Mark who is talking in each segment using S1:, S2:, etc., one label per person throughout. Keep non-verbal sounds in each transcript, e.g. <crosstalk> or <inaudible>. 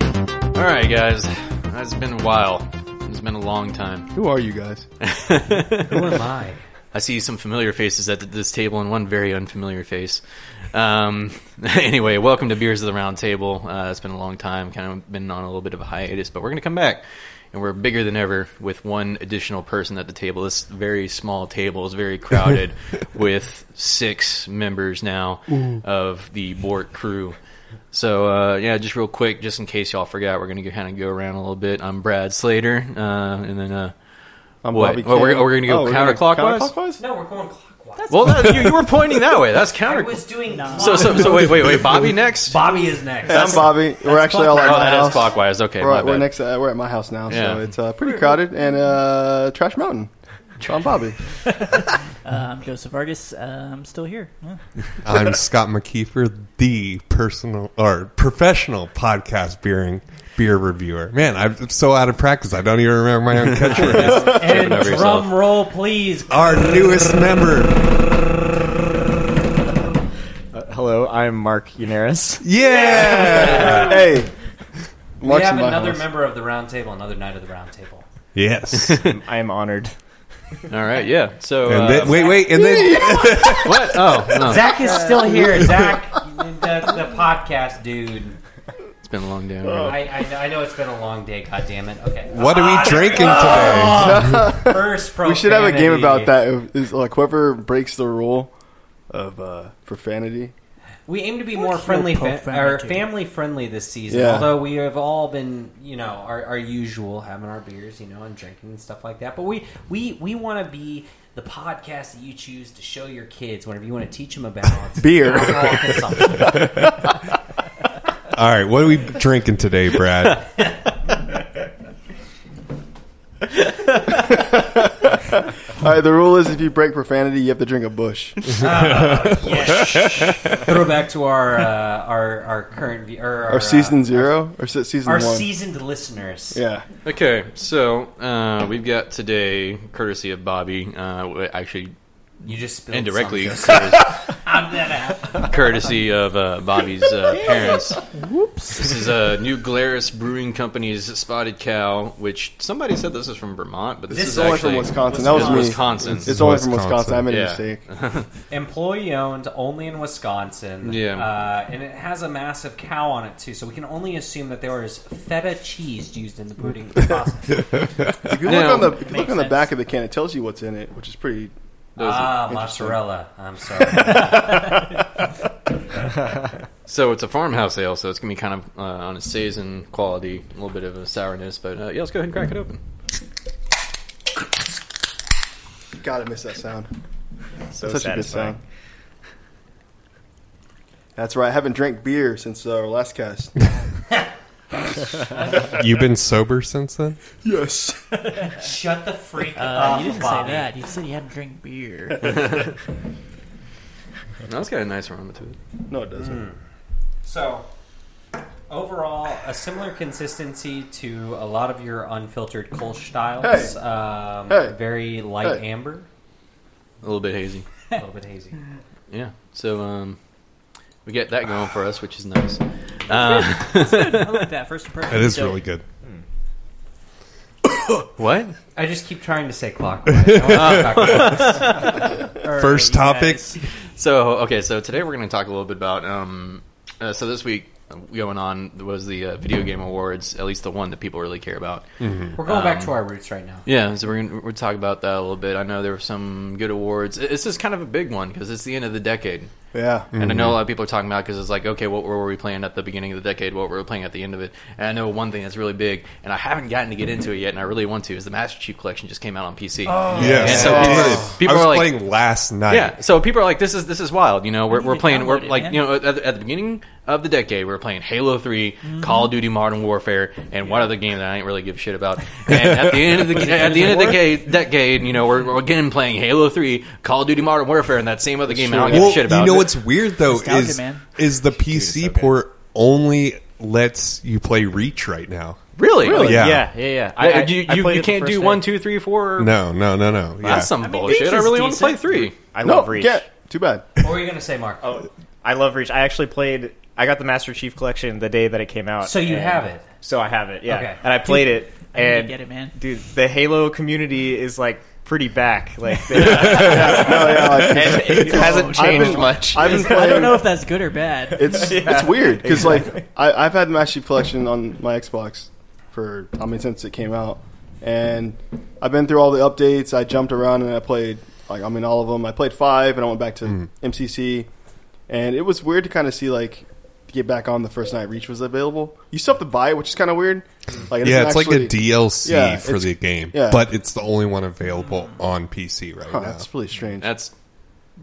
S1: All right, guys. That's been a while. It's been a long time.
S2: Who are you guys?
S1: <laughs>
S3: Who am I?
S1: I see some familiar faces at this table and one very unfamiliar face. Um, <laughs> anyway, welcome to Beers of the Round Table. Uh, it's been a long time. Kind of been on a little bit of a hiatus, but we're going to come back. And we're bigger than ever with one additional person at the table. This very small table is very
S3: <laughs>
S1: crowded with six members now of the Bort crew. So uh, yeah, just real quick, just in case y'all forgot, we're gonna kind of go around a little bit. I'm Brad Slater, uh, and then uh,
S2: I'm
S1: What? Well, we're-
S2: Cannon.
S1: we're gonna go
S2: we're
S1: counterclockwise?
S2: counterclockwise?
S3: No, we're going clockwise.
S1: well, that, you, you were pointing that way. That's
S3: I
S1: counter.
S3: was doing that.
S1: So so so wait wait wait. Bobby next.
S3: <laughs> Bobby is next.
S2: I'm Bobby. We're actually all at
S1: Oh,
S2: my
S1: that
S2: house.
S1: is clockwise. Okay,
S2: We're,
S1: my
S2: we're
S1: bad.
S2: next. Uh, we're at my house now,
S1: Yeah.
S2: so it's uh, pretty crowded and uh, Trash Mountain. So I'm Bobby.
S4: Uh, I'm Joseph Vargas. Uh, I'm still here. Yeah.
S5: I'm Scott McKeefer, the personal or professional podcast beering beer reviewer. Man, I'm so out of practice. I don't even remember my own catchphrase.
S3: and
S1: Over yourself.
S3: drum roll,
S5: <laughs>
S3: please.
S5: Our newest member.
S6: Hello, I'm Mark Unaris.
S2: <laughs>
S5: Yeah.
S2: hey,
S3: We
S2: Mark's
S3: have
S2: in my
S3: another
S2: house.
S3: member of the round table, another knight of the
S2: <laughs>
S3: round table.
S5: <laughs> Yes.
S6: I am honored.
S1: All right, yeah. So uh,
S5: And then, wait, wait, and then <laughs>
S1: what? Oh, no.
S3: Zach is still here. Zach, the, the podcast dude.
S1: it's been a long day.
S3: I, I, know, I know it's been a long day. God damn it. Okay.
S5: what are we drinking today?
S3: First
S2: we should have a game
S3: profanity.
S2: about that. It- It's like whoever breaks the rule of uh, profanity.
S3: We aim to be more friendly, fa- or
S4: profanity?
S3: family friendly this season.
S2: Yeah.
S3: Although we have all been, you know, our, our usual having our beers, you know, and drinking and stuff like that. But we we we want to be the podcast that you choose to show your kids whenever you want to teach them about
S2: <laughs> Beer.
S3: alcohol consumption.
S5: All right, what are we drinking today, Brad?
S2: All right, the rule is if you break profanity, you have to drink a bush.
S3: Throwback to our uh, our our current view, or our,
S2: Our
S3: uh,
S2: season zero or se- season
S3: our
S2: one.
S3: seasoned listeners.
S2: yeah,
S1: Okay, so uh, we've got today, courtesy of Bobby, uh, w- actually
S3: You just spilled
S1: indirectly,
S3: some, Joseph.
S1: courtesy-
S3: I'm gonna-
S1: courtesy of uh, Bobby's uh, parents. Whoops. This is uh, New Glarus Brewing Company's Spotted Cow, which somebody said this is from Vermont, but this,
S3: This
S1: is
S3: is only
S2: only
S1: actually
S2: from Wisconsin. That was me.
S1: Wisconsin.
S2: It's only from
S5: Wisconsin.
S2: Wisconsin. I made a
S1: Yeah.
S2: mistake.
S3: employee owned only in Wisconsin.
S1: Yeah.
S3: Uh, and it has a massive cow on it too, so we can only assume that there is feta cheese used in
S2: <laughs>
S3: the brewing process.
S2: If you
S1: Now-
S2: look on the if you look
S4: Makes
S2: on the
S4: sense.
S2: back of the can, it tells you what's in it, which is pretty.
S1: Those-
S3: ah,
S2: Interesting.
S3: mozzarella.
S2: <laughs>
S3: I'm sorry.
S1: so it's a farmhouse ale, so it's gonna be kind of uh, on a saison quality, a little bit of a sourness. But uh, yeah, let's go ahead and crack it open.
S2: God, I miss that sound.
S6: So
S2: Such a good
S6: satisfying.
S2: sound. That's right. I haven't drank beer since our last cast.
S5: You've been sober since then?
S2: yes.
S3: Shut the freak
S4: Uh,
S3: up,
S4: you didn't
S3: Bobby.
S4: say that. You said you had to drink beer.
S1: Now it's got a nice aroma to it.
S2: No, it doesn't.
S3: So, overall, a similar consistency to a lot of your unfiltered Kolsch styles.
S2: Hey.
S3: Um,
S2: Hey.
S3: Very light
S2: Hey. <laughs>
S3: amber,
S1: A little bit hazy.
S3: a little bit hazy.
S1: Yeah. So um, we get that going for us, which is nice. Uh,
S4: I like that first impression.
S5: That is
S4: So,
S5: really good.
S1: what?
S3: I just keep trying to
S2: <laughs>
S3: say clockwise. I want clockwise.
S4: all right,
S5: First
S4: you
S5: topic.
S4: guys.
S1: So okay, so today we're going to talk a little bit about. Um, uh, so this week uh, going on was the uh, video game awards, at least the one that people really care about.
S3: We're going back to our roots right now.
S1: Yeah, so we're gonna, we're talk about that a little bit. I know there were some good awards. It- This is kind of a big one because it's the end of the decade,
S2: Yeah.
S1: and I know a lot of people are talking about because it's like, okay, what were we playing at the beginning of the decade? What were we playing at the end of it? And I know one thing that's really big, and I haven't gotten to get into it yet, and I really want to. Is the Master Chief Collection just came out on PC?
S5: Yes.
S1: so
S5: it
S1: people-
S5: did.
S1: people
S5: Oh, I was
S1: are like-
S5: playing last night.
S1: Yeah, so people are like, this is this is wild. You know, we're,
S4: need
S1: we're
S4: to
S1: playing, we're
S4: download it,
S1: like,
S4: man.
S1: you know, at the, at the beginning of the decade, we were playing Halo 3
S5: Mm-hmm.
S1: Call of Duty, Modern Warfare, and one other game that I ain't really give a shit
S5: <laughs>
S1: about. And at the end of the at the end of the decade, decade, you know, we're, we're again playing Halo Three, Call of Duty, Modern Warfare, and that same other game I don't give
S5: Well,
S1: a shit about.
S5: You know what's weird though
S4: Nostalgia,
S5: is
S4: man.
S5: is the PC port only lets you play Reach right now.
S1: really?
S5: Yeah.
S6: yeah, yeah. yeah.
S1: I,
S6: I-
S1: you
S6: I- I
S1: you,
S6: played
S1: you
S6: it the
S1: can't
S6: first
S1: do
S6: day.
S1: one, two, three, four.
S5: No, no, no, no. Yeah.
S1: That's some
S4: mean,
S1: bullshit.
S4: Reach
S1: I
S4: is
S1: really want to play
S4: decent.
S1: three.
S6: I
S2: No.
S6: love Reach.
S3: Oh, Um,
S2: Yeah. Too bad.
S3: What were you going to say, Mark?
S6: I love Reach. I actually played I got the Master Chief Collection the day that it came out.
S3: So you
S6: and-
S3: have it.
S6: So I have it. Yeah,
S3: Okay.
S6: and I played it.
S4: I need
S6: and
S4: to get it, man.
S6: dude, the Halo community is like pretty back. Like, they,
S2: No, yeah, like,
S6: and it hasn't changed
S2: been-
S6: much.
S2: I've been playing.
S4: I don't know if that's good or bad. <laughs>
S2: It's it's weird because like I, I've had Master Chief Collection on my Xbox for how many since it came out, and I've been through all the updates. I jumped around and I played like I mean all of them. I played five and I went back to
S5: Hmm.
S2: MCC, and it was weird to kind of see like to get back on the first night Reach was available. You still have to buy it, which is kind of weird. Like it
S5: Yeah,
S2: doesn't
S5: it's
S2: actually-
S5: like a DLC
S2: Yeah,
S5: for
S2: it's-
S5: the game,
S2: yeah.
S5: but it's the only one available on PC right
S2: <laughs> Huh,
S5: now.
S2: that's really strange.
S1: That's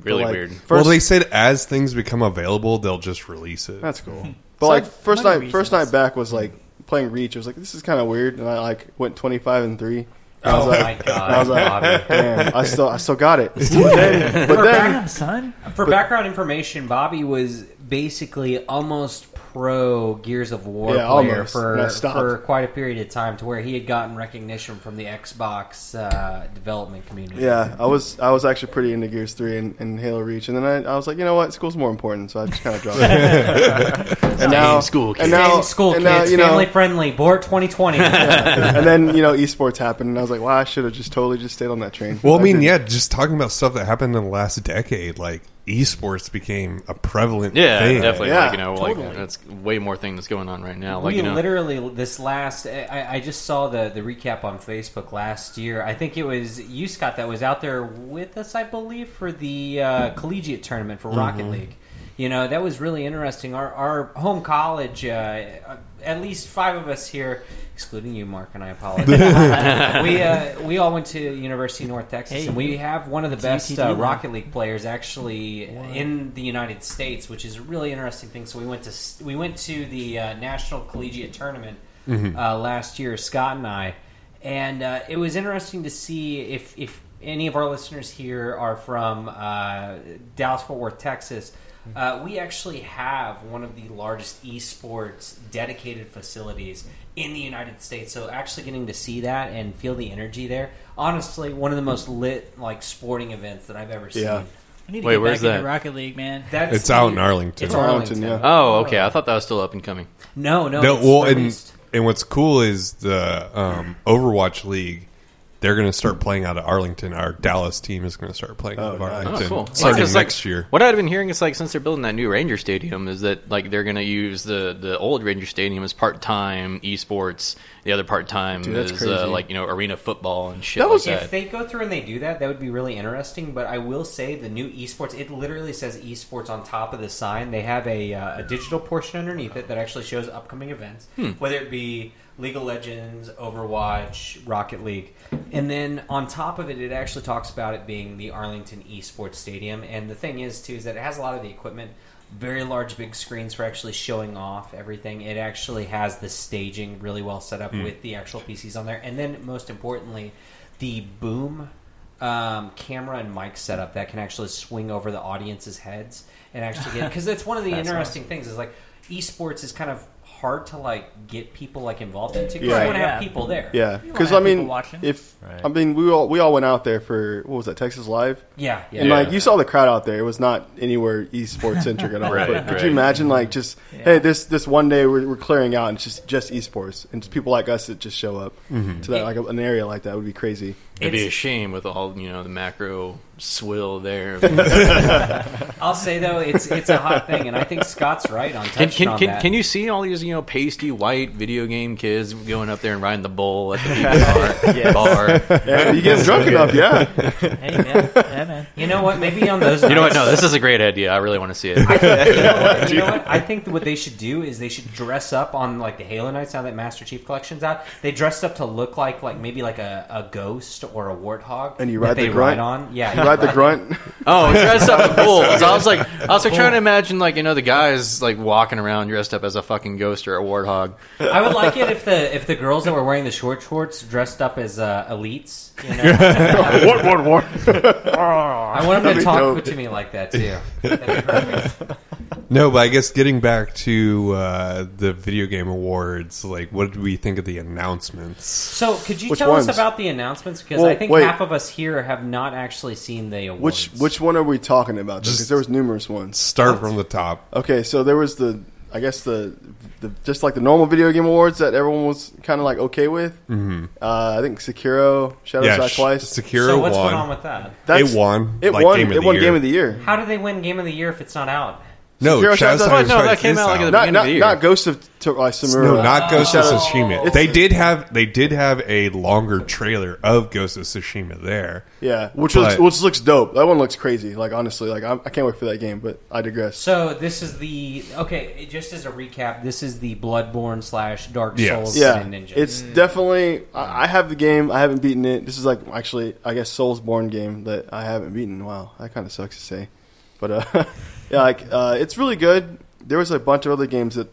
S1: really
S2: Like,
S1: weird.
S2: First,
S5: well, they said as things become available, they'll just release it.
S2: That's cool. But
S4: Hmm. So,
S2: like first night,
S4: money
S2: first
S4: reasons.
S2: night back was like playing Reach. I was like, this is kind of weird, and I like went twenty five and three. And I was
S3: Oh
S2: like,
S3: my god,
S2: I was like,
S3: Bobby.
S2: damn, I still, I still got it. But then, but then
S4: Damn, son.
S3: For background information, Bobby was basically almost pro Gears of War
S2: Yeah,
S3: player
S2: almost. And
S3: for
S2: I stopped.
S3: for quite a period of time, to where he had gotten recognition from the Xbox uh, development community.
S2: yeah, I was, I was actually pretty into Gears three and, and Halo Reach, and then I, I was like, you know what, school's more important, so I just kind of dropped it. and now,
S1: school,
S2: and
S1: kids.
S2: now,
S3: Dang school
S2: and
S3: kids,
S2: now, you know,
S3: family friendly,
S2: <laughs>
S3: Bort 2020.
S2: and then you know, esports happened, and I was like, wow, I should have just totally just stayed on that train.
S5: Well, I mean,
S2: didn't.
S5: yeah, just talking about stuff that happened in the last decade, like esports became a prevalent
S1: Yeah,
S5: thing.
S1: definitely.
S2: Yeah,
S1: like you know, like
S3: totally.
S1: that's way more thing that's going on right now. Like
S3: we
S1: you know,
S3: literally this last I, I just saw the the recap on facebook last year i think it was you scott that was out there with us i believe for the uh, collegiate tournament for rocket
S1: Mm-hmm.
S3: league you know that was really interesting our our home college uh, at least five of us here excluding you mark and
S1: <laughs>
S3: i apologize we uh, we all went to university of north texas
S4: Hey.
S3: and we have one of the
S1: E
S3: best
S4: GTD
S3: uh,
S4: now.
S3: rocket league players actually in the united states which is a really interesting thing so we went to s- we went to the uh, national collegiate tournament uh, last year scott and i and uh, it was interesting to see if if any of our listeners here are from uh, dallas fort worth texas uh, we actually have one of the largest esports dedicated facilities in the United States. So actually getting to see that and feel the energy there, honestly, one of the most lit like sporting events that I've ever seen.
S2: Yeah.
S4: I need to
S1: Wait,
S4: get back
S1: where's
S4: into
S1: that?
S4: Rocket League, man.
S3: That's
S5: It's out in Arlington.
S3: It's
S2: Arlington,
S3: Arlington.
S2: yeah.
S1: oh, okay. I thought that was still up and coming.
S3: No, no.
S5: No,
S3: it's
S5: well,
S3: the
S5: and,
S3: least.
S5: and what's cool is the um, Overwatch League. They're going to start playing out of Arlington. Our Dallas team is going to start playing out of
S1: Oh,
S5: Arlington
S1: cool.
S5: starting
S1: Well, 'cause, like,
S5: next year.
S1: What I've been hearing is like since they're building that new Ranger Stadium is that like they're gonna use the the old Ranger Stadium as part time esports. The other part time
S2: Dude, that's
S1: is
S2: crazy.
S1: uh, like you know arena football and shit
S2: That was-
S1: like
S3: if
S1: that.
S3: they go through and they do that, that would be really interesting. But I will say the new esports, it literally says esports on top of the sign. They have a, uh, a digital portion underneath it that actually shows upcoming events, whether it be League of Legends, Overwatch, Rocket League. And then on top of it, it actually talks about it being the Arlington Esports Stadium. And the thing is, too, is that it has a lot of the equipment. Very large big screens for actually showing off everything. It actually has the staging really well set
S1: Hmm.
S3: up with the actual PCs on there. And then, most importantly, the boom um, camera and mic setup that can actually swing over the audience's heads and
S1: <laughs>
S3: actually get because that's one of the interesting things is like esports is kind of hard to like get people like involved into 'cause
S2: Yeah.
S3: you want to
S4: Yeah.
S3: have people there
S2: yeah,
S4: You
S2: because I
S4: wanna have
S2: mean,
S4: people watching.
S2: if
S6: Right.
S2: I mean, we all we all went out there for what was that Texas Live.
S3: yeah yeah
S2: And like you saw the crowd out there, it was not anywhere esports centric
S5: <laughs>
S2: at all.
S1: Right,
S2: but could
S1: right.
S2: you imagine like just hey this this one day we're, we're clearing out and it's just just esports and just people like us that just show up
S5: Mm-hmm.
S2: to that like an area like that would be crazy.
S1: It'd be
S3: It's-
S1: a shame with all you know the macro swill there.
S3: I'll say though it's it's a hot thing and I think Scott's right on touching
S1: Can, can,
S3: on
S1: can,
S3: that
S1: can you see all these you know pasty white video game kids going up there and riding the bull <laughs> at the VR bar?
S2: Yeah, you get
S5: <laughs>
S2: drunk enough, yeah.
S4: Hey, man. yeah, man.
S3: you know what maybe on
S1: <laughs>
S3: those
S1: You know what? No, this is a great idea. I really want to see it.
S3: you
S2: <laughs>
S3: know what? You know what? I think what they should do is they should dress up on like the Halo Nights now that Master Chief Collection's out. They dressed up to look like like maybe like a, a ghost or a warthog.
S2: And you
S3: that
S2: ride the
S3: they
S2: grunt?
S3: ride on. Yeah,
S2: You ride the grunt.
S1: Oh, dressed up <laughs> in bulls. I was like, I was like trying to imagine like you know the guys like walking around dressed up as a fucking ghost or a warthog.
S3: I would like it if the if the girls that were wearing the short shorts dressed up as uh, elites. You know?
S2: <laughs> what what what?
S3: I want them
S2: That'd
S3: to
S2: be
S3: talk
S2: dope.
S3: to me like that too. That'd be perfect.
S5: No, but I guess getting back to uh, the video game awards, like, what did we think of the announcements?
S3: So, could you
S2: Which
S3: tell
S2: ones?
S3: us about the announcements? Because
S2: Well,
S3: I think
S2: wait.
S3: half of us here have not actually seen the awards.
S2: Which which one are we talking about? Because
S5: Just-
S2: there was numerous ones.
S5: Start from the top.
S2: Okay, so there was the I guess the, the just like the normal video game awards that everyone was kind of like okay with. Mm-hmm. Uh, I think Sekiro Shadows Die
S5: sh-
S2: Twice.
S5: Sekiro
S3: so what's
S5: won.
S3: going on with that?
S5: it won.
S2: It
S5: like,
S2: won.
S5: Game of
S2: it
S5: the
S2: won
S5: year.
S2: Game of the Year.
S3: How do they win Game of the Year if it's not out?
S5: No,
S2: Sekiro
S5: Shadows
S2: Shadows
S5: Die
S2: Die-
S1: Oh, No, that
S5: Twice
S1: came
S5: is
S1: out like at the
S5: out.
S2: Not
S1: beginning of
S2: not,
S1: the year.
S2: not Ghost of T- uh, Samura.
S5: No, not Ghost of
S2: Shadows-
S5: Tsushima.
S2: It's-
S5: They did have they did have a longer trailer of Ghost of Tsushima there.
S2: Yeah, which
S5: But-
S2: looks which looks dope. That one looks crazy. Like honestly, like I'm, I can't wait for that game. But I digress.
S3: So this is the okay. Just as a recap, this is the Bloodborne slash Dark
S5: Yes.
S3: Souls
S2: Yeah,
S3: and Ninja. Mm.
S2: it's definitely. I, I have the game. I haven't beaten it. This is like actually, I guess Soulsborne game that I haven't beaten. Wow, that kind of sucks to say, but uh, <laughs> yeah, like uh, it's really good. There was a bunch of other games that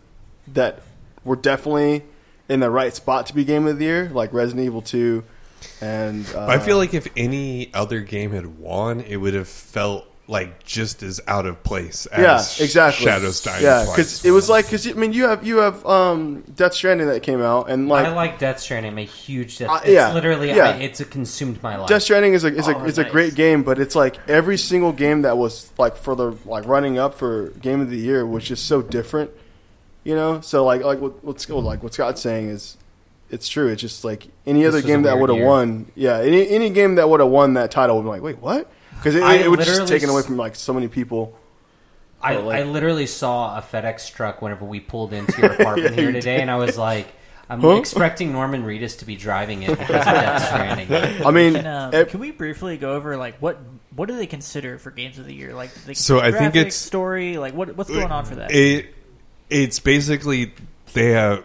S2: that were definitely in the right spot to be game of the year, like Resident Evil Two, and uh,
S5: But I feel like if any other game had won, it would have felt like just as out of place as
S2: yeah, exactly.
S5: Shadows Die
S2: Yeah,
S5: Twice.
S2: because it was like because I mean you have you have um, Death Stranding that came out and like
S3: I like Death Stranding. I'm a huge Death.
S2: Uh,
S3: it's
S2: yeah,
S3: literally,
S2: yeah.
S3: I, it's consumed my life.
S2: Death Stranding is a is a
S4: Oh,
S2: is a
S4: nice.
S2: great game, but it's like every single game that was like for the like running up for game of the year was just so different, you know. So like like what, what's like what Scott's saying is it's true. It's just like any
S3: This
S2: other
S3: was a
S2: game that
S3: weird
S2: would have
S3: year.
S2: won, yeah, any any game that would have won that title would be like, wait, what? Because it,
S3: I
S2: it would just
S3: literally
S2: taken away
S3: s-
S2: from like so many people.
S3: I,
S2: Or, like-
S3: I literally saw a FedEx truck whenever we pulled into
S2: <laughs>
S3: your apartment
S2: Yeah,
S3: here
S2: you
S3: today, and I was like, I'm
S2: Huh?
S3: expecting Norman Reedus to be driving it because
S2: <laughs>
S3: of Death Stranding.
S2: I mean,
S4: Can, um,
S2: ev-
S4: can we briefly go over like what what do they consider for games of the year? Like do they
S5: So
S4: consider
S5: I think
S4: graphics,
S5: it's-
S4: story. Like what what's going on for that?
S5: It it's basically they have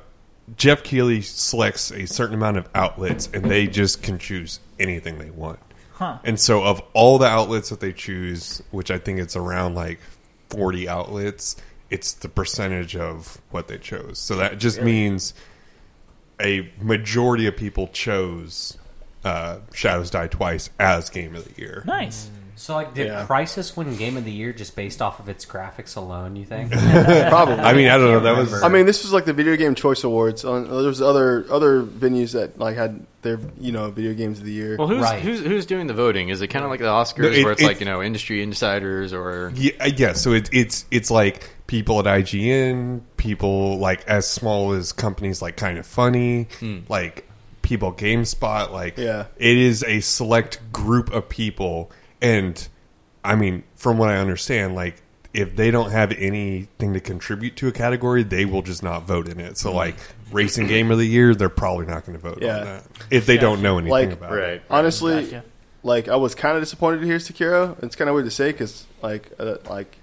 S5: Jeff Keighley selects a certain amount of outlets, and they just can choose anything they want.
S4: huh?
S5: And so, of all the outlets that they choose, which I think it's around like 40 outlets, it's the percentage of what they chose. So that just means a majority of people chose uh, Shadows Die Twice as Game of the Year.
S4: Nice.
S3: So, like, did
S2: Yeah.
S3: Crisis win Game of the Year just based off of its graphics alone,
S2: <laughs>
S3: you think?
S2: probably.
S5: I mean, I don't know. That was.
S2: I mean, this was like the Video Game Choice Awards. On, there's other other venues that like had their you know video games of the year.
S1: Well, who's
S3: Right.
S1: who's who's doing the voting? Is it kind of like the Oscars,
S5: No, it-
S1: where it's
S5: it-
S1: like you know industry insiders or
S5: Yeah, uh, yeah. So it, it's it's like people at IGN, people like as small as companies like Kind of Funny,
S1: Hmm.
S5: like people at GameSpot. Like,
S2: Yeah.
S5: it is a select group of people, and I mean, from what I understand, like if they don't have anything to contribute to a category, they will just not vote in it. So
S1: Hmm.
S5: like racing game of the year, they're probably not going to vote
S2: Yeah.
S5: on that if they don't know anything
S2: Like-
S5: about it.
S2: Honestly,
S4: Gotcha.
S2: like I was kind of disappointed to hear Sekiro. It's kind of weird to say because like uh, like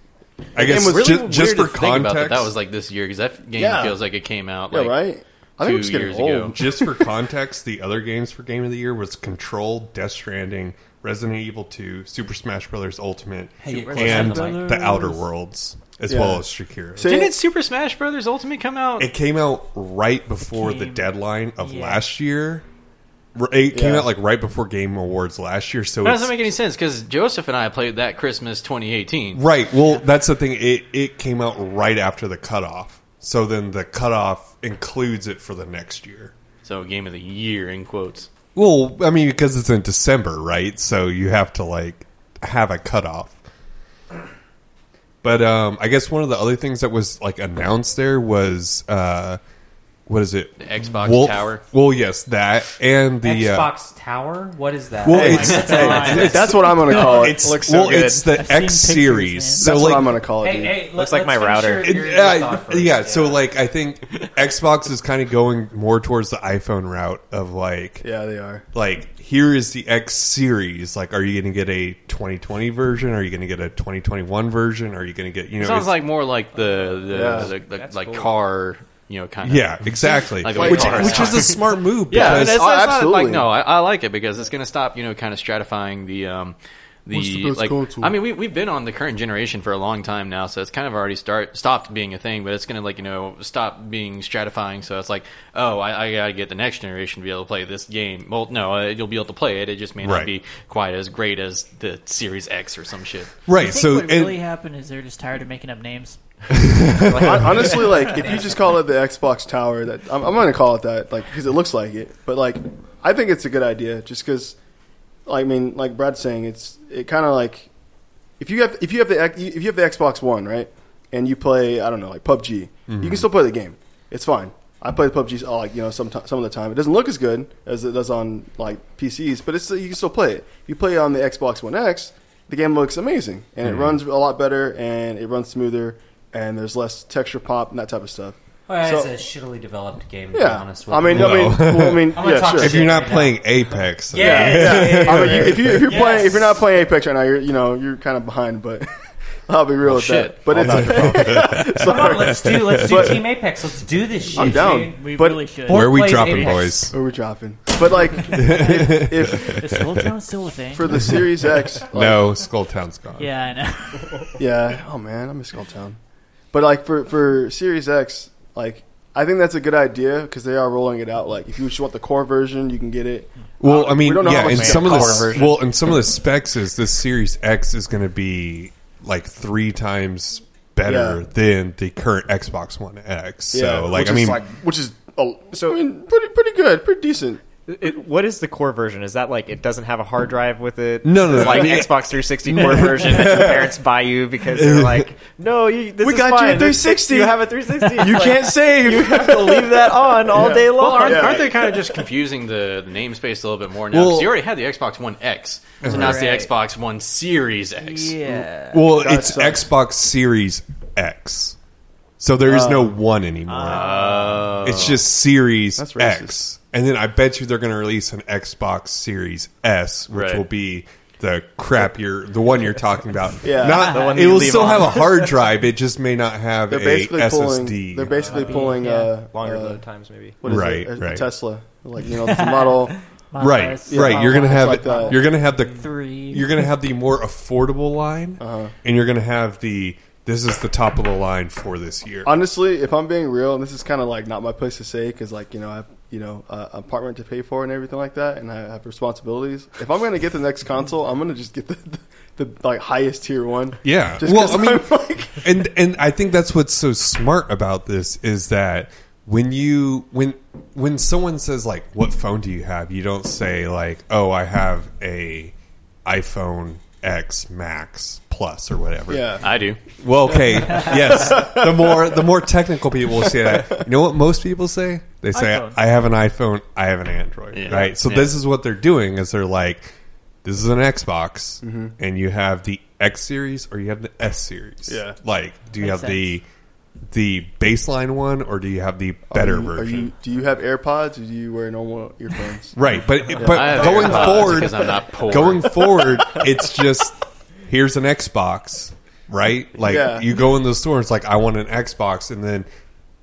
S5: I guess
S2: game was
S5: ju-
S1: Really
S5: just,
S1: weird
S5: for
S1: to think about
S5: context,
S1: that, that was like this year because that game
S2: Yeah.
S1: feels like it came out
S2: yeah
S1: like
S2: right. I
S1: two
S2: think I'm just getting
S1: years
S2: old.
S1: ago.
S5: Just for context, the other games for Game of the Year was Control, Death Stranding, Resident Evil 2, Super Smash Bros. Ultimate,
S3: Hey, get closer
S5: and
S3: to the mic.
S5: The Outer Worlds, as
S2: Yeah.
S5: well as Shakira.
S2: So-
S1: Didn't Super Smash Brothers Ultimate come out?
S5: it came out right before the
S4: Came-
S5: deadline of
S4: yeah.
S5: last year. R- It came
S2: Yeah.
S5: out like right before Game Awards last year, so
S1: that
S5: it's,
S1: doesn't make any sense because Joseph and I played that Christmas 2018.
S5: right. Well, that's the thing. It it came out right after the cutoff, so then the cutoff includes it for the next year.
S1: So game of the year in quotes.
S5: Well, I mean, because it's in December, right? So you have to like have a cutoff. But um, I guess one of the other things that was like announced there was uh, what is it? The
S1: Xbox Tower.
S5: Well, yes, that and the uh,
S3: Xbox Tower? What is that?
S5: well,
S3: Like,
S5: it's,
S4: that's a lie.
S2: <laughs>
S5: it's-
S2: That's what I'm gonna call it.
S5: it's
S2: Looks so
S5: well,
S2: good.
S5: it's the
S4: I've seen
S5: X
S4: pictures,
S5: series.
S4: man.
S5: So
S2: That's
S5: like,
S2: what I'm gonna call it.
S3: hey,
S2: dude.
S3: hey, let-
S6: Looks like
S3: let's finish
S6: my router.
S3: your- your
S5: It- uh,
S3: thought first.
S5: yeah, so like I think Xbox is kind of going more towards the iPhone route of like
S2: Yeah, they are.
S5: like here is the X series. Like, are you going to get a 2020 version? Are you going to get a 2021 version? Are you going to get you know?
S1: It sounds
S5: it's-
S1: like more like the the,
S2: Yeah.
S1: the, the-
S6: That's
S1: like
S6: cool.
S1: car, you know, kind of
S5: yeah, exactly.
S1: Like the way
S5: which
S1: cars
S5: which is a smart move.
S1: Yeah,
S5: because-
S1: that's,
S2: Oh,
S1: that's not, like
S2: absolutely.
S1: no, I, I like it because it's going to stop you know kind of stratifying the um the,
S2: What's the best
S1: like
S2: console?
S1: I mean we we've been on the current generation for a long time now, so it's kind of already start stopped being a thing, but it's going to like you know stop being stratifying. So it's like oh I, I got to get the next generation to be able to play this game. Well, no, uh, you'll be able to play it. It just may not
S5: Right.
S1: be quite as great as the Series X or some shit.
S4: I
S5: right.
S4: think
S5: So
S4: what
S5: and-
S4: really happened is they're just tired of making up names.
S2: Hon- Honestly, <laughs> like if you just call it the Xbox Tower, that I'm, I'm gonna call it that, like because it looks like it. But like, I think it's a good idea, just because. I mean, like Brad's saying, it's it kind of like if you have if you have the X- if you have the Xbox One, right? and you play, I don't know, like PUBG, you can still play the game. It's fine. I play PUBG all, uh, like you know some some of the time. It doesn't look as good as it does on like PCs, but it's still- you can still play it. If you play on the Xbox One X, the game looks amazing and it runs a lot better and it runs smoother and there's less texture pop and that type of stuff.
S3: Well, it's
S2: So-
S3: a shittily developed game. To be
S2: Yeah,
S3: honest with
S2: I mean,
S5: you.
S2: I mean,
S5: No.
S2: well, I mean,
S3: <laughs> I'm gonna
S2: yeah,
S3: talk
S2: sure.
S5: If you're not
S3: Yeah.
S5: playing Apex, <laughs>
S3: Yeah,
S2: <laughs>
S5: then-
S3: yeah, yeah, yeah.
S2: I mean, you, if you if you're playing if you're not
S3: Yes.
S2: playing Apex right now, you're you know you're kind of behind. But <laughs> I'll be real with
S1: shit.
S2: that. But
S5: I'll
S2: it's <laughs>
S3: <laughs> Come on, let's do let's do
S2: But-
S5: <laughs>
S3: Team Apex. Let's do this shit.
S2: I'm down.
S4: We
S2: But-
S4: really should.
S5: where are we
S3: plays
S5: dropping,
S3: Apex.
S5: boys?
S2: Oh, we're dropping. But like, if, if
S4: Is Skulltown still
S5: <laughs>
S4: a thing?
S2: for the Series X, like,
S5: No, Skulltown's gone.
S4: yeah, I know. <laughs>
S2: yeah. Oh man, I miss Skulltown. But like for for Series X, like I think that's a good idea because they are rolling it out. Like if you just want the core version, you can get it.
S5: Well,
S2: Uh,
S5: I mean,
S2: we don't know how
S5: yeah,
S2: much
S5: and
S2: the
S5: some of the
S2: color
S5: s-
S2: version-
S5: well, and some of the specs is this Series X is going to be like three times better
S2: Yeah.
S5: than the current Xbox One X. So,
S2: yeah,
S5: like,
S2: which
S5: I
S2: is
S5: mean,
S2: like, which is oh, so I mean, pretty pretty good, pretty decent.
S6: It, what is the core version? Is that like it doesn't have a hard drive with it?
S5: No, no,
S6: It's
S5: no,
S6: like
S5: I mean-
S6: Xbox 360 core version that your parents buy you because they're like, no, you, this
S2: We
S6: is
S2: got you a
S6: fine.
S2: 360.
S6: You have a 360.
S2: You
S6: It's
S2: can't
S6: like,
S2: save.
S6: <laughs> You have to leave that on all day
S1: Well,
S6: long.
S1: aren't,
S2: Yeah.
S1: aren't they kind of just confusing the, the namespace a little bit more now? 'Cause
S5: Well-
S1: you already had the Xbox One X, so now it's the
S4: Right.
S1: Xbox One Series X.
S4: yeah.
S5: well,
S2: God,
S5: it's
S2: it sucks.
S5: Xbox Series X. So there is
S2: Oh.
S5: no one anymore. it's just Series
S2: That's racist.
S5: X. And then I bet you they're going to release an Xbox Series S, which
S1: Right.
S5: will be the
S2: <laughs>
S5: crappier, the one you're talking about.
S2: Yeah.
S5: Not,
S6: The one
S5: it
S6: you
S5: will
S6: leave
S5: still
S2: <laughs>
S6: on.
S5: have a hard drive. It just may not have
S2: They're
S5: a
S2: basically pulling.
S5: SSD.
S2: They're basically pulling.
S4: yeah.
S2: Uh,
S6: Longer
S2: uh,
S6: load times, maybe.
S2: what is
S5: Right,
S2: it? A- a
S5: right.
S2: Tesla. Like you know,
S5: <laughs>
S2: the model.
S5: right,
S4: Modernized.
S5: right. You're gonna
S2: It's
S5: have
S2: like that.
S5: you're gonna have the
S4: 3
S5: you're gonna have the more affordable line,
S2: Uh-huh.
S5: and you're gonna have the this is the top of the line for this year.
S2: Honestly, if I'm being real, and this is kind of like not my place to say because like you know I have you know uh, apartment to pay for and everything like that, and I have responsibilities. If I'm gonna get the next console, I'm gonna just get the the, the like highest tier one.
S5: Yeah.
S2: Just
S5: well,
S2: 'cause
S5: I mean,
S2: I'm <laughs> like-
S5: <laughs> and and I think that's what's so smart about this is that when you when when someone says like, "What phone do you have?" You don't say like, "Oh, I have a iPhone X Max Plus or whatever."
S2: Yeah.
S1: I do.
S5: Well, okay. yes. The more the more technical people will say that. You know what most people say? They say
S4: iPhone.
S5: I have an iPhone, I have an Android,
S1: Yeah.
S5: right? So
S1: Yeah.
S5: this is what they're doing is they're like this is an Xbox
S2: Mm-hmm.
S5: and you have the X series or you have the S series.
S2: Yeah.
S5: Like do you
S4: Makes
S5: have the the baseline one or do you have the better
S2: Are you-
S5: version?
S2: Are you, do you have AirPods or do you wear normal earphones?
S5: right, but
S1: I
S5: but
S1: have
S5: going
S1: AirPods
S5: forward
S1: because I'm not poor.
S5: going forward, it's just here's an Xbox, right? Like
S2: Yeah.
S5: you go in the store, it's like I want an Xbox, and then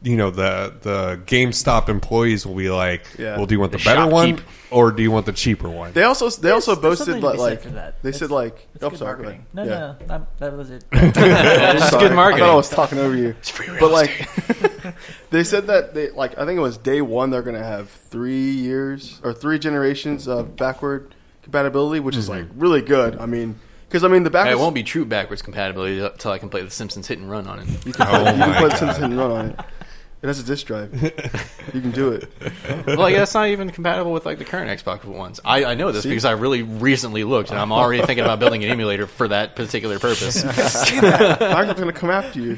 S5: you know the the GameStop employees will be like,
S2: Yeah.
S5: "Well, do you want the,
S1: The
S5: better one
S1: shopkeep.
S5: or do you want the cheaper one?"
S2: They also they also
S4: there's
S2: boasted
S4: something to
S2: like,
S4: be said
S2: like
S4: for that.
S2: they
S4: It's-
S2: said like oh,
S4: Good
S2: sorry, go
S4: marketing.
S2: ahead.
S4: No,
S2: Yeah.
S4: no, that, that was it.
S5: <laughs>
S1: It's
S2: Sorry.
S1: good marketing.
S2: I thought I was talking over you.
S1: free real
S2: But like, <laughs>
S5: <laughs>
S2: they said that they like I think it was day one they're gonna have three years or three generations of backward compatibility, which is like
S5: Mm-hmm.
S2: really good. I mean, because I mean the
S1: Hey, it
S2: backwards
S1: won't be true backwards compatibility until I can play The Simpsons Hit and Run on it.
S2: You can,
S5: Oh
S2: put, you
S5: my
S2: can put
S5: God.
S2: Simpson Run on it. It has a disk drive. you can do
S5: <laughs>
S2: it.
S1: <laughs> <laughs> Well, like, that's not even compatible with like the current Xbox ones. I, I know this because I really recently looked, and I'm already thinking about building an emulator for that particular purpose.
S2: Microsoft's gonna come after you.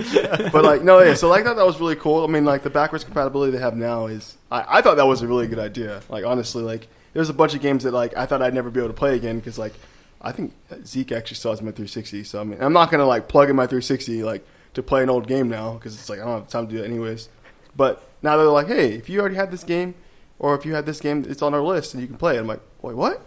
S2: But like, no, yeah. So like that, that was really cool. I mean, like the backwards compatibility they have now is, I, I thought that was a really good idea. Like honestly, like there's a bunch of games that like I thought I'd never be able to play again because like I think Zeke actually still has my 360. So I mean, I'm not gonna like plug in my 360 like to play an old game now because it's like I don't have time to do that anyways. But now they're like, hey, if you already had this game, or if you had this game, it's on our list and you can play it. I'm like, wait, what?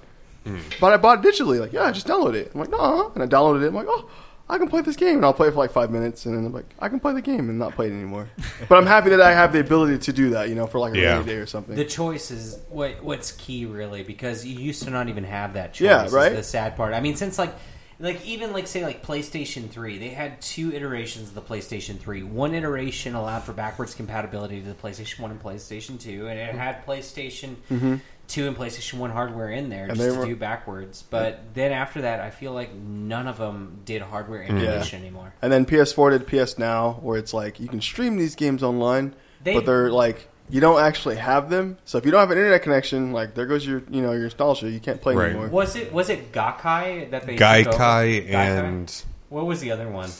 S2: But I bought it digitally. Like, yeah, just download it. I'm like, no. And I downloaded it. I'm like, oh, I can play this game. And I'll play it for like five minutes. And then I'm like, I can play the game and not play it
S5: <laughs>
S2: anymore. but I'm happy that I have the ability to do that, you know, for like a
S5: Yeah.
S2: rainy day or something.
S3: The choice is what what's key really because you used to not even have that choice.
S2: Yeah,
S3: is
S2: right?
S3: the sad part. I mean, since like like even like say like PlayStation 3, they had two iterations of the PlayStation 3. One iteration allowed for backwards compatibility to the PlayStation 1 and PlayStation 2, and it had PlayStation 2 and PlayStation 1 hardware in there
S2: Mm-hmm. And
S3: just
S2: they
S3: to
S2: were-
S3: do backwards. But then after that, I feel like none of them did hardware emulation anymore.
S2: and then PS4 did PS Now, where it's like you can stream these games online,
S3: They-
S2: but they're like you don't actually have them. So if you don't have an internet connection, like there goes your you know your nostalgia. You can't play
S5: Right.
S2: anymore.
S3: Was it was it Gaikai that they took over?
S5: Gaikai
S3: Gaikai?
S5: and
S3: what was the other one?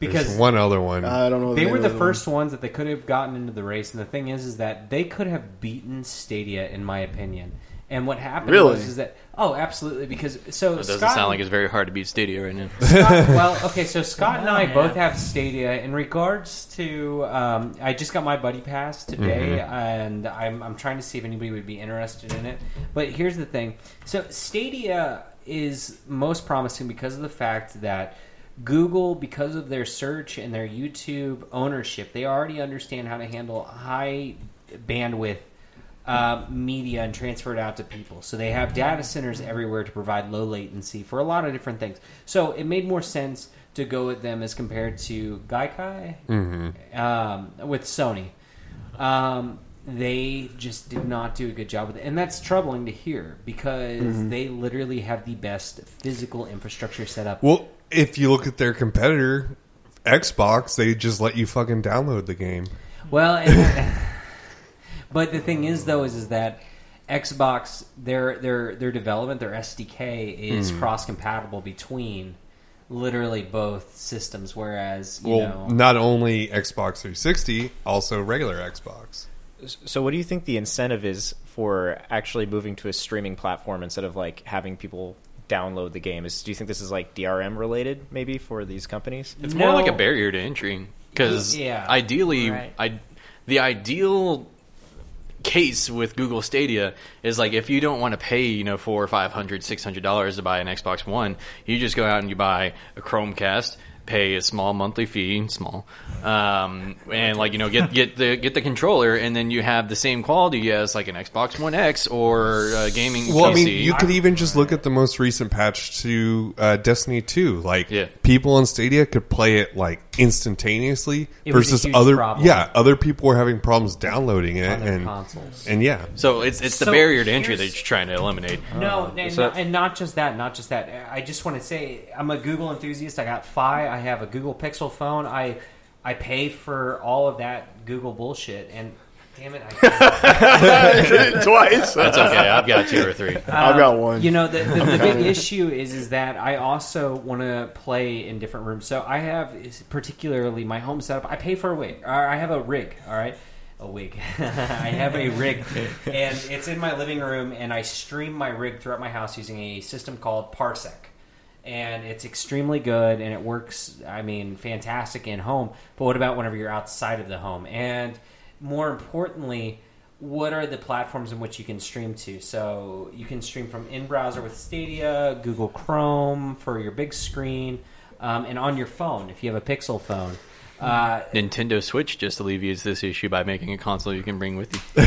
S3: because
S5: There's one other one.
S2: I don't know.
S3: they
S2: name
S3: were
S2: of
S3: the
S2: other
S3: first ones that they could have gotten into the race, and the thing is, is that they could have beaten Stadia, in my opinion. And what happened
S2: Really?
S3: was is that oh, absolutely, because so
S1: It doesn't
S3: Scott,
S1: sound like it's very hard to beat Stadia right now.
S3: Scott- well, okay, so Scott and I
S4: Yeah.
S3: both have Stadia. In regards to, um, I just got my buddy pass today, and I'm, I'm trying to see if anybody would be interested in it. But here's the thing: so Stadia is most promising because of the fact that Google, because of their search and their YouTube ownership, they already understand how to handle high bandwidth uh, media and transfer it out to people. So they have data centers everywhere to provide low latency for a lot of different things. So it made more sense to go with them as compared to Gaikai um, with Sony. Um, they just did not do a good job with it, and that's troubling to hear because they literally have the best physical infrastructure set up.
S5: Well, if you look at their competitor, Xbox, they just let you fucking download the game.
S3: Well, and, <laughs> but the thing is, though, is is that Xbox their their their development their SDK is cross compatible between literally both systems, whereas you
S5: Well,
S3: know.
S5: not only Xbox 360, also regular Xbox.
S6: So, what do you think the incentive is for actually moving to a streaming platform instead of like having people download the game? Is do you think this is like DRM related, maybe for these companies?
S1: It's more like a
S3: No.
S1: barrier to entry because
S3: Yeah.
S1: ideally,
S4: Right.
S1: I the ideal case with Google Stadia is like if you don't want to pay you know four or five hundred, six hundred dollars to buy an Xbox One, you just go out and you buy a Chromecast. Pay a small monthly fee, small, um, and like you know, get get the get the controller, and then you have the same quality as like an Xbox One X or a gaming
S5: Well,
S1: PC.
S5: I mean, you could even just look at the most recent patch to uh, Destiny 2. Like,
S1: Yeah.
S5: people on Stadia could play it like instantaneously
S3: It was a
S5: versus
S3: huge
S5: other
S3: problem.
S5: yeah, other people were having problems downloading it
S3: On their
S5: and
S3: consoles.
S5: and yeah.
S1: so it's it's the
S3: So
S1: barrier to entry that
S3: here's-
S1: you're trying to eliminate.
S3: No, and,
S6: so-
S3: and not just that, not just that. I just want to say I'm a Google enthusiast. I got Fi, I have a Google Pixel phone. I I pay for all of that Google bullshit, and damn it, <laughs>
S2: I
S3: I
S2: did it twice.
S1: That's okay. I've got two or three.
S2: I've got one.
S3: You know, the, the, the big issue is is that I also want to play in different rooms. So I have is- particularly my home setup. I pay for a wig. Or I have a rig. All right. A wig. <laughs> I have a rig, and it's in my living room, and I stream my rig throughout my house using a system called Parsec, and it's extremely good, and it works. I mean, fantastic in home. But what about whenever you're outside of the home? And more importantly, what are the platforms in which you can stream to? So you can stream from in browser with Stadia, Google Chrome for your big screen, um, and on your phone if you have a Pixel phone. Uh,
S1: Nintendo Switch just alleviates this issue by making a console you can bring with you.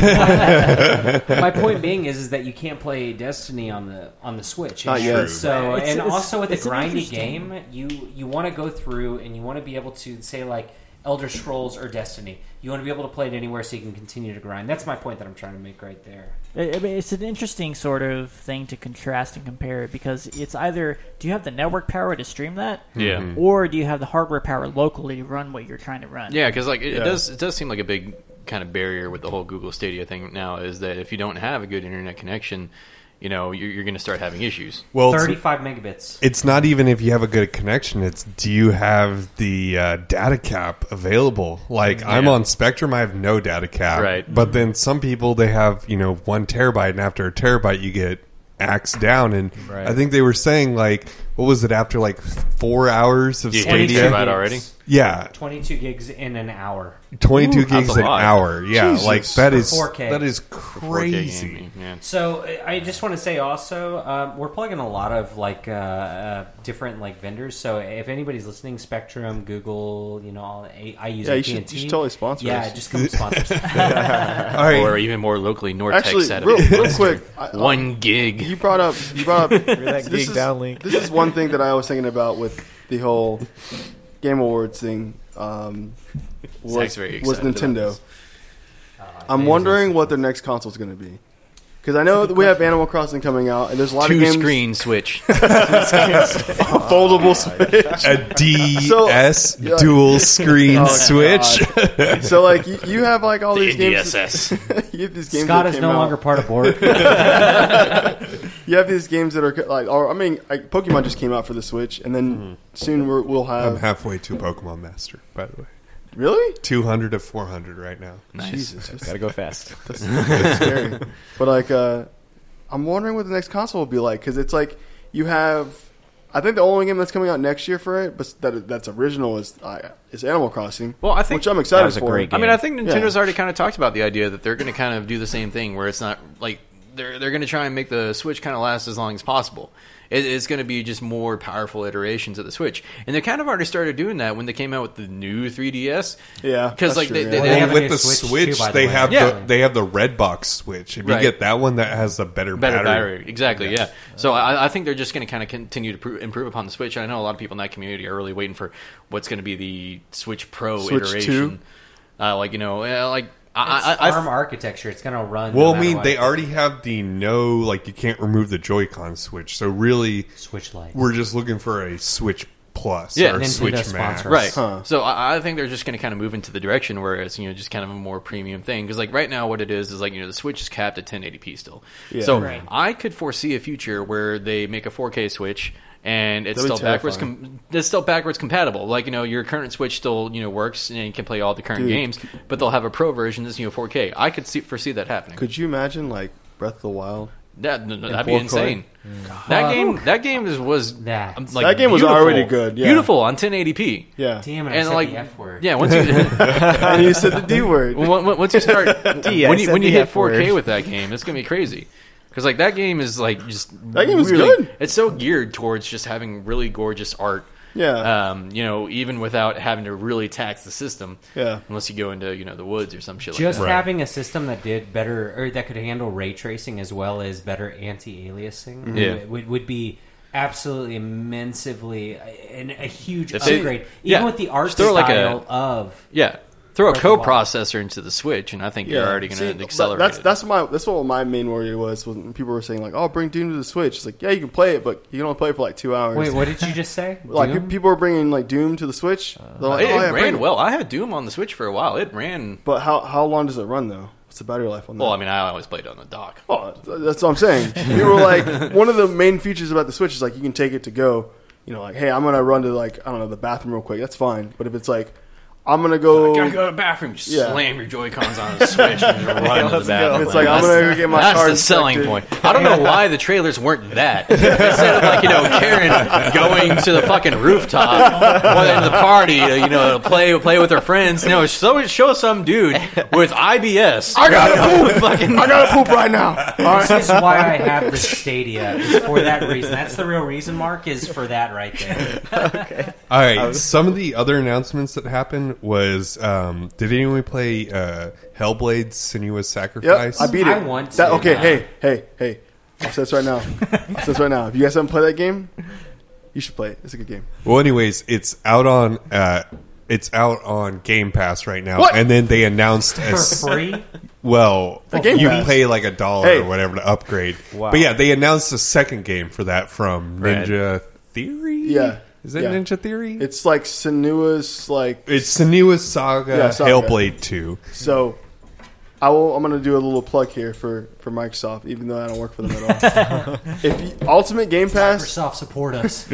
S3: my point being is, is that you can't play Destiny on the on the Switch.
S2: Not
S3: And
S2: yet.
S3: So
S4: It's-
S3: and
S4: it's-
S3: also with a
S4: it's an
S3: grindy
S4: interesting-
S3: game, you you want to go through and you want to be able to say like Elder Scrolls or Destiny. You want to be able to play it anywhere so you can continue to grind. That's my point that I'm trying to make right there.
S4: I I mean, it's an interesting sort of thing to contrast and compare because it's either do you have the network power to stream that,
S1: Yeah. Mm-hmm.
S4: or do you have the hardware power locally to run what you're trying to
S1: <laughs>
S4: run?
S1: Yeah, because like it, it does it does seem like a big kind of barrier with the whole Google Stadia thing now is that if you don't have a good internet connection, you know you're, you're going to start having issues.
S5: Well, it's,
S3: Thirty-five megabits.
S5: it's not even if you have a good connection. It's do you have the uh, data cap available? Like I'm
S1: Yeah.
S5: on Spectrum, I have no data cap.
S1: Right.
S5: But then some people they have you know one terabyte, and after a terabyte you get axed down. And I think they were saying like what was it after like four hours of
S1: Yeah,
S5: Stadia?
S1: terabyte already?
S5: Yeah,
S3: Twenty-two gigs in an hour.
S5: twenty two
S1: that's
S5: gigs
S1: a
S5: an
S1: lot.
S5: hour. Yeah,
S2: Jesus.
S5: like that is
S3: 4K.
S5: that is
S1: 4K
S5: crazy.
S1: gaming, Yeah.
S3: So I- I just want to say also, um, we're plugging a lot of like uh, uh, different like vendors. So if anybody's listening, Spectrum, Google, you know, all- I, I use
S2: Yeah, you
S3: AT&T.
S2: should- you should totally sponsor
S3: Yeah,
S2: us.
S3: just come sponsor. us.
S5: All right.
S1: Or even more locally, Nortech
S2: Actually,
S1: set up
S2: real,
S1: <laughs>
S2: real
S3: <laughs>
S2: quick, I, I-
S1: one gig.
S2: You brought up. You brought up
S6: that
S2: this
S6: gig
S2: is-
S6: downlink.
S2: This is one thing that I was thinking about with the whole Game Awards thing. Um, was
S1: Zach's very
S2: was
S1: excited about
S2: Nintendo?
S1: this.
S2: I'm wondering what their next console is going to be. Because I know that we have Animal Crossing coming out, and there's a lot
S1: Two
S2: of games
S1: screen Switch.
S2: <laughs>
S1: Oh,
S2: foldable Switch.
S5: A
S2: <laughs>
S5: DS
S2: Yeah.
S5: dual screen
S2: Oh,
S5: Switch.
S2: so like you, you have like all these games.
S1: DSS.
S2: <laughs> you have these games.
S3: Scott
S2: that
S3: is
S2: came
S3: no
S2: out. <laughs>
S3: longer part
S1: <laughs>
S3: of <laughs> Borg.
S2: You have these games that are co- like, or, I mean, like, Pokemon just came out for the Switch, and then
S1: Mm-hmm.
S2: soon we're, we'll
S5: I'm
S1: Um,
S2: have.
S5: halfway to Pokemon Master, by the way.
S2: really?
S5: 200 to 400 right now.
S1: Nice.
S2: Jesus, that's,
S6: Gotta go fast.
S5: <laughs>
S2: <laughs> that's scary. But like, uh, I'm wondering what the next console will be like because it's like you have. I think the only game that's coming out next year for it, but that that's original, is uh, is Animal Crossing.
S1: Well, I think-
S2: which I'm excited
S6: That was a
S2: for.
S6: great
S1: I mean,
S6: game.
S1: I think Nintendo's
S2: Yeah.
S1: already kind of talked about the idea that they're going to kind of do the same thing, where it's not like they're they're going to try and make the Switch kind of last as long as possible. It, it's going to be just more powerful iterations of the Switch, and they kind of already started doing that when they came out with the new 3DS.
S2: Yeah,
S1: because
S2: that's
S1: like they,
S2: true, yeah.
S1: they,
S3: Well,
S1: they
S3: they
S1: have
S3: have a
S5: with
S3: new
S5: the
S3: Switch, too,
S5: Switch,
S3: by the
S5: they
S3: way.
S5: have
S1: Yeah.
S5: the they have the red box Switch. If
S1: Right.
S5: you get that one, that has a better,
S1: better
S5: battery.
S1: battery. Exactly, yeah. So I, I think they're just going to kind of continue to pro- improve upon the Switch. And I know a lot of people in that community are really waiting for what's going to be the Switch Pro
S2: Switch
S1: iteration. Uh, like you know, uh, like I,
S3: It's
S1: I, I,
S3: ARM architecture. It's going to run. no
S5: Well, I
S3: matter
S5: mean,
S3: what.
S5: they already have the no, like you can't remove the Joy-Con Switch. So really,
S3: Switch Lite.
S5: we're just looking for a Switch Plus
S1: Yeah,
S5: or a
S1: Nintendo
S5: Switch
S3: sponsor
S5: Max.
S3: us.
S1: Right.
S2: Huh.
S1: So I, I think they're just going to kind of move into the direction where it's you know just kind of a more premium thing because like right now what it is is like you know the Switch is capped at 1080p still.
S2: Yeah.
S1: So
S4: Right.
S1: I could foresee a future where they make a 4K Switch and it's
S2: That'd be
S1: still backwards com- it's still backwards compatible. Like you know your current Switch still you know works and you can play all the current
S2: Dude.
S1: games, but they'll have a Pro version that's you know 4K. I could see foresee that happening.
S2: Could you imagine like Breath of the Wild?
S1: that, no, no, that'd be
S2: 4K?
S1: insane. That
S3: God.
S1: game, that game is, was
S3: Nah.
S1: um, like
S2: That game was
S1: beautiful.
S2: already good, yeah.
S1: Beautiful on 1080p.
S2: Yeah,
S3: Damn it! I
S1: And
S3: said
S1: like,
S3: the F word.
S1: yeah, once you
S2: <laughs> and you said the D word.
S1: Well, on- on- once you start,
S2: <laughs>
S6: D, I
S1: when you,
S6: said
S1: when you
S6: the
S1: hit
S6: F
S1: 4K
S6: word.
S1: with that game, it's gonna be crazy. Because like that game is like just
S2: That game is
S1: really-
S2: good.
S1: It's so geared towards just having really gorgeous art.
S2: Yeah.
S1: Um, you know, even without having to really tax the system.
S2: Yeah.
S1: Unless you go into you know the woods or some shit
S3: Just
S1: like that.
S3: having a system that did better, or that could handle ray tracing as well as better anti-aliasing,
S1: Mm-hmm. Yeah.
S3: would- would, would be absolutely immensively and a huge
S1: If they-
S3: upgrade.
S1: yeah.
S3: Even with the art
S1: Just throw,
S3: style
S1: like, a-
S3: of
S1: Yeah. Throw a
S3: Breath of the Wild.
S1: coprocessor into the Switch, and I think you're already
S2: See,
S1: going
S2: but
S1: to accelerate.
S2: That's
S1: it.
S2: that's my that's what my main worry was when people were saying like, "Oh, bring Doom to the Switch." It's like, yeah, you can play it, but you can only play it for like two hours.
S3: wait, what did you just say?
S2: Like pe-
S3: Doom?
S2: people are bringing like Doom to the Switch. They're like,
S1: Uh, it,
S2: "Oh, yeah,
S1: it
S2: bring
S1: ran well. I had Doom on the Switch for a while. It ran.
S2: But how how long does it run though? What's the battery life on that?
S1: Well, I mean, I always played on the dock.
S2: Oh, th- that's what I'm saying.
S1: <laughs>
S2: People were like, one of the main features about the Switch is like you can take it to go. You know, like, hey, I'm gonna run to like I don't know the bathroom real quick. That's fine. But if it's like, I'm gonna go.
S1: Gotta go to the bathroom. Just
S2: Yeah.
S1: slam your Joy Cons on the Switch
S2: <laughs>
S1: and run to the
S2: Let's go.
S1: bathroom.
S2: It's like I'm gonna go get my
S1: That's
S2: car
S1: the selling
S2: inspected.
S1: point. I don't
S5: <laughs>
S1: know why the trailers weren't that. Instead of like you know Karen going to the fucking rooftop or in the party, uh, you know, to play play with her friends. No, so show some dude with IBS.
S2: I gotta
S1: <laughs>
S2: poop. I gotta poop right now. All right.
S3: This is
S2: <laughs>
S3: why I have the Stadia. Is for that reason. That's the real reason. Mark is for that right there.
S5: All right.
S1: Oh.
S5: Some of the other announcements that happened was um, did anyone play uh, Hellblade: Sinuous
S2: Yep,
S5: Sacrifice?
S2: I beat it.
S3: I want
S2: that.
S3: to,
S2: Okay,
S3: uh,
S2: hey, hey, hey. I'll say this right now. I'll say this right now. If you guys haven't played that game, you should play it. It's a good game.
S5: Well, anyways, it's out on uh, it's out on Game Pass right now,
S2: What?
S5: and then they announced a
S2: <laughs>
S3: For
S5: s-
S3: free?
S5: well,
S2: Game
S5: you
S2: Pass.
S5: pay like a dollar
S2: Hey.
S5: or whatever to upgrade.
S6: Wow.
S5: But yeah, they announced a second game for that from
S1: Right.
S5: Ninja Theory.
S2: Yeah.
S5: is it
S2: Yeah.
S5: Ninja Theory? It's,
S2: It's like sinuous, like
S5: Sinuous Saga,
S2: Yeah, Saga.
S5: Hellblade Two.
S2: so. I will. I'm gonna do a little plug here for for Microsoft, even though I don't work for them at
S3: <laughs>
S2: all. if you, Ultimate Game Pass,
S3: Microsoft support us.
S2: <laughs>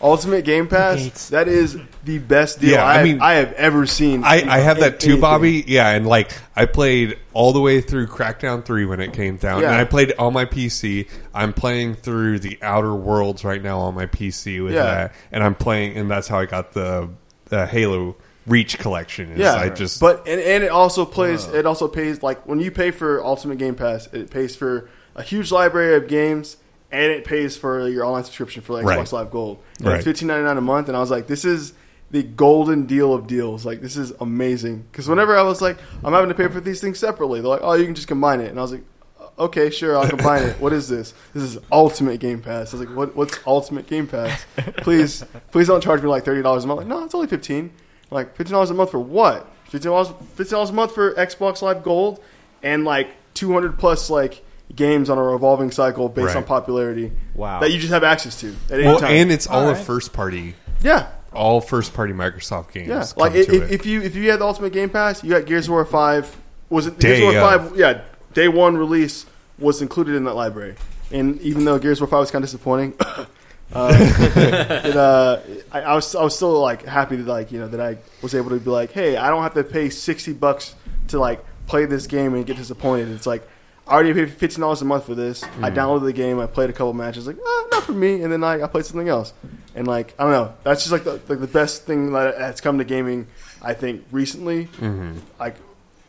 S2: Ultimate Game Pass,
S4: Gates.
S2: that is the best deal
S5: Yeah, I
S2: I,
S5: mean-
S2: I have ever seen.
S5: I, I have
S2: in
S5: that too,
S2: anything.
S5: Bobby. Yeah, and like I played all the way through Crackdown Three when it came down,
S2: Yeah.
S5: and I played it on my PC. I'm playing through the Outer Worlds right now on my PC with
S2: Yeah.
S5: that, and I'm playing, and that's how I got the, the Halo Reach collection. Is
S2: Yeah,
S5: I just Uh.
S2: but and, and it also plays. It also pays like when you pay for Ultimate Game Pass, it pays for a huge library of games, and it pays for your online subscription for like, Xbox
S5: Right.
S2: Live Gold. And
S5: Right.
S2: It's fifteen ninety nine a month, and I was like, this is the golden deal of deals. Like this is amazing because whenever I was like, I'm having to pay for these things separately. They're like, oh, you can just combine it, and I was like. uh, Okay, sure, I'll combine it. What is this? This is Ultimate Game Pass. I was like, what, what's Ultimate Game Pass? Please, please don't charge me like thirty dollars a month. Like, no, it's only fifteen. I'm like fifteen dollars a month for what? Fifteen dollars, fifteen dollars a month for Xbox Live Gold and like two hundred plus like games on a revolving cycle based
S5: Right.
S2: on popularity
S6: Wow.
S2: that you just have access to at any
S5: Well,
S2: time.
S5: and it's all,
S4: All
S5: a
S4: right.
S5: first party,
S2: yeah,
S5: all first party Microsoft games.
S2: yeah.
S5: come
S2: Like i-
S5: to
S2: if,
S5: it.
S2: if you if you had the Ultimate Game Pass, you got Gears of War Five. Was it
S5: Day
S2: Gears of War
S5: of.
S2: Five? Yeah, day one release was included in that library. And even though Gears of War Five was kind of disappointing, uh, it, uh, I, I was I was still like happy that like you know that I was able to be like, hey, I don't have to pay sixty bucks to like play this game and get disappointed. It's like I already paid fifteen dollars a month for this. I downloaded the game, I played a couple matches, like ah, not for me, and then like I played something else. And like I don't know, that's just like the, like the best thing that has come to gaming, I think, recently. Like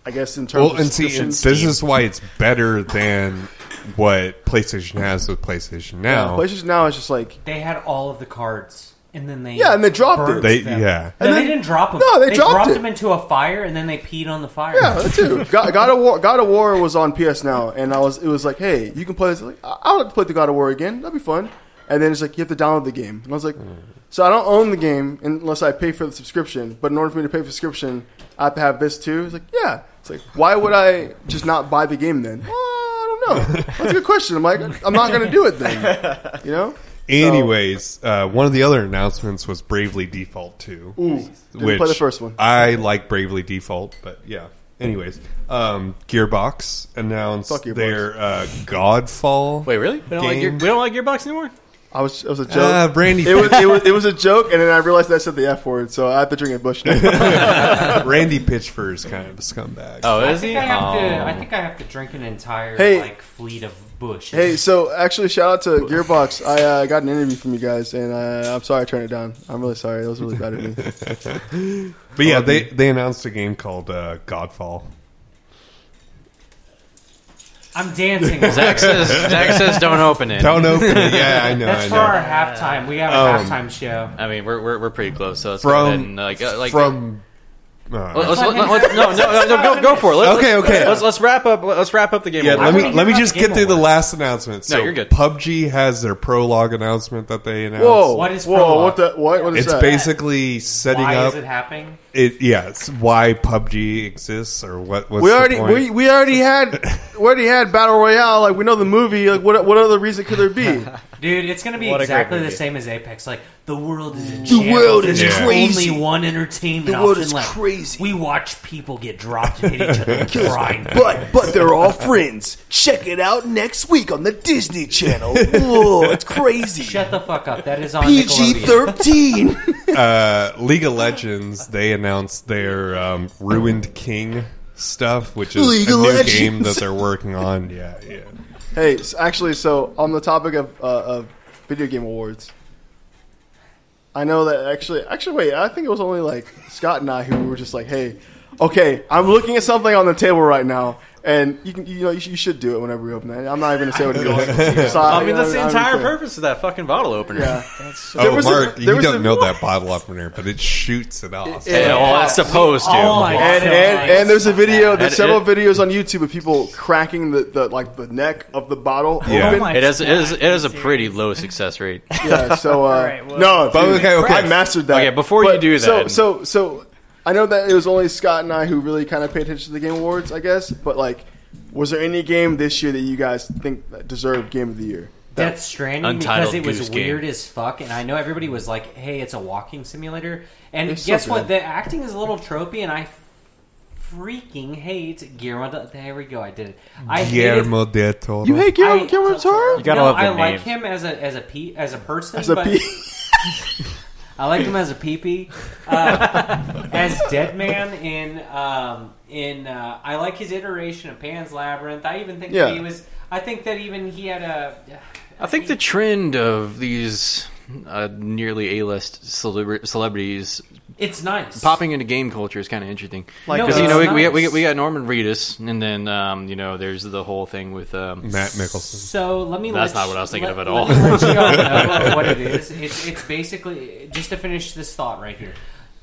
S2: I guess in terms
S5: well,
S2: of
S5: and see, and
S2: subscriptions.
S5: this is why it's better than what PlayStation has with PlayStation
S2: Yeah,
S5: now.
S2: PlayStation Now is just like
S3: They had all of the cards, and then they
S2: Yeah, and they dropped
S3: burned
S2: it.
S5: They-
S3: them.
S5: yeah.
S3: No,
S2: And
S3: they
S2: then-
S3: didn't drop them.
S2: No, they dropped it.
S3: them into a fire, and then they peed on the fire.
S2: Yeah, that too. God, God of War, God of War was on PS Now, and I was it was like, hey, you can play this. Like, I- I would play the God of War again. That'd be fun. And then it's like you have to download the game, and I was like, so I don't own the game unless I pay for the subscription. But in order for me to pay for the subscription, I have to have this too. It's like, yeah. It's like, why would I just not buy the game then? Well, I don't know. That's a good question. I'm like, I'm not going to do it then. You know?
S5: Anyways, uh, one of the other announcements was Bravely Default 2.
S2: Ooh, didn't play the first one.
S5: I like Bravely Default, but yeah. Anyways, um, Gearbox announced
S2: Fuck Gearbox.
S5: their uh, Godfall.
S1: Wait, really? We don't like your,
S5: Game.
S1: we don't like Gearbox anymore.
S2: I was it was a joke.
S5: Ah, Brandy.
S2: it, was, it was it was a joke, and then I realized that I said the f word, so I have to drink a bush now.
S5: Randy Pitchford is kind of a scumbag.
S1: Oh,
S3: I
S1: is
S3: think
S1: he?
S3: I have
S1: Oh.
S3: to. I think I have to drink an entire
S2: Hey.
S3: like fleet of bush.
S2: Hey, so actually, shout out to Gearbox. I uh, got an interview from you guys, and uh, I'm sorry I turned it down. I'm really sorry. That was really bad of me.
S5: <laughs> But
S1: Oh.
S5: yeah, they, they announced a game called uh, Godfall.
S3: I'm dancing.
S1: Zach
S3: Zach,
S1: says, Zach says don't open it.
S5: Don't open it. Yeah, I know.
S3: That's
S5: I
S3: for
S5: know.
S3: our halftime. We have a
S5: Um,
S3: halftime show.
S1: I mean, we're, we're, we're pretty close. So let's go ahead
S5: from
S1: and, like uh, like
S5: from uh,
S1: Let- Let's, let- let- no, no, no, go, go for it. Let's,
S5: Okay,
S1: let's-
S5: okay.
S1: Let's, let's wrap up. Let's wrap up the game. a
S5: yeah, let
S1: little
S5: me
S1: bit.
S5: let me
S3: about
S5: just
S3: the
S5: get
S3: Game
S5: through the
S3: Awards.
S5: last announcement. So
S1: you're good.
S5: PUBG has their prologue announcement that they announced.
S2: Whoa,
S3: What is
S2: whoa?
S3: prologue?
S2: What the what? What is
S5: It's
S2: that?
S5: basically setting
S3: Why
S5: up
S3: is it happening?
S5: it, yeah, it's why PUBG exists or what what's
S2: we
S5: the
S2: already
S5: point?
S2: we, we already had
S5: <laughs>
S2: we already had battle royale. Like we know the movie. Like what what other reason could there be?
S3: Dude, it's going to be
S6: What a great
S3: exactly the
S6: movie.
S3: same as Apex. Like, the world is in
S2: The world is
S5: Yeah.
S2: crazy.
S3: only one entertainment
S2: The world
S3: option
S2: is
S3: left.
S2: crazy.
S3: We watch people get dropped and hit each
S2: <laughs>
S3: other and grind.
S2: But but they're all friends. Check it out next week on the Disney Channel. Whoa, it's crazy.
S3: Shut the fuck up. That is on Nickelodeon.
S2: thirteen.
S5: uh, League of Legends they announced their um, Ruined King stuff, which is
S2: League
S5: a
S2: of
S5: new
S2: Legends.
S5: game that they're working on. Yeah, yeah.
S2: Hey, s actually, so on the topic of, uh, of video game awards, I know that actually, actually, wait, I think it was only like Scott and I who were just like, "Hey, okay, I'm looking at something on the table right now, and you can, you know, you, sh- you should do it whenever we open it." I'm not even gonna say what it
S5: <laughs>
S2: is. So,
S1: I mean, that's
S2: I
S1: the
S2: don't
S1: entire
S2: care.
S1: purpose of that fucking bottle opener.
S2: Yeah. There
S5: Oh,
S2: was a-
S5: Mark,
S2: there
S5: you
S2: was
S5: don't
S2: a- <laughs>
S5: know that bottle opener, but it shoots it off.
S1: Yeah, well, that's supposed to.
S3: Oh my
S2: And,
S3: God.
S2: and, and there's a video. There's
S1: That-
S2: several
S1: it-
S2: videos on YouTube of people cracking the, the like the neck of the bottle
S5: Yeah.
S2: open.
S4: Oh my-
S1: It has it has it has a pretty low success rate.
S2: <laughs> Yeah, so uh,
S4: Alright, well-
S2: no,
S5: But
S2: dude,
S5: okay, okay.
S2: I mastered that.
S1: Okay, before you do that-
S2: so so so I know that it was only Scott and I who really kind of paid attention to the game awards, I guess. But like, was there any game this year that you guys think that deserved game of the year?
S3: Death Stranding
S1: Untitled
S3: because it was
S1: Goose Game.
S3: weird as fuck, and I know everybody was like, "Hey, it's a walking simulator." And
S2: It's so
S3: guess
S2: good.
S3: what? The acting is a little tropey, and I freaking hate Guillermo. Del- there we go. I did it. I hated-
S5: Guillermo del Toro.
S2: You hate
S3: I,
S2: Guillermo Guillermo Toro?
S6: You gotta
S3: no,
S6: love the
S3: I like
S6: name.
S3: him as a as a pe- as a person.
S2: As a
S3: but
S2: P-
S3: I like him as a peepee. Uh, as Dead Man in um, in uh, I like his iteration of Pan's Labyrinth. I even think
S2: Yeah.
S3: that he was. I think that even he had a.
S1: I think the trend of these uh, nearly A-list celebra- celebrities
S3: It's nice.
S1: popping into game culture is kind of interesting.
S2: <laughs> Like,
S1: Because
S2: uh,
S1: you know we, we, got,
S3: nice.
S1: we got we got Norman Reedus, and then um, you know there's the whole thing with um,
S5: Matt Mickelson.
S3: So let me.
S1: That's
S3: let
S1: not what I was thinking
S3: let-
S1: of at all.
S3: Let me let you
S1: <laughs>
S3: all know what it is. It's it's basically just to finish this thought right here.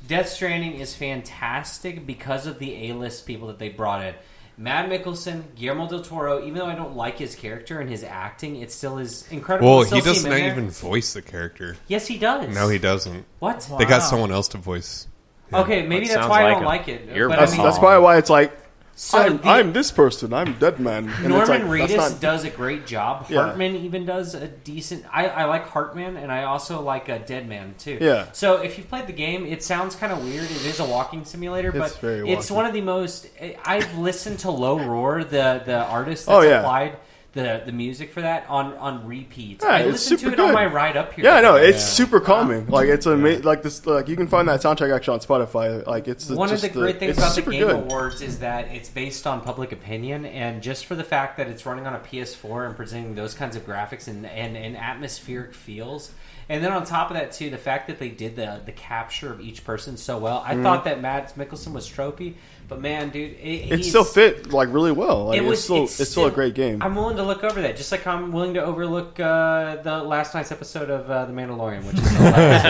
S3: Death Stranding is fantastic because of the A-list people that they brought in. Matt Mickelson, Guillermo del Toro. Even though I don't like his character and his acting, it still is incredible.
S5: Well,
S3: to still
S5: he
S3: see him
S5: doesn't
S3: in there.
S5: even voice the character.
S3: Yes, he does.
S5: No, he doesn't.
S3: What?
S5: They
S4: Wow.
S5: got someone else to voice.
S3: Okay, maybe that's
S6: That sounds
S3: why I
S6: like
S3: don't
S6: him.
S3: like it.
S1: You're
S3: but I
S2: That's,
S1: wrong.
S3: mean,
S2: that's probably why it's like
S3: So
S2: I'm,
S3: the-
S2: I'm this person. I'm dead man. And it's
S3: Norman
S2: like, that's
S3: Reedus
S2: not-
S3: does a great job.
S2: Yeah.
S3: Hartman even does a decent. I, I like Hartman, and I also like uh, Dead Man too.
S2: Yeah.
S3: So if you've played the game, it sounds kind of weird. It is a walking simulator, but
S2: very
S3: it's
S2: walking.
S3: one of the most. I- I've listened to Low Roar, the the artist
S2: Oh,
S3: that's
S2: yeah.
S3: applied the the music for that on on repeat.
S2: Yeah,
S3: I
S2: it's
S3: listened to
S2: super
S3: it on
S2: good.
S3: my ride up here.
S2: Yeah, I know.
S3: today.
S2: It's super calming. Like it's amazing. Like this. Like you can find that soundtrack actually on Spotify. Like it's
S3: one of
S2: just
S3: the great things
S2: it's
S3: about the
S2: super
S3: Game
S2: good.
S3: Awards is that it's based on public opinion, and just for the fact that it's running on a PS4 and presenting those kinds of graphics and, and, and atmospheric feels, and then on top of that too, the fact that they did the the capture of each person so well.
S2: Mm-hmm.
S3: I thought that Mads Mikkelsen was tropey, but man, dude, it,
S2: It
S3: he's-
S2: still fit like really well. Like,
S3: It was
S2: it's still it's, still a great game.
S3: I'm willing to look over that, just like I'm willing to overlook uh, the last night's episode of uh, The Mandalorian, which
S2: <laughs>
S3: is the last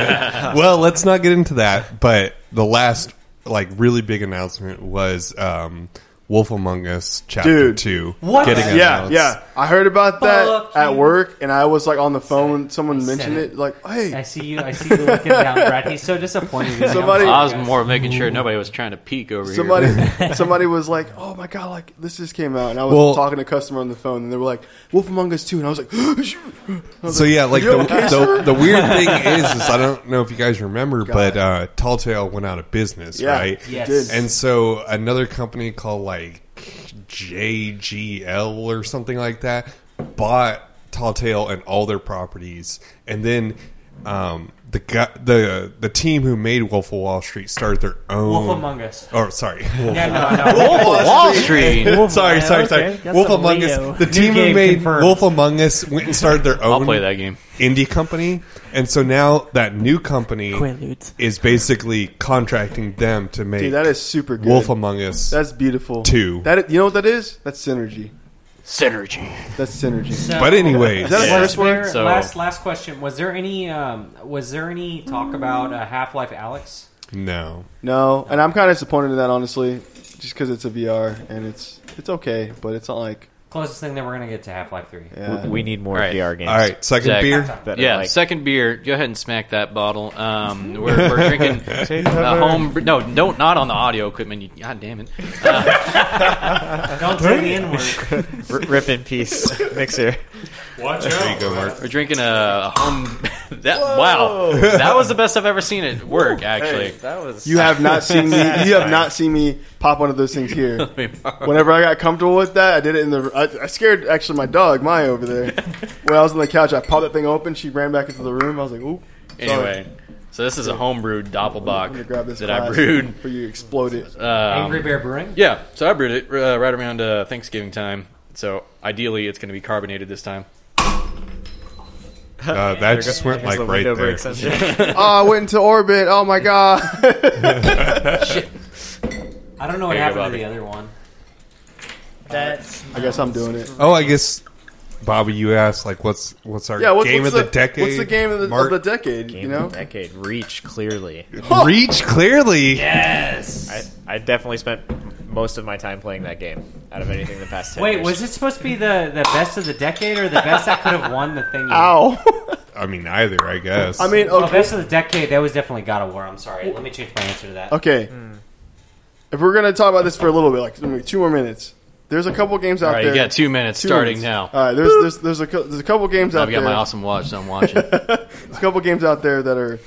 S5: well, let's not get into that. But the last, like, really big announcement was um, Wolf Among Us Chapter
S2: Dude.
S5: Two.
S3: What?
S5: Getting
S2: yeah,
S5: announced.
S2: yeah. I heard about that
S3: Fuck
S2: at
S3: you.
S2: work, and I was like on the phone. Someone mentioned
S3: it.
S2: it. Like,
S3: I
S2: hey,
S3: see you. I see you looking down, Brad. He's so disappointed. in you. I'm
S2: Somebody-
S3: sorry,
S1: I was
S3: guys.
S1: more making sure nobody was trying to peek over
S2: somebody,
S1: here.
S5: <laughs>
S2: somebody was like, oh my god, like this just came out, and I was
S5: Well-
S2: talking to a customer on the phone, and they were like, Wolf Among Us two, and I was like, <gasps>
S5: So yeah, like
S2: You
S5: the,
S2: okay,
S5: the, the weird
S2: <laughs>
S5: thing is, is I don't know if you guys remember, but uh, Tall Tale went out of business,
S2: yeah,
S5: right?
S2: it
S3: Yes.
S2: did.
S5: And so another company called like JGL or something like that bought Tall Tale and all their properties, and then um, the gu- the the team who made Wolf of Wall Street started their own.
S3: Wolf Among Us.
S5: Or sorry, Wolf <laughs>
S3: Yeah, no, no.
S1: Wall Street.
S5: sorry, sorry, sorry.
S4: okay. That's
S5: Wolf
S4: a
S5: Among
S4: Leo.
S5: Us. The team who
S6: game
S5: made
S6: confirmed.
S5: Wolf Among Us went and started their own
S1: I'll play that game.
S5: indie company, and so now that new company
S4: Quaaludes.
S5: is basically contracting them to make
S2: Dude, that is super good.
S5: Wolf Among Us.
S2: That's beautiful.
S5: Two.
S2: That you know what that is? That's synergy.
S1: Synergy.
S2: That's synergy.
S3: So,
S5: but anyways,
S2: Is that a
S1: Yeah.
S2: curse
S3: was
S2: word?
S3: there,
S1: So-
S3: last last question. Was there any um, was there any talk about uh, Half Life Alex?
S5: no.
S2: No, and I'm kind of disappointed in that honestly, just because it's a VR and it's it's okay, but it's not like
S3: Closest thing that we're gonna get to Half Life Three.
S2: yeah.
S6: We, we need more
S1: All right.
S6: VR games.
S5: All right, second
S1: Zach.
S5: beer.
S6: That are
S1: yeah,
S6: like-
S1: second beer. Go ahead and smack that bottle. Um, we're, we're
S5: <laughs>
S1: drinking a home. No, don't not on the audio equipment. You, God damn it!
S3: Don't say the N word.
S6: R- rip in peace, Mixer.
S3: Watch
S5: There you go, Mark.
S1: We're drinking a, a home. <laughs> That wow, that was the best I've ever seen it work. Actually,
S6: That was
S2: You have not seen me. You have not seen me pop one of those things here. <laughs>
S1: Let me borrow-
S2: Whenever I got comfortable with that, I did it in the. I, I scared actually my dog Maya over there. When I was on the couch, I popped that thing open. She ran back into the room. I was like, "Ooh."
S1: <laughs>
S2: sorry.
S1: anyway, so this is a homebrewed
S2: I'm gonna
S1: doppelbock
S2: grab this
S1: that I Uh,
S2: glass
S1: brewed. um,
S2: before you explode it.
S3: Angry Bear Brewing.
S1: Yeah, so I brewed it uh, right around uh, Thanksgiving time. So ideally, it's going to be carbonated this time.
S5: Uh, that just went like right there.
S2: oh, I went into orbit. Oh my god.
S5: <laughs>
S3: I don't know what
S1: There you go,
S3: happened to
S1: Bobby.
S3: the other one.
S4: That's
S2: I guess I'm doing it.
S5: Oh, I guess Bobby, you asked like, what's what's our
S2: Yeah, what's,
S5: game
S2: what's
S5: of the, decade?
S2: What's the game of the,
S5: Mark?
S2: of the decade? you know,
S6: decade reach clearly.
S5: <laughs> Reach clearly.
S6: I, I definitely spent most of my time playing that game out of anything the past. 10
S3: Wait,
S6: years.
S3: was it supposed to be the, the best of the decade or the best that could have won the
S1: <laughs>
S3: thing?
S2: ow.
S5: I mean, either I guess.
S2: I mean,
S3: Oh,
S2: okay,
S3: best of the decade. That was definitely God of War. I'm sorry. Let me change my answer to that.
S2: okay. If we're gonna talk about this for a little bit, like maybe two more minutes, there's a couple games out
S1: All right,
S2: there.
S1: you got two minutes
S2: two
S1: starting
S2: minutes.
S1: now.
S2: All right, there's there's there's a cou- there's a couple games out
S1: I've got
S2: there.
S1: my awesome watch, so I'm
S2: <laughs>
S1: watching.
S2: There's a couple games out there that are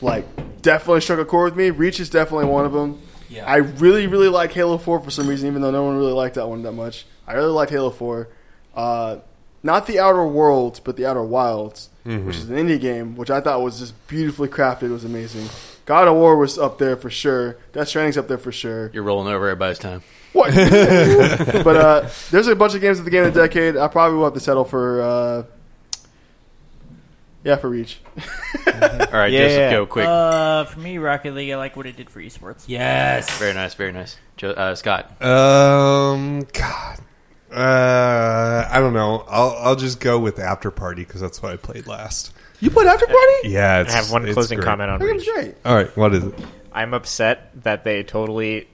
S2: like definitely struck a chord with me. Reach is definitely one of them.
S3: Yeah.
S2: I really really like Halo Four for some reason, even though no one really liked that one that much. I really liked Halo Four. Uh, not the Outer Worlds, but the Outer Wilds,
S1: Mm-hmm.
S2: which is an indie game, which I thought was just beautifully crafted. It was amazing. God of War was up there for sure. Death Stranding's up there for sure.
S1: You're rolling over everybody's time.
S2: What? but uh, there's a bunch of games at the game of the decade. I probably will have to settle for. Uh, yeah, for Reach.
S1: All right,
S6: Yeah,
S1: Joseph,
S6: yeah.
S1: go quick.
S4: Uh, for me, Rocket League. I like what it did for esports.
S3: Yes.
S1: very nice, very nice. Jo- uh, Scott,
S5: Um, God, uh, I don't know. I'll I'll just go with After Party because that's what I played last.
S2: You played After Party?
S5: Yeah,
S6: I
S5: it's,
S6: have one
S5: it's
S6: closing
S5: great.
S6: comment on
S2: That game's
S6: reach.
S2: great.
S5: All right, what is it?
S6: I'm upset that they totally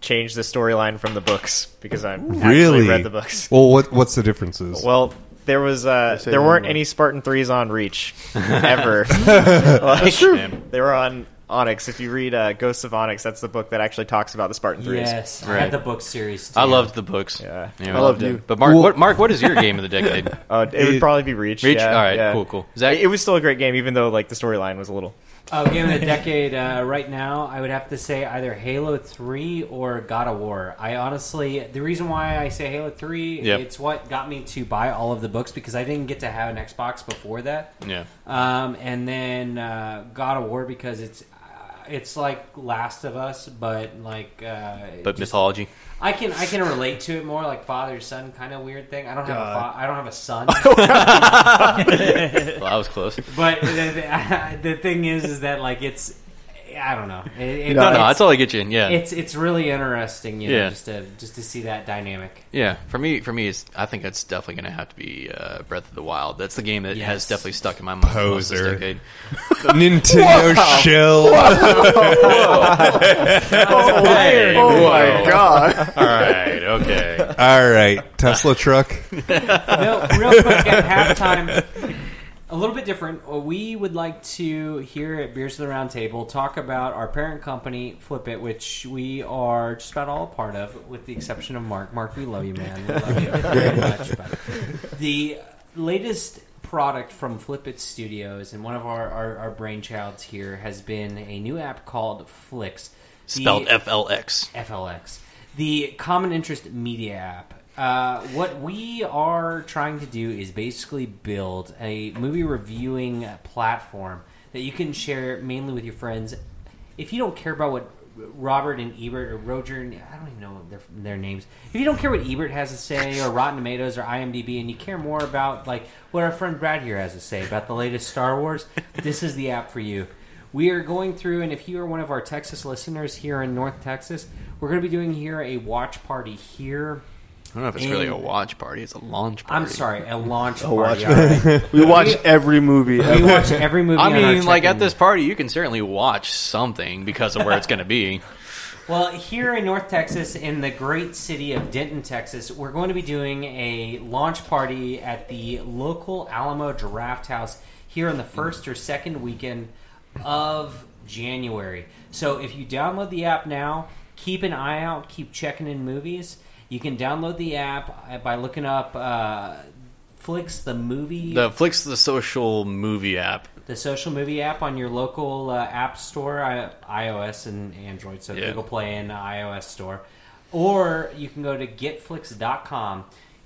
S6: changed the storyline from the books because I have
S5: Really?
S6: actually read the books.
S5: Well, what what's the differences?
S6: Well, there was uh,
S2: say
S6: there
S2: they
S6: weren't
S1: <laughs>
S2: were. <laughs>
S5: <laughs>
S6: any Spartan threes on Reach ever. like,
S1: Man.
S6: They were on Onyx. If you read uh, Ghosts of Onyx, that's the book that actually talks about the Spartan threes.
S3: Yes, I
S1: Right.
S3: had the book series. Too.
S1: I loved the books.
S6: Yeah.
S2: I loved you.
S1: But Mark,
S5: Well-
S1: what, Mark, what is your game of the decade?
S6: Uh, it, would
S5: It-
S6: probably be Reach.
S1: Reach?
S6: Yeah,
S1: All right,
S6: yeah.
S1: cool, cool. Zach?
S6: It, it was still a great game, even though like the storyline was a little.
S3: Uh, game of the decade uh, right now, I would have to say either Halo 3 or God of War. I honestly, the reason why I say Halo 3,
S1: Yep.
S3: it's what got me to buy all of the books because I didn't get to have an Xbox before that.
S1: yeah.
S3: Um, and then uh, God of War because it's uh, it's like Last of Us, but like uh,
S1: But
S3: just-
S1: mythology.
S3: I can I can relate to it more like father son kind of weird thing. I don't have a
S2: God.
S3: fa- I don't have a
S1: <laughs>
S3: son,
S1: Well, I was close.
S3: but the, <laughs> the, the thing is is that like it's I don't know. It, it-
S1: No, no,
S3: it's-
S1: that's all I get you in. Yeah.
S3: it's it's really interesting, you know,
S1: Yeah.
S3: just to just to see that dynamic.
S1: Yeah, for me, for me, it's, I think that's definitely going to have to be uh, Breath of the Wild. That's the game that has
S3: Yes.
S1: definitely stuck in my mind the most this
S5: Poser.
S1: decade.
S5: Nintendo shell. <laughs>
S2: Oh,
S1: Hey,
S2: oh
S1: whoa.
S2: my god!
S1: All right, okay.
S5: All right, Tesla truck.
S3: <laughs> No, real quick at halftime. A little bit different. Uh, We would like to here at Beers of the Round Table talk about our parent company, Flip It, which we are just about all a part of, with the exception of Mark. Mark, we love you, man. We love you very much. But the latest product from Flip It Studios and one of our, our, our brainchilds here has been a new app called Flix. The-
S1: <laughs> Spelled FLX.
S3: FLX, the Common Interest Media app. Uh, what we are trying to do is basically build a movie reviewing platform that you can share mainly with your friends. If you don't care about what Robert and Ebert or Roger, and I don't even know their, their names. If you don't care what Ebert has to say or Rotten Tomatoes or IMDb, and you care more about like what our friend Brad here has to say about the latest Star Wars, this is the app for you. We are going through, and if you are one of our Texas listeners here in North Texas, we're going to be doing here a watch party here.
S1: I don't know if it's really a watch party. It's a launch party.
S3: I'm sorry, a launch
S2: watch
S3: party. all right.
S2: We watch every movie.
S3: we
S2: Ever.
S3: watch every movie.
S1: I
S3: on our
S1: mean, like at
S3: check-in.
S1: this party, you can certainly watch something because of where it's going to
S3: <laughs>
S1: be.
S3: Well, here in North Texas, in the great city of Denton, Texas, we're going to be doing a launch party at the local Alamo Draft House here on the first or second weekend of January. So if you download the app now, keep an eye out, keep checking in movies. You can download the app by looking up uh, Flix, the movie
S1: The Flix the Social Movie app.
S3: the social movie app on your local uh, app store, I, iOS and Android, so
S1: Yeah.
S3: Google Play and iOS store, or you can go to getflix.com.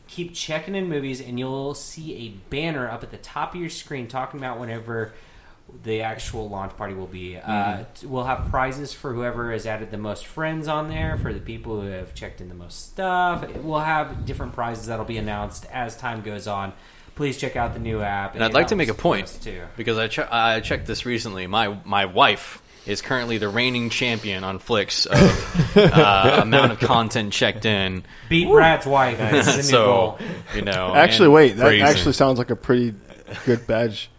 S3: Keep checking in movies, and you'll see a banner up at the top of your screen talking about whenever the actual launch party will be.
S1: Mm-hmm.
S3: Uh, t- we'll have prizes for whoever has added the most friends on there, for the people who have checked in the most stuff. We'll have different prizes that'll be announced as time goes on. Please check out the new app.
S1: And I'd like to make a point
S3: too.
S1: because I, che- I checked this recently. My my wife is currently the reigning champion on Flix
S2: <laughs>
S1: of uh, amount of content checked in.
S3: Beat Brad's wife. That's
S2: <laughs>
S3: the new
S1: so
S3: goal.
S1: you know,
S2: Actually,
S1: and-
S2: wait. That
S5: Crazy.
S2: actually sounds like a pretty good badge.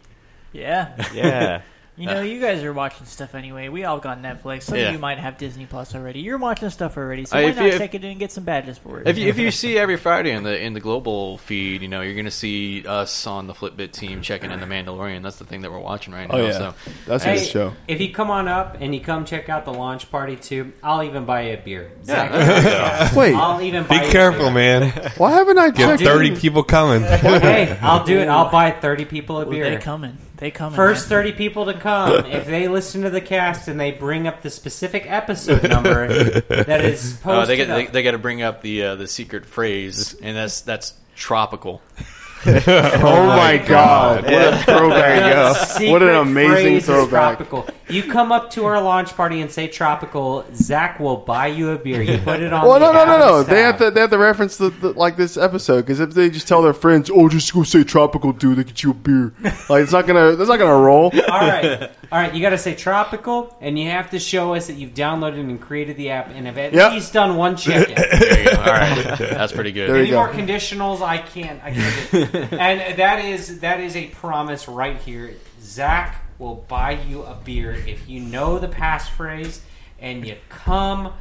S4: Yeah.
S6: Yeah,
S1: <laughs>
S4: You know, you guys are watching stuff anyway. We all got Netflix. Some
S1: Yeah.
S4: of you might have Disney Plus already. You're watching stuff already, so
S1: Uh,
S4: why
S1: if
S4: not
S1: you- if-
S4: check it in and get some badges for it?
S1: If you, if you see every Friday in the in the global feed, you know you're going to see us on the Flipbit team checking in the Mandalorian. That's the thing that we're watching right now.
S2: Oh yeah,
S1: So
S2: that's a
S3: Hey,
S2: good show.
S3: if you come on up and you come check out the launch party too, I'll even buy you a beer. Zach, <laughs>
S2: Wait,
S3: I'll even buy
S5: Be
S3: you a
S5: careful,
S3: beer.
S5: man.
S2: why haven't I
S5: You have
S2: checked?
S5: thirty people coming.
S3: Hey, I'll do
S2: <laughs>
S3: it. I'll buy thirty people a
S4: Ooh,
S3: beer.
S4: they coming. They coming.
S3: First
S4: man.
S3: thirty people to come. If they listen to the cast and they bring up the specific
S2: <laughs>
S3: episode number that is
S2: Oh,
S3: posted,
S1: uh, they get they,
S3: up-
S1: they got to bring up the uh, the secret phrase, and that's that's
S2: <laughs>
S1: tropical.
S5: <laughs>
S2: Oh my god! What a
S3: <laughs>
S2: throwback!
S3: Secret
S2: What an amazing
S3: phrase is
S2: throwback!
S3: Tropical. You come up to our launch party and say tropical. Zach will buy you a beer. You put it on.
S2: Well,
S3: the
S2: no, no, no, no.
S3: house
S2: They have
S3: tab.
S2: to. They have to reference the, the like this episode because if they just tell their friends, "Oh, just go say tropical, dude. They get you a beer." <laughs> Like it's not gonna. That's not gonna roll.
S3: All right, all right. You got to say tropical, and you have to show us that you've downloaded and created the app and have at
S2: Yep.
S3: least done one
S2: <laughs>
S3: check-in.
S1: There you go. All right, that's pretty
S2: There
S1: good.
S2: you
S3: Any
S2: go.
S3: more conditionals? I can't. I can't. do
S2: <laughs>
S3: it. and that is that is a promise right here. Zach will buy you a beer if you know the passphrase and you come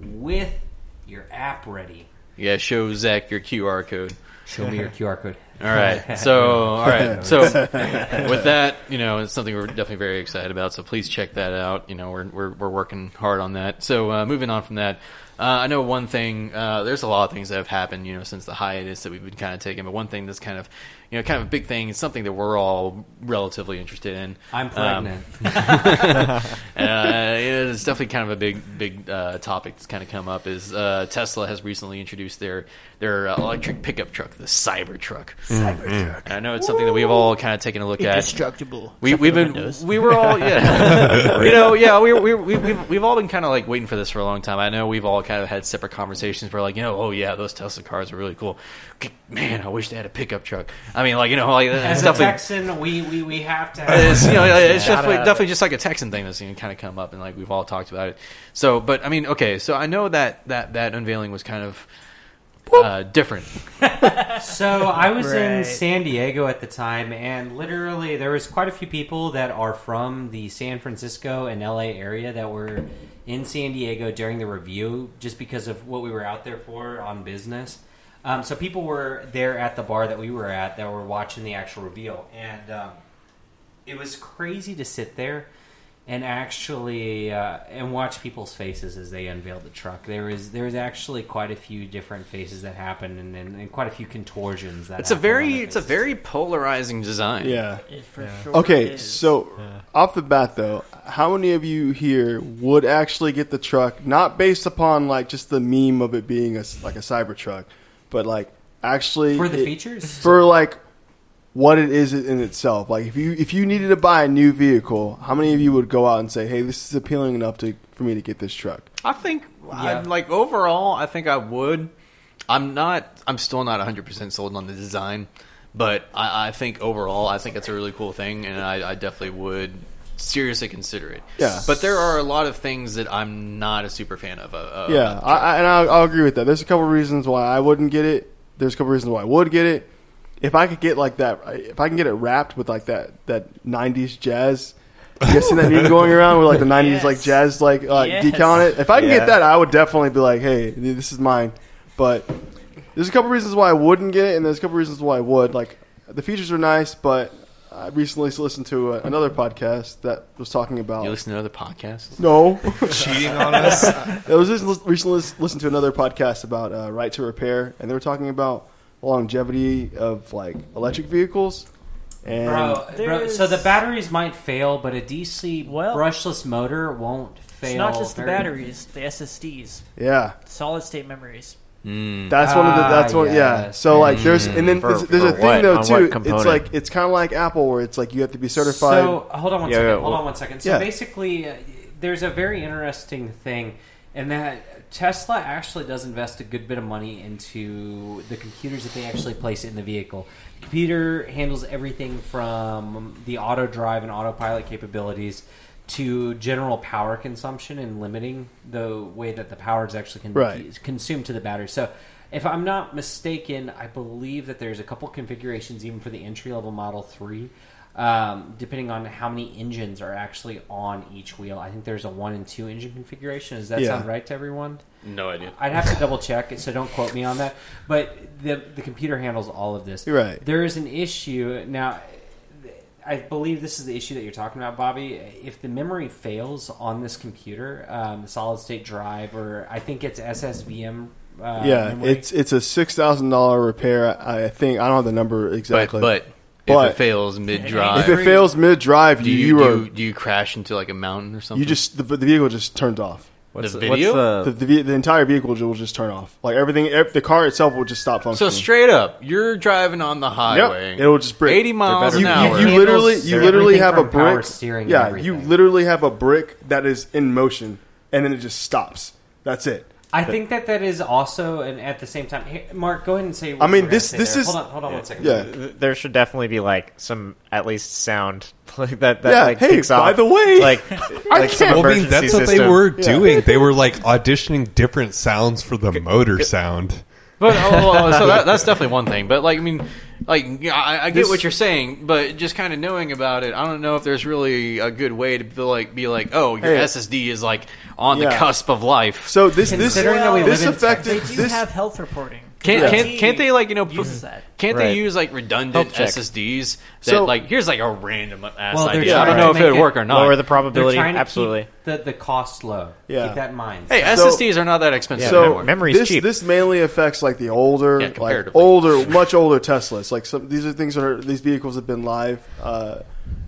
S3: with your app ready.
S1: Yeah, show Zach your QR code.
S7: Show
S2: <laughs>
S7: me your QR code.
S1: All right. So, all right. So, with that, you know, it's something we're definitely very excited about. So please check that out. You know, we're we're, we're working hard on that. So uh, moving on from that, uh, I know one thing. Uh, there's a lot of things that have happened, you know, since the hiatus that we've been kind of taking. But one thing that's kind of, you know, kind of a big thing. It's something that we're all relatively interested in.
S7: I'm
S1: Um,
S7: pregnant.
S1: uh, yeah, it's definitely kind of a big, big uh, topic that's kind of come up. Is uh, Tesla has recently introduced their their uh, electric pickup truck, the Cybertruck. Cybertruck. And I know it's something that we've all kind of taken a look at.
S4: Indestructible.
S1: We,
S4: Except
S1: we've
S4: for the
S1: been
S4: windows.
S1: we were all
S4: <laughs>
S1: yeah you know yeah we we we we've, we've all been kind of like waiting for this for a long time. I know we've all kind of had separate conversations. We're like you know oh yeah those Tesla cars are really cool. Man, I wish they had a pickup truck. I mean like you know like
S3: As a
S1: stuff like
S3: Texan, we, we, we have to have
S1: it's, you
S2: <laughs>
S1: know, it's
S3: Yeah.
S1: definitely,
S3: Gotta-
S1: definitely just like a Texan thing that's you know, kind of come up and like we've all talked about it. So, but I mean, okay, so I know that that that unveiling was kind of uh, different.
S3: So I was in
S4: Right.
S3: San Diego at the time, and literally there was quite a few people that are from the San Francisco and LA area that were in San Diego during the review, just because of what we were out there for on business. Um, so people were there at the bar that we were at that were watching the actual reveal, and um, it was crazy to sit there and actually uh, and watch people's faces as they unveiled the truck. There was there was actually quite a few different faces that happened, and, and, and quite a few contortions. That
S1: It's a
S3: happened on
S1: very,
S3: their
S1: it's a
S3: faces.
S1: very polarizing design.
S2: Yeah.
S4: It for sure
S2: Okay,
S4: is.
S2: so off the bat though, how many of you here would actually get the truck? Not based upon like just the meme of it being a s- like a cyber truck, but like actually
S3: for the
S2: it-
S3: features.
S2: for like what it is in itself. Like if you if you needed to buy a new vehicle, how many of you would go out and say, "Hey, this is appealing enough to for me to get this truck"?
S1: I think, I-
S3: Yeah.
S1: like overall, I think I would. I'm not. I'm still not 100 percent sold on the design, but I, I think overall, I think it's a really cool thing, and I, I definitely would seriously consider it.
S2: Yeah.
S1: But there are a lot of things that I'm not a super fan of. Uh, uh,
S4: Oh,
S2: yeah, I, I, and I'll, I'll agree with that. There's a couple reasons why I wouldn't get it. There's a couple reasons why I would get it. If I could get like that, if I can get it wrapped with like that that '90s jazz. You guys seen that meme going around with like the '90s like
S4: Yes.
S2: jazz like uh,
S4: Yes.
S2: decal on it? If I can
S6: Yeah.
S2: get that, I would definitely be like, "Hey, this is mine." But there's a couple reasons why I wouldn't get it, and there's a couple reasons why I would. Like the features are nice, but I recently listened to a, another podcast that was talking about.
S1: You listen to other podcasts?
S2: no,
S5: cheating on <laughs> us.
S2: I was just recently lis- listened to another podcast about uh, right to repair, and they were talking about longevity of like electric vehicles. And
S3: Bro, bro,
S4: There's-
S3: so the batteries might fail, but a DC
S4: Well-
S3: brushless motor won't fail.
S4: It's not just the
S3: very-
S4: batteries, the SSDs,
S2: yeah,
S4: solid state memories.
S1: Hmm.
S2: that's one of the. That's
S3: Ah,
S2: one. Yeah.
S3: yes.
S2: So like, there's and then
S6: For-
S2: there's, there's a
S6: for
S2: thing
S6: what?
S2: though
S6: On
S2: too.
S6: what
S2: It's
S6: component?
S2: like it's kind of like Apple, where it's like you have to be certified.
S3: So uh, hold on one
S6: Yeah,
S3: second.
S6: yeah,
S3: hold
S6: well-
S3: on one second. So
S2: Yeah.
S3: basically, uh, there's a very interesting thing, and that Tesla actually does invest a good bit of money into the computers that they actually place in the vehicle. The computer handles everything from the auto drive and autopilot capabilities to general power consumption and limiting the way that the power is actually con-
S2: Right.
S3: is consumed to the battery. So, if I'm not mistaken, I believe that there's a couple configurations even for the entry level Model 3, um, depending on how many engines are actually on each wheel. I think there's a one and two engine configuration. Does that
S2: Yeah.
S3: sound right to everyone?
S1: No idea.
S3: I'd have to double check, so don't quote me on that. But the the computer handles all of this.
S2: You're right.
S3: There is an issue now. I believe this is the issue that you're talking about, Bobby. If the memory fails on this computer, um, solid state drive, or I think it's SSVM. Uh,
S2: yeah,
S3: memory.
S2: it's it's a six thousand dollar repair. I I think I don't have the number
S1: But,
S2: exactly.
S1: but, if
S2: But-
S1: it fails mid drive,
S2: if it fails mid drive,
S1: do
S2: you
S1: you,
S2: you,
S1: do,
S2: are,
S1: you, do you crash into like a mountain or something?
S2: you just the, the vehicle just turns off.
S6: <laughs> What's
S1: The
S6: what's
S1: video?
S2: The, the, ve- the entire vehicle will just turn off. Like everything, ev- the car itself will just stop
S1: so
S2: functioning.
S1: straight up, you're driving on the highway.
S2: It'll just brick.
S1: 80 miles
S2: You,
S1: an
S2: you-
S1: hour.
S2: you
S3: Handles
S2: literally, you
S3: everything
S2: literally have a
S3: from power
S2: brick.
S3: steering and
S2: yeah, you
S3: everything.
S2: literally have a brick that is in motion, and then it just stops. That's it.
S3: I think that that is also, and at the same time, here, Mark, go ahead and say. What
S2: I
S3: you
S2: mean,
S3: were gonna
S2: this-
S3: say
S2: this
S3: there.
S2: is-
S3: Hold on, hold on one second.
S2: Yeah,
S6: Th- there should definitely be like some at least sound <laughs> like that that
S2: Yeah,
S6: like
S2: hey,
S6: kicks
S2: by
S6: off
S2: the way, <laughs>
S6: like like some
S5: Well, I mean,
S6: emergency
S5: that's what they
S6: system.
S5: were doing. They were like auditioning different sounds for the motor sound.
S2: <laughs>
S1: But oh, oh, oh, so that, that's definitely one thing. But like, I mean, Like yeah, I, I get
S5: This-
S1: what you're saying, but just kind of knowing about it, I don't know if there's really a good way to be like, be like, oh, your
S2: Hey.
S1: SSD is like on the
S2: Yeah.
S1: cusp of life.
S2: So this this
S3: Considering that we
S2: this
S3: live in
S2: affected
S4: They do
S2: this
S4: have health reporting.
S1: Can't,
S2: Yeah.
S1: can't can't they like you know put-
S4: uses that.
S1: can't they
S6: Right.
S1: use like redundant
S6: Health check.
S1: SSDs that
S2: So-
S1: like here's like a random ass
S3: Well, they're
S1: idea. I don't
S3: trying
S1: know
S3: to
S1: if
S3: make
S1: it would
S3: it
S1: work or not.
S6: Lower the
S3: They're
S6: probability.
S3: trying to
S6: Absolutely.
S3: keep the the cost low.
S2: Yeah.
S3: Keep that in mind.
S1: hey,
S2: So-
S1: SSDs are not that expensive.
S2: so
S1: anymore.
S6: memory's
S2: this,
S6: cheap.
S2: This mainly affects like the older,
S1: Yeah,
S2: like
S1: comparatively. <laughs>
S2: older, much older Teslas. Like some, these are things that are these vehicles have been live, uh,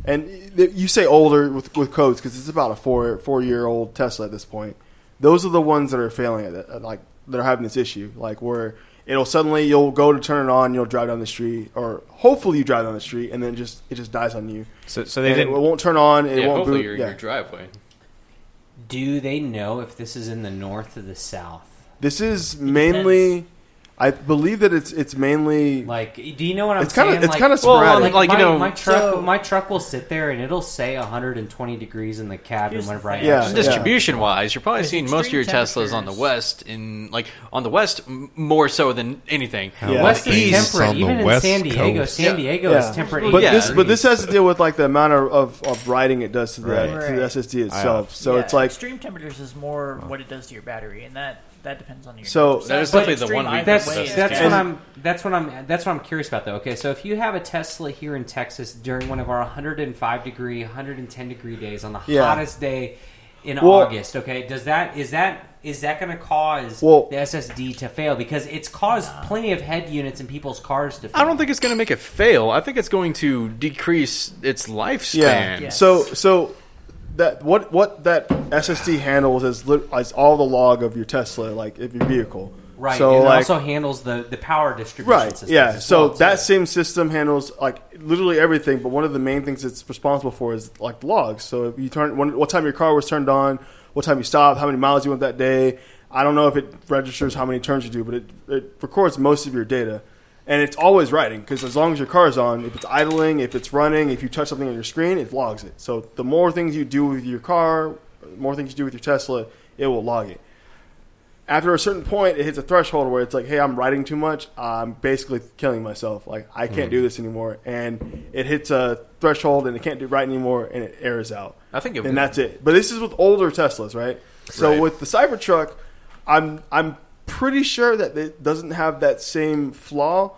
S2: and y- you say older with with codes because it's about a four four year old Tesla at this point. Those are the ones that are failing it, that- like that are having this issue, like where it'll suddenly you'll go to turn it on, you'll drive down the street, or hopefully you drive down the street, and then just it just dies on you.
S6: So, so they
S2: And it
S6: didn't.
S2: won't turn on. It
S1: yeah,
S2: won't
S1: hopefully
S2: boot.
S1: your,
S2: yeah.
S1: your driveway.
S3: Do they know if this is in the north or the south?
S2: This is mainly, I believe that it's it's mainly
S3: Like, do you know what I'm
S2: It's
S3: saying?
S2: kinda- it's
S3: like,
S2: kinda sporadic.
S1: Like,
S3: my,
S1: you know-
S3: my truck,
S2: So-
S3: my truck will sit there and it'll say 120 degrees in the cab
S4: Here's
S3: and
S4: the
S3: whenever I
S4: thing.
S2: Yeah,
S3: actually-
S1: distribution wise, you're probably
S4: There's
S1: seeing most of your
S4: extreme
S1: Teslas on the
S4: temperatures.
S1: west in like on the west m- more so than anything.
S5: How
S2: Yeah.
S3: West
S5: about
S3: is
S5: these
S3: temperate.
S5: on the
S3: Even in
S5: West
S3: San Diego,
S5: Coast?
S1: Yeah.
S3: San Diego
S2: Yeah.
S3: is temperate.
S2: But
S1: Yeah.
S2: this, but this has to deal with like the amount of, of, of writing it does to the,
S4: Right.
S2: to the SSD itself. So
S4: Yeah,
S2: it's like
S4: extreme temperatures is more what it does to your battery, and that that depends on your.
S2: So-
S4: numbers.
S1: Oh. That is
S4: But
S1: definitely the
S4: extreme
S1: one we-
S4: either
S3: that's
S1: West
S4: way is
S1: Coast.
S3: that's
S4: bad.
S3: what I'm that's what I'm that's what I'm curious about though. Okay, so if you have a Tesla here in Texas during one of our 105 degree, 110 degree days on the
S2: Yeah.
S3: hottest day in
S2: Well-
S3: August, okay, does that is that is that going to cause
S2: Well-
S3: the SSD to fail because it's caused plenty of head units in people's cars to fail.
S1: I don't think it's going to make it fail. I think it's going to decrease its lifespan.
S2: yeah.
S4: Yes.
S2: So so that what what that SSD handles is lit- is all the log of your Tesla, like of your vehicle.
S3: right.
S2: So
S3: and it
S2: like
S3: also handles the the power distribution
S2: right.
S3: systems
S2: Yeah.
S3: as
S2: So
S3: well, too.
S2: that same system handles like literally everything. But one of the main things it's responsible for is like logs. So if you turn when, what time your car was turned on, what time you stopped, how many miles you went that day. I don't know if it registers how many turns you do, but it, it records most of your data. And it's always writing because as long as your car's on, if it's idling, if it's running, if you touch something on your screen, it logs it. So the more things you do with your car, the more things you do with your Tesla, it will log it after a certain point, it hits a threshold where it's like, hey, I'm writing too much. I'm basically killing myself. Like, I
S1: Hmm.
S2: can't do this anymore. And it hits a threshold and it can't do right anymore and it errors out.
S1: I think it
S2: And
S1: will.
S2: that's it. But this is with older Teslas, right? So
S1: Right.
S2: with the Cybertruck, I'm I'm pretty sure that it doesn't have that same flaw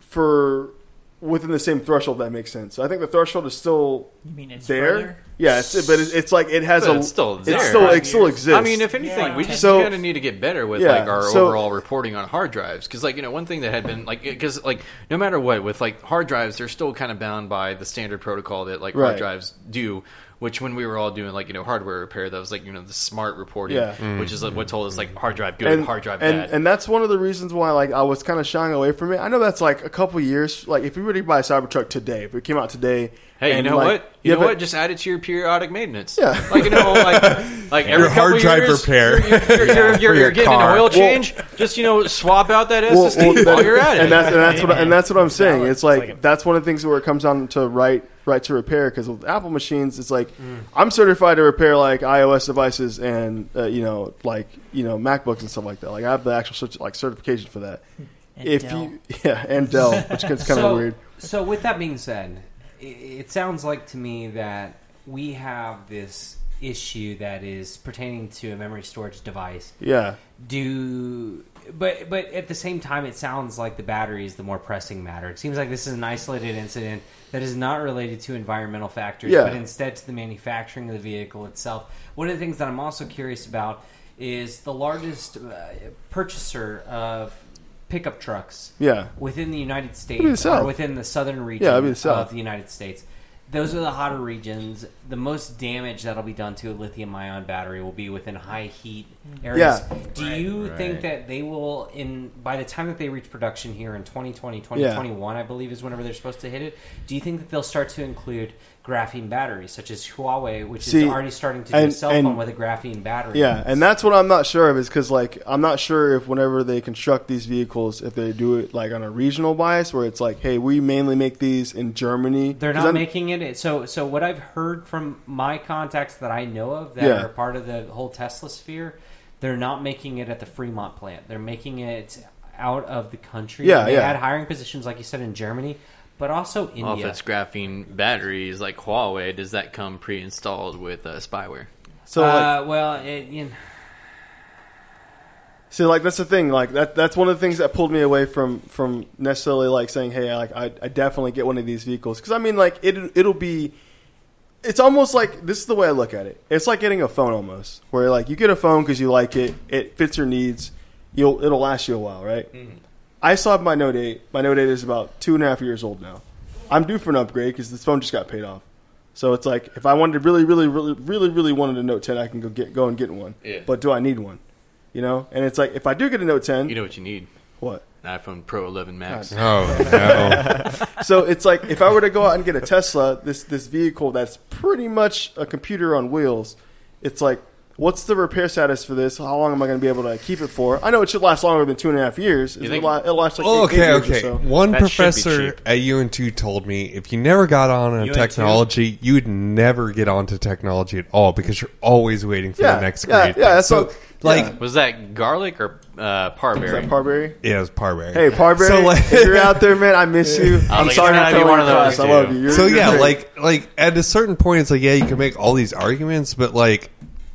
S2: for within the same threshold. That makes sense. So I think the threshold is still
S4: You mean it's
S2: there.
S4: further?
S2: Yeah, it's, but it's, it's like it has
S1: But
S2: a
S1: it's still
S2: it's
S1: there.
S2: still it still exists.
S1: I mean, if anything, we just
S2: So-
S1: kind of need to get better with
S2: Yeah,
S1: like our
S2: so-
S1: overall reporting on hard drives because, like, you know, one thing that had been like because like no matter what with like hard drives, they're still kind of bound by the standard protocol that like hard
S2: Right.
S1: drives do. Which when we were all doing like you know hardware repair, that was like you know the smart reporting,
S2: Yeah.
S5: Mm-hmm.
S1: which is like, what told us like hard drive good, hard drive
S2: and,
S1: bad.
S2: and that's one of the reasons why like I was kind of shying away from it. I know that's like a couple years. Like if we were to buy a Cybertruck today, if it came out today,
S1: Hey, you
S2: and,
S1: know
S2: like,
S1: what? You
S2: have
S1: know what?
S2: it-
S1: Just add it to your periodic maintenance.
S2: Yeah.
S1: Like you know, like
S2: <laughs>
S1: like every
S5: Your
S1: couple
S5: hard drive
S1: years,
S5: repair. <laughs>
S1: You're, you're, you're, you're,
S5: For your
S1: you're getting
S5: car.
S1: an oil
S5: Well-
S1: change. just you know, swap out that
S2: Well,
S1: SSD
S2: well,
S1: while
S2: that-
S1: you're at it.
S2: and that's and that's what and that's what I'm saying.
S6: Valid.
S2: It's like,
S6: It's like a-
S2: that's one of the things where it comes down to right right to repair because with Apple machines, it's like
S1: Mm.
S2: I'm certified to repair like iOS devices and uh, you know like you know MacBooks and stuff like that. Like I have the actual cert- like certification for that.
S4: And
S2: if
S4: Dell.
S2: you <laughs> yeah, and Dell, which gets kind of
S3: so,
S2: weird.
S3: So, with that being said, it, it sounds like to me that we have this issue that is pertaining to a memory storage device.
S2: Yeah.
S3: Do but but at the same time, it sounds like the battery is the more pressing matter. It seems like this is an isolated incident that is not related to environmental factors,
S2: Yeah.
S3: but instead to the manufacturing of the vehicle itself. One of the things that I'm also curious about is the largest uh, purchaser of pickup trucks
S2: Yeah.
S3: within the United
S2: be the
S3: States
S2: South.
S3: or within the southern region
S2: Yeah, it'd be the South.
S3: of the United States. Those are the hotter regions. The most damage that'll be done to a lithium ion battery will be within high heat areas.
S2: Yeah.
S3: Do you think that they will in by the time that they reach production here in 2020, 2021, I believe is whenever they're supposed to hit it, do you think that they'll start to include graphene batteries such as Huawei, which
S2: See,
S3: is already starting to do
S2: and-
S3: a cell
S2: and-
S3: phone with a graphene battery?
S2: Yeah, and that's what I'm not sure of is because like I'm not sure if whenever they construct these vehicles, if they do it like on a regional bias where it's like, hey, we mainly make these in Germany.
S3: They're
S2: 'Cause
S3: not
S2: I'm-
S3: making it. So, so what I've heard from my contacts that I know of that
S2: Yeah.
S3: are part of the whole Tesla sphere, they're not making it at the Fremont plant. They're making it out of the country.
S2: Yeah,
S3: they
S2: yeah.
S3: had hiring positions, like you said, in Germany, but
S2: Oh,
S3: also India.
S1: Well, if it's graphene batteries like Huawei, does that come pre-installed with uh, spyware?
S2: So like,
S3: uh, well, it, you know,
S2: See, like that's the thing. Like that that's one of the things that pulled me away from from necessarily like saying, "Hey, like I, I definitely get one of these vehicles." Because I mean, like it it'll be. It's almost like this is the way I look at it. It's like getting a phone almost, where like you get a phone because you like it, it fits your needs, you'll it'll last you a while, right? I still have my Note eight. My Note eight is about two and a half years old now. I'm due for an upgrade because this phone just got paid off. So it's like if I wanted to really, really, really, really, really wanted a Note ten, I can go get go and get one.
S1: Yeah.
S2: But do I need one? You know, and it's like if I do get a Note 10,
S1: You know what you need?
S2: what?
S1: An iPhone Pro 11 Max.
S5: Oh no!
S2: So it's like if I were to go out and get a Tesla, this this vehicle that's pretty much a computer on wheels, it's like what's the repair status for this? How long am I going to be able to keep it for? I know it should last longer than two and a half years. It's
S1: think-
S2: a lot- It lasts like eight- eight
S5: Oh, okay,
S2: years or
S5: okay.
S2: so.
S5: One
S1: That should be
S5: professor
S1: cheap.
S5: at UN2 told me if you never got on in
S3: UN2?
S5: technology, you'd never get onto technology at all because you're always waiting for
S2: Yeah,
S5: the next
S2: yeah,
S5: grade.
S2: yeah,
S5: thing.
S2: that's
S5: so
S2: what-
S5: like
S2: yeah.
S1: Was that garlic or uh, parberry?
S2: Is that Parberry?
S5: yeah, it was Parberry.
S2: Hey, Parberry,
S5: So like,
S2: if you're out
S5: <laughs>
S2: there, man, I miss you. I'm
S1: like,
S2: sorry
S1: it's
S2: I
S1: gotta be
S2: fell
S1: one
S2: one
S1: of
S2: of
S1: those
S2: I
S1: two.
S2: love you. You're-
S5: so
S2: you're
S5: yeah,
S2: great.
S5: like like at a certain point, it's like yeah, you can make all these arguments, but like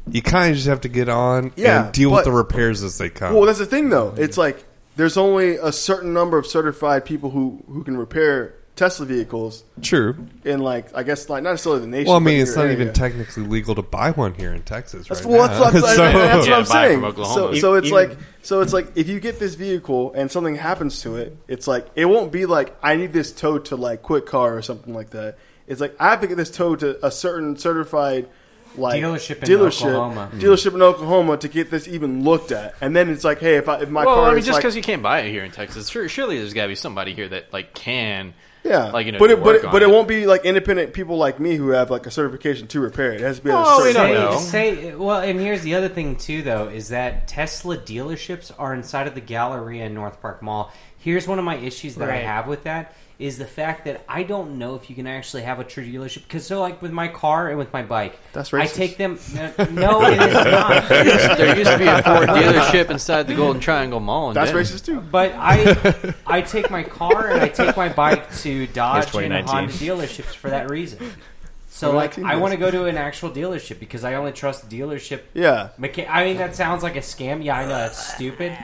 S5: you kind of just have to get on
S2: Yeah,
S5: and deal
S2: but-
S5: with the repairs as they come.
S2: Well, that's the thing, though. It's like there's only a certain number of certified people who who can repair Tesla vehicles
S5: true.
S2: in like I guess like not necessarily the nation.
S5: Well, I
S2: but
S5: mean,
S2: in
S5: it's
S2: your
S5: not
S2: area.
S5: even technically legal to buy one here in Texas
S2: That's,
S5: right
S2: well,
S5: now.
S2: that's, that's,
S5: <laughs> So-
S2: that's
S1: Yeah,
S2: what I'm
S1: buy it from
S2: saying. So,
S1: Oklahoma.
S2: so it's
S6: Even-
S2: like so it's like if you get this vehicle and something happens to it, it's like it won't be like I need this towed to like Quick Car or something like that. It's like I have to get this towed to a certain certified like
S3: Dealership in
S2: dealership
S3: Oklahoma.
S2: dealership in Oklahoma to get this even looked at. And then it's like, hey, if I, if my
S1: well,
S2: car
S1: I mean,
S2: is
S1: just
S2: like,
S1: because you can't buy it here in Texas, sure, surely there's got to be somebody here that like can.
S2: Yeah,
S1: like you know,
S2: but
S1: do
S2: it, but
S1: work
S2: it,
S1: on
S2: but
S1: it.
S2: it won't be like independent people like me who have like a certification to repair it. It has to be. at a
S1: Oh, we
S2: certain
S1: don't
S3: say,
S1: know.
S3: say- well, and here's the other thing too, though, is that Tesla dealerships are inside of the Galleria in North Park Mall. Here's one of my issues that I
S4: Right.
S3: have with that is the fact that I don't know if you can actually have a true dealership because so like with my car and with my bike,
S2: That's
S3: I
S2: racist.
S3: take them. uh, No, it is not.
S1: <laughs> there used to be a
S2: <laughs>
S1: Ford dealership inside the Golden Triangle Mall. In
S2: That's
S1: Denton.
S2: racist too.
S3: But I, I take my car and I take my bike to Dodge and
S6: 2019.
S3: Honda dealerships for that reason. So like,
S2: 2019,
S3: I
S2: yes.
S3: want to go to an actual dealership because I only trust dealership
S2: Yeah,
S3: Mecha- I mean, that sounds like a scam. Yeah, I know that's stupid.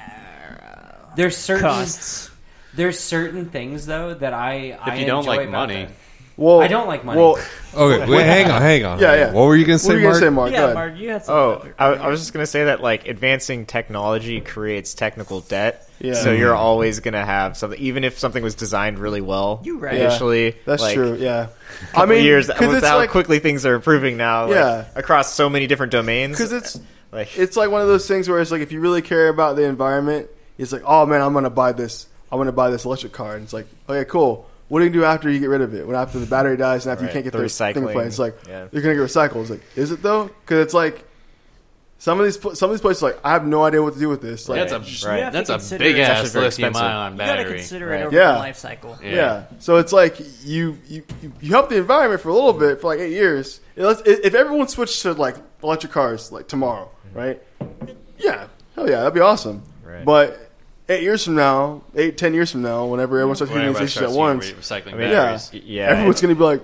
S3: There's certain
S4: Costs.
S3: there's certain things though that I
S1: If you don't like money,
S2: well,
S3: I don't like money.
S2: Well,
S5: okay, wait, hang on, hang on.
S2: yeah,
S5: hang on.
S2: yeah.
S5: What were you gonna
S2: What
S5: say,
S2: were you
S5: Mark?
S2: gonna say, Mark? Go
S4: Yeah,
S2: ahead.
S4: Mark, you had some.
S6: Oh, I, I was just gonna say that like advancing technology creates technical debt.
S2: Yeah.
S6: So you're always gonna have something, even if something was designed really well.
S4: You right.
S2: Yeah,
S6: Initially,
S2: that's
S6: like,
S2: true. Yeah,
S6: I mean, years
S2: 'cause
S6: with
S2: it's
S6: how
S2: like-
S6: quickly things are improving now. like,
S2: Yeah.
S6: across so many different domains.
S2: because it's
S6: like
S2: it's like one of those things where it's like if you really care about the environment, it's like, oh man, I'm gonna buy this. I'm gonna buy this electric car, and it's like, okay, cool. What do you do after you get rid of it? When after the battery dies and after you
S6: Right,
S2: can't get
S6: the
S2: the recycling,
S6: recycling,
S2: thing it's like
S6: yeah.
S2: you're gonna get recycled. It's like, is it though? Because it's like some of these pl- some of these places, like I have no idea what to do with this. Like,
S1: that's a
S4: You have to
S1: that's a
S4: consider-
S1: big
S6: It's actually
S1: ass
S6: very
S1: lithium
S6: expensive.
S1: ion
S4: You gotta
S1: battery.
S4: consider
S6: Right.
S4: it over
S2: Yeah.
S4: the life cycle.
S2: Yeah. So it's like you, you you- you help the environment for a little bit for like eight years. Unless- If if everyone switched to like electric cars like tomorrow, right? Yeah, hell yeah, that'd be awesome.
S6: Right.
S2: But eight years from now, eight ten years from now, whenever everyone starts
S1: When
S2: hitting
S1: everybody
S2: these issues at
S1: starts
S2: once,
S1: using recycling
S6: mean,
S1: batteries.
S2: yeah,
S6: yeah,
S2: everyone's gonna be like,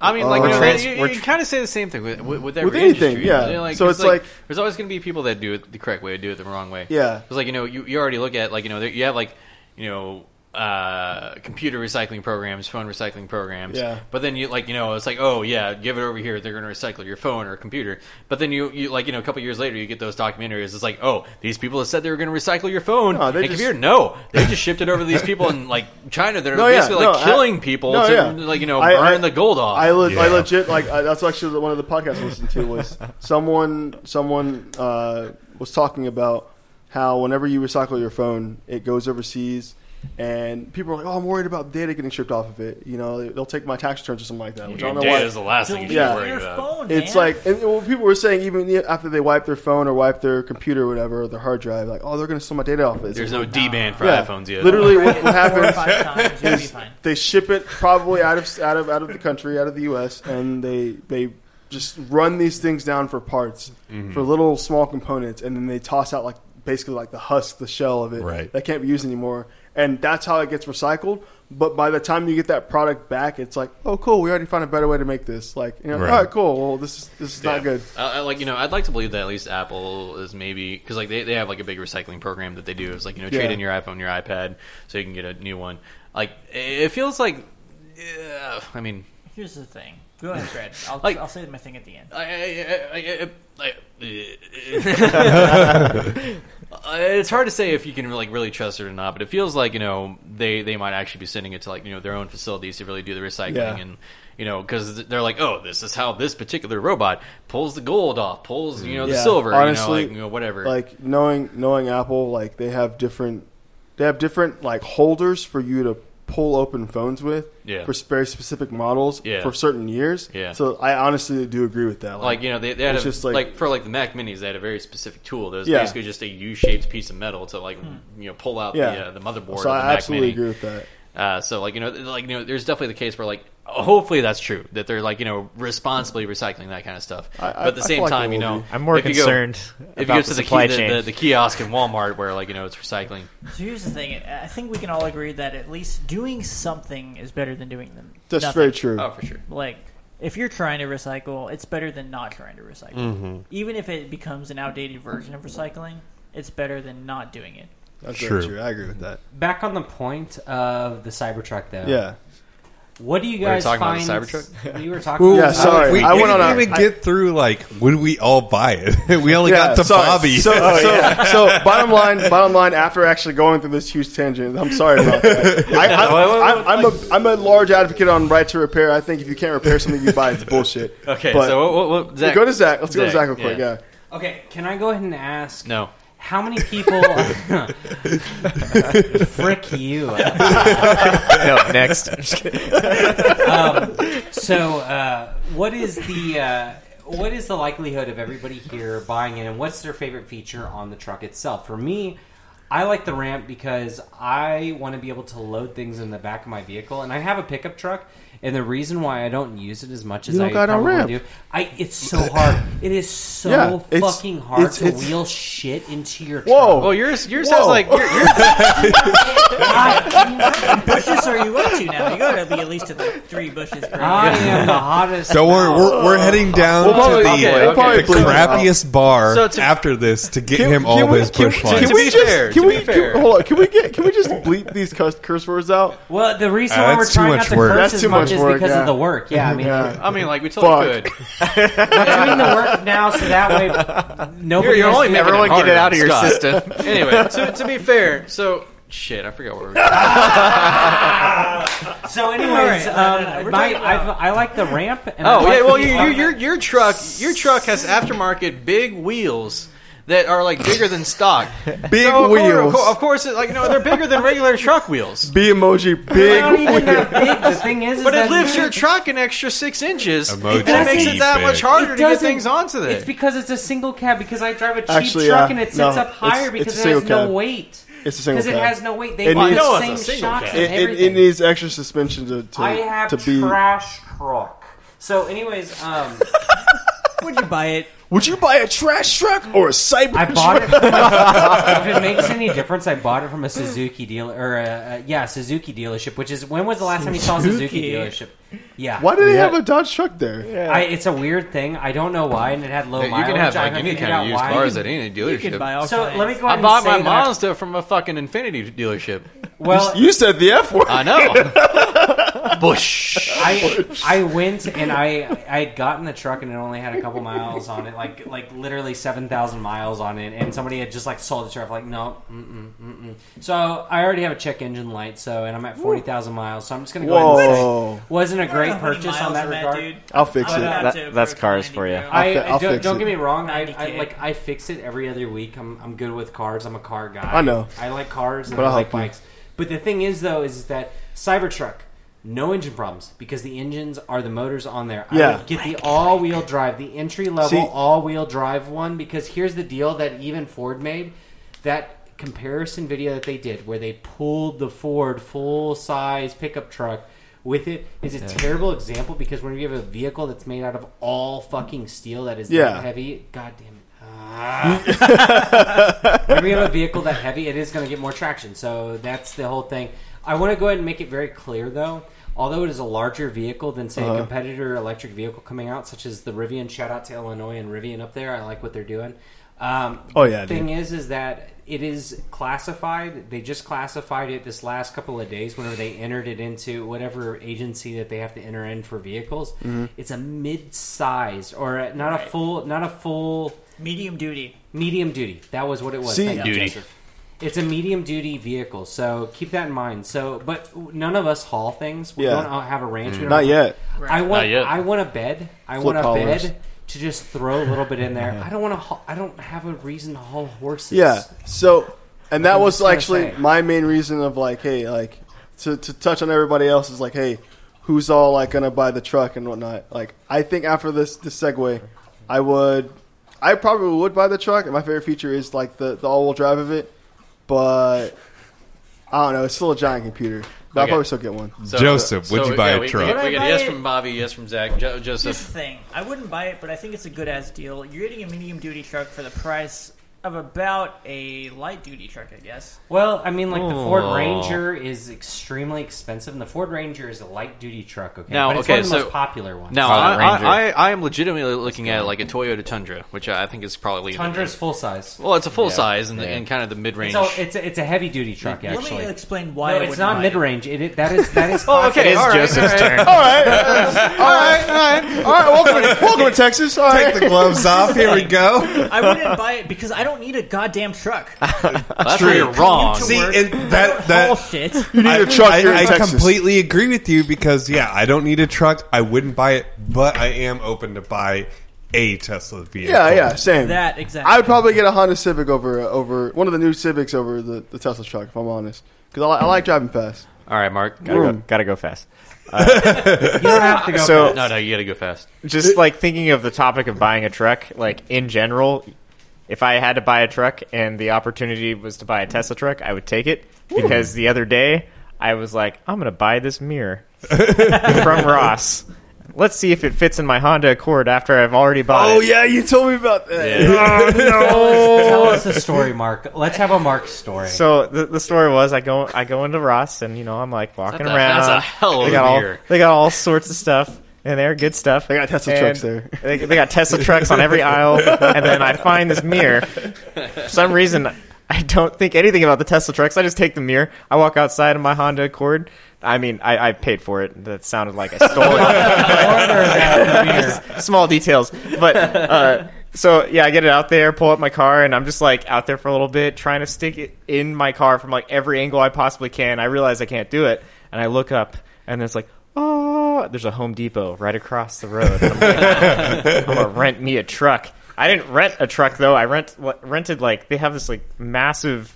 S1: I mean, like
S2: Uh,
S1: you, know,
S2: We're
S6: trans-
S1: you- you
S6: we're tr-
S1: kind of say the same thing with with, with every
S2: With anything,
S1: industry, you
S2: yeah.
S1: know, like,
S2: So
S1: 'cause,
S2: it's like-
S1: there's always going to be people that do it the correct way, do it the wrong way.
S2: Yeah.
S1: because like you know, you, you already look at like you know, there, you have like you know, uh, computer recycling programs, phone recycling programs.
S2: Yeah.
S1: But then you like you know, it's like oh yeah, give it over here. They're going to recycle your phone or computer. But then you you like you know, a couple years later, you get those documentaries. It's like oh, these people have said they were going to recycle your phone
S2: No,
S1: and
S2: they just-
S1: computer. No, they just shipped it over to
S2: <laughs>
S1: these people in like China. They're
S2: No, yeah,
S1: basically like
S2: no, I-
S1: killing people
S2: no,
S1: to
S2: yeah.
S1: like you know,
S2: I- I-
S1: burn the gold off.
S2: I, le- I
S5: Yeah.
S2: legit like I, that's actually one of the podcasts I listened
S1: <laughs>
S2: to was someone someone uh, was talking about how whenever you recycle your phone, it goes overseas, and people are like, "Oh, I'm worried about data getting shipped off of it. You know, they'll take my tax returns or something like that." Which I
S1: Your
S2: don't know
S1: data
S2: why.
S1: is the last thing you should
S2: Yeah.
S1: be worry
S4: Your
S1: about.
S4: phone,
S2: It's
S4: man.
S2: like, and well, people were saying even after they wipe their phone or wipe their computer or whatever, their hard drive, like, oh, they're going to steal my data off. It's
S1: There's
S2: like,
S1: no D band for
S2: yeah.
S1: iPhones yet.
S2: Literally, what,
S4: Four
S2: what
S4: or
S2: happens?
S4: five times, you'll be fine.
S2: They ship it probably out of out of out of the country, out of the U.S., and they they
S5: Mm-hmm.
S2: just run these things down for parts for little small components, and then they toss out like basically like the husk, the shell of it
S5: Right.
S2: that can't be used anymore. And that's how it gets recycled. But by the time you get that product back, it's like, oh, cool, we already found a better way to make this. Like, you know,
S5: Right.
S2: all right, cool. Well, this is this is
S1: Yeah.
S2: not good.
S1: I, I like you know, I'd like to believe that at least Apple is maybe because like they, they have like a big recycling program that they do. It's like you know, trade
S2: Yeah.
S1: in your iPhone, your iPad, so you can get a new one. Like it feels like, yeah, I mean,
S4: Here's the thing.
S2: <laughs>
S4: Go ahead, Fred. I'll,
S1: Like-
S4: I'll say my thing at the end.
S1: I, I, I, I, I, I- it's hard to say if you can like really trust it or not, but it feels like you know they they might actually be sending it to like you know their own facilities to really do the recycling
S2: Yeah.
S1: and you know because they're like oh this is how this particular robot pulls the gold off pulls you know the
S2: Yeah.
S1: silver
S2: Honestly,
S1: you know, like, you know whatever
S2: Like knowing knowing Apple, like they have different they have different like holders for you to pull open phones with
S1: Yeah.
S2: for very specific models
S1: Yeah.
S2: for certain years.
S1: Yeah.
S2: So I honestly do agree with that.
S1: like you know they, they had
S2: It's
S1: a,
S2: just
S1: like,
S2: like-
S1: for like the Mac Minis they had a very specific tool that was
S2: Yeah. Hmm.
S1: basically just a U shaped piece of metal to like you know pull out the uh, the motherboard. of
S2: So
S1: the
S2: I
S1: Mac
S2: absolutely
S1: Mini.
S2: agree with that.
S1: Uh, so like you know, th- like you know, there's definitely the case where like hopefully that's true that they're like you know responsibly recycling that kind of stuff.
S2: I- I-
S1: but at the
S2: I
S1: same
S2: feel like
S1: time,
S2: it
S1: you
S2: will
S1: know,
S2: be.
S6: I'm more
S1: if you go-
S6: concerned
S1: if you
S6: about
S1: go
S6: the
S1: to the,
S6: supply
S1: key, the,
S6: chain.
S1: the, the kiosk in Walmart where like you know it's recycling.
S4: So here's the thing. I think we can all agree that at least doing something is better than doing them.
S2: That's
S4: nothing.
S2: very true.
S1: Oh, for sure.
S4: Like, if you're trying to recycle, it's better than not trying to recycle.
S2: Mm-hmm.
S4: Even if it becomes an outdated version of recycling, it's better than not doing it.
S2: That's
S5: True.
S2: very true. I agree with that.
S3: Back on the point of the Cybertruck, though.
S2: Yeah.
S3: What do you
S1: We were
S3: guys
S1: talking about the
S3: find?
S1: Cybertruck?
S2: <laughs>
S3: <laughs> We were talking.
S5: Well,
S3: about
S2: Yeah,
S3: the
S2: sorry.
S5: We,
S2: I
S5: we
S2: went
S5: didn't
S2: on a-
S5: even
S2: I-
S5: get through like would we all buy it? <laughs> we only got to Oh,
S2: sorry.
S5: Bobby.
S2: So, uh,
S5: <laughs>
S2: so, so bottom line, bottom line. After actually going through this huge tangent, I'm sorry about
S5: <laughs>
S2: that. I, I, I, I'm a I'm a large advocate on right to repair. I think if you can't repair something you buy, it's bullshit.
S1: <laughs> Okay,
S2: But-
S1: so what, what, what, Zach,
S2: go to Zach. Let's go to
S1: Zach,
S2: Zach real quick.
S1: yeah.
S2: Yeah.
S3: Cybertruck. Okay, can I go ahead and ask?
S1: no. <laughs>
S3: How many
S2: <laughs>
S3: people? <laughs> Frick you.
S6: <laughs> no, next. I'm just kidding.
S3: Um, so, uh, what is the uh, what is the likelihood of everybody here buying it, and what's their favorite feature on the truck itself? For me, I like the ramp because I want to be able to load things in the back of my vehicle, and I have a pickup truck. And the reason why I don't use it as much as
S2: You don't
S3: I
S2: got a
S3: probably
S2: ramp.
S3: do, I it's so hard. It is so
S2: Yeah, it's-
S3: fucking hard
S2: it's-
S3: to
S2: it's-
S3: wheel shit into your truck.
S5: <laughs>
S2: Whoa.
S1: Well, yours yours
S2: Whoa.
S1: sounds like your- your-
S4: bushes are you up to now? You gotta be at least to the three bushes per
S3: I
S4: year.
S3: am the hottest.
S5: Don't worry, we're, we're heading down
S2: Uh, We'll probably-
S5: to the,
S1: okay,
S5: like,
S1: okay.
S5: the
S2: We'll probably bleep
S5: crappiest bar
S1: So to-
S5: after this to get
S2: Can-
S5: him
S2: can
S5: all
S2: we-
S5: his
S2: can-
S5: bush
S2: can
S5: lines.
S1: To
S2: we
S1: be
S2: just-
S1: fair,
S2: Can
S1: to
S2: we
S1: be fair.
S2: can- hold on? Can we get? Can we just bleep these cuss, curse words out?
S3: Well, the reason
S5: Uh,
S3: why we're
S5: that's too
S3: trying not
S5: much
S3: to
S5: work.
S3: curse
S2: That's
S3: as
S2: too
S3: much
S2: much
S3: is
S2: work,
S3: because
S2: yeah.
S3: of the work. Yeah, I mean,
S1: I mean, like we totally
S2: Fuck.
S1: could.
S3: I'm doing the work now, so that way
S1: You're,
S3: nobody.
S1: you're
S3: has
S1: only
S3: to-
S1: making
S7: Everyone
S1: it
S7: get it out
S1: harder,
S7: of your
S1: Scott.
S7: system.
S1: <laughs> anyway, to, to be fair, so shit, I forgot where we were.
S3: So, anyways,
S4: All right,
S3: um,
S4: no, no, no, we're
S3: my
S4: talking
S3: I've, I like the ramp. And I
S1: Oh
S3: like
S1: yeah, <laughs> well
S3: the,
S1: your your
S3: um,
S1: your your truck your truck has aftermarket big wheels that are like bigger than
S6: <laughs>
S1: stock.
S2: Big
S1: So, of course-
S2: wheels.
S1: of course, it, like no, they're bigger than regular
S2: <laughs>
S1: truck wheels.
S2: B emoji.
S3: They're <laughs> not
S2: Big.
S3: even that big. The thing is, is
S1: But it
S3: that
S1: lifts your truck an extra six inches.
S5: Emoji
S1: that makes it
S5: big.
S1: that much harder to
S3: It
S1: get
S3: doesn't-
S1: things onto there.
S3: It's because it's a single cab. Because I drive a cheap
S2: Actually,
S3: truck
S2: yeah,
S3: and it
S2: no,
S3: sits up
S2: it's-
S3: higher
S2: it's
S3: because
S2: a
S3: it has
S2: single
S3: no
S2: cab.
S3: weight.
S2: It's a single.
S3: Because it
S2: cab.
S3: has no weight. They
S2: It
S3: want
S2: needs-
S1: I
S3: the
S1: know
S3: same
S1: it's a single
S3: shocks
S1: cab.
S3: and
S2: It, it, it
S3: everything.
S2: needs extra suspension to to,
S3: I have
S2: to be.
S3: trash truck. So,
S1: <laughs>
S3: anyways, um,
S4: Would you buy it?
S2: Would you buy a trash truck or a cyber?
S3: I bought
S2: truck?
S3: it. if it makes any difference, I bought it from a Suzuki dealer or a, a yeah Suzuki dealership. Which is when was the last time you saw a Suzuki
S4: Suzuki.
S3: dealership? Yeah.
S2: Why do they
S3: Yeah.
S2: have a Dodge truck there?
S3: I, it's a weird thing. I don't know why, and it had low
S1: you
S3: mileage.
S1: can have
S3: I
S1: like
S3: haven't
S1: any
S3: figured
S1: kind
S3: out
S1: of used
S3: why.
S1: cars at any
S4: You could buy
S1: dealership.
S4: all
S3: So
S4: kinds.
S3: let me go ahead
S1: I
S3: and
S1: bought
S3: say
S1: my
S3: that-
S1: Mazda from a fucking Infinity <laughs> dealership.
S3: Well,
S2: You said the F word. <laughs>
S1: I know. <laughs> Bush.
S3: I I went and I I had gotten the truck and it only had a couple miles on it, like like literally seven thousand miles on it, and somebody had just like sold the truck, like no, mm-mm, mm-mm. so I already have a check engine light, so and I'm at forty thousand miles, so I'm just gonna go ahead and
S2: Whoa.
S3: say wasn't a great
S4: How many
S3: purchase
S4: miles
S3: on that
S4: are
S3: regard.
S4: dude?
S2: I'll fix
S4: I'm
S2: it.
S4: about
S6: That-
S4: to
S6: that's
S4: approach
S6: cars
S4: 90
S6: for you.
S4: grand.
S3: I,
S2: fi- I'll
S3: don't,
S2: fix
S3: don't
S2: it.
S3: get me wrong. I, I
S4: 90K.
S3: like I fix it every other week. I'm I'm good with cars. I'm a car guy.
S2: I know.
S3: I like cars and
S2: But
S3: I
S2: I'll
S3: like
S2: help you.
S3: bikes. But the thing is though is that Cybertruck no engine problems because the engines are the motors on there. I
S2: Yeah.
S3: would get the all-wheel drive, the entry level
S2: See-
S3: all-wheel drive one because here's the deal that even Ford made that comparison video that they did where they pulled the Ford full-size pickup truck with it is a terrible example because when you have a vehicle that's made out of all fucking steel that is that
S2: Yeah.
S3: heavy, god damn it. Ah. Whenever you have a vehicle that heavy, it is going to get more traction. So that's the whole thing. I want to go ahead and make it very clear, though. Although it is a larger vehicle than,
S2: Uh-huh.
S3: say, a competitor electric vehicle coming out, such as the Rivian, shout out to Illinois and Rivian up there. I like what they're doing. Um,
S2: Oh, yeah,
S3: Thing is, is that it is classified. They just classified it this last couple of days. Whenever they entered it into whatever agency that they have to enter in for vehicles,
S2: Mm-hmm.
S3: it's a mid-size or a- not a
S4: Right.
S3: full, not a full
S4: Medium duty.
S3: medium duty. That was what it was.
S2: See-
S3: Thank you,
S1: Duty.
S3: Joseph. It's a medium duty vehicle, so keep that in mind. So, but none of us haul things. We
S2: Yeah. Mm-hmm.
S3: don't have a range. We don't
S2: Not
S3: have-
S2: yet.
S3: I want.
S1: Not yet.
S3: I want a bed. I
S2: Flip
S3: want a
S2: hollers.
S3: bed to just throw a little bit
S2: <laughs>
S3: in there. I don't want to. Haul, I don't have a reason to haul horses.
S2: Yeah. So, and that
S3: I'm
S2: was
S3: just gonna
S2: actually
S3: say.
S2: my main reason of like, hey, like to, to touch on everybody else is like, hey, who's all like gonna buy the truck and whatnot? Like, I think after this this segue, I would, I probably would buy the truck. And my favorite feature is like the the all wheel drive of it, but I don't know. It's still a giant computer, but I'll
S1: Okay.
S2: probably still get one.
S1: So-
S5: Joseph, would you buy
S1: yeah,
S5: a
S1: we- we
S5: truck?
S1: get- We,
S4: Would I
S1: get
S4: buy
S1: a yes
S4: it?
S1: from Bobby, yes from Zach, jo-
S4: Here's the
S1: Joseph.
S4: thing. I wouldn't buy it, but I think it's a good ass deal. You're getting a medium duty truck for the price of about a light duty truck, I guess.
S3: Well, I mean, like the Ford
S1: Oh.
S3: Ranger is extremely expensive, and the Ford Ranger is a light duty truck. Okay,
S1: Now,
S3: but it's
S1: okay,
S3: one of the
S1: so-
S3: most popular ones.
S1: Now, I,
S6: Pilot Ranger.
S1: I, I, I am legitimately looking at it like a Toyota Tundra, which I think is probably
S3: Tundra's full size.
S1: Well, it's a full
S6: Yeah.
S1: size and,
S6: Yeah.
S1: and kind of the mid range.
S3: So it's a, it's a heavy duty truck. Actually,
S4: Let me explain why
S3: no,
S4: I
S3: it's
S4: would
S3: not
S4: buy
S3: mid range. It, it that is that is.
S1: Oh, okay.
S6: It is
S1: all right,
S6: Joseph's
S1: all right. Oh,
S6: turn.
S2: All right, all right, all right, all right. Welcome, to, welcome to Texas. All right.
S5: Take the gloves off. Here we go.
S4: It. I wouldn't buy it because I don't need a goddamn truck.
S1: That's where you're wrong.
S4: to
S5: See,
S4: work.
S5: and
S4: I
S5: that
S4: don't
S5: that
S4: haul shit.
S2: need
S5: I-
S2: a truck
S5: I,
S2: here in
S5: I
S2: Texas.
S5: completely agree with you because yeah, I don't need a truck. I wouldn't buy it, but I am open to buy a Tesla vehicle.
S2: Yeah, yeah, same.
S4: That exactly.
S2: I would probably get a Honda Civic over over one of the new Civics over the, the Tesla truck, if I'm honest, because I, li- I like driving fast. Mm.
S1: All right, Mark.
S6: Gotta go,
S2: Boom.
S6: gotta go fast.
S3: <laughs>
S6: Uh,
S3: You don't have to go.
S6: So-
S1: No, no, you got to go fast.
S6: Just like thinking of the topic of buying a truck, like in general, if I had to buy a truck and the opportunity was to buy a Tesla truck, I would take it because the other day I was like, I'm gonna buy this
S3: <laughs>
S6: mirror from Ross. Let's see if it fits in my Honda Accord after I've already bought
S3: Oh,
S6: it.
S2: yeah, you told me about that.
S3: Tell us the story, Mark. Let's have a Mark story.
S6: So the, the story was I go I go into Ross and you know I'm like walking
S1: That's a-
S6: around.
S1: that's a hell of
S6: they
S1: a
S6: got all
S1: beer.
S6: they got all sorts of stuff in there, good stuff. They
S2: got Tesla trucks there.
S6: They, they got Tesla trucks on every aisle, and then I find this mirror. For some reason, I don't think anything about the Tesla trucks. I just take the mirror. I walk outside in my Honda Accord. I mean, I, I paid for it. That sounded like I stole it.
S3: Order that
S6: <laughs>
S3: beer.
S6: small details. But uh, so yeah, I get it out there, pull up my car, and I'm just like out there for a little bit, trying to stick it in my car from like every angle I possibly can. I realize I can't do it, and I look up, and it's like, oh, there's a Home Depot right across the road. I'm,
S5: <laughs>
S6: like, <laughs> I'm gonna rent me a truck. I didn't rent a truck though. I rent what- rented like they have this like massive.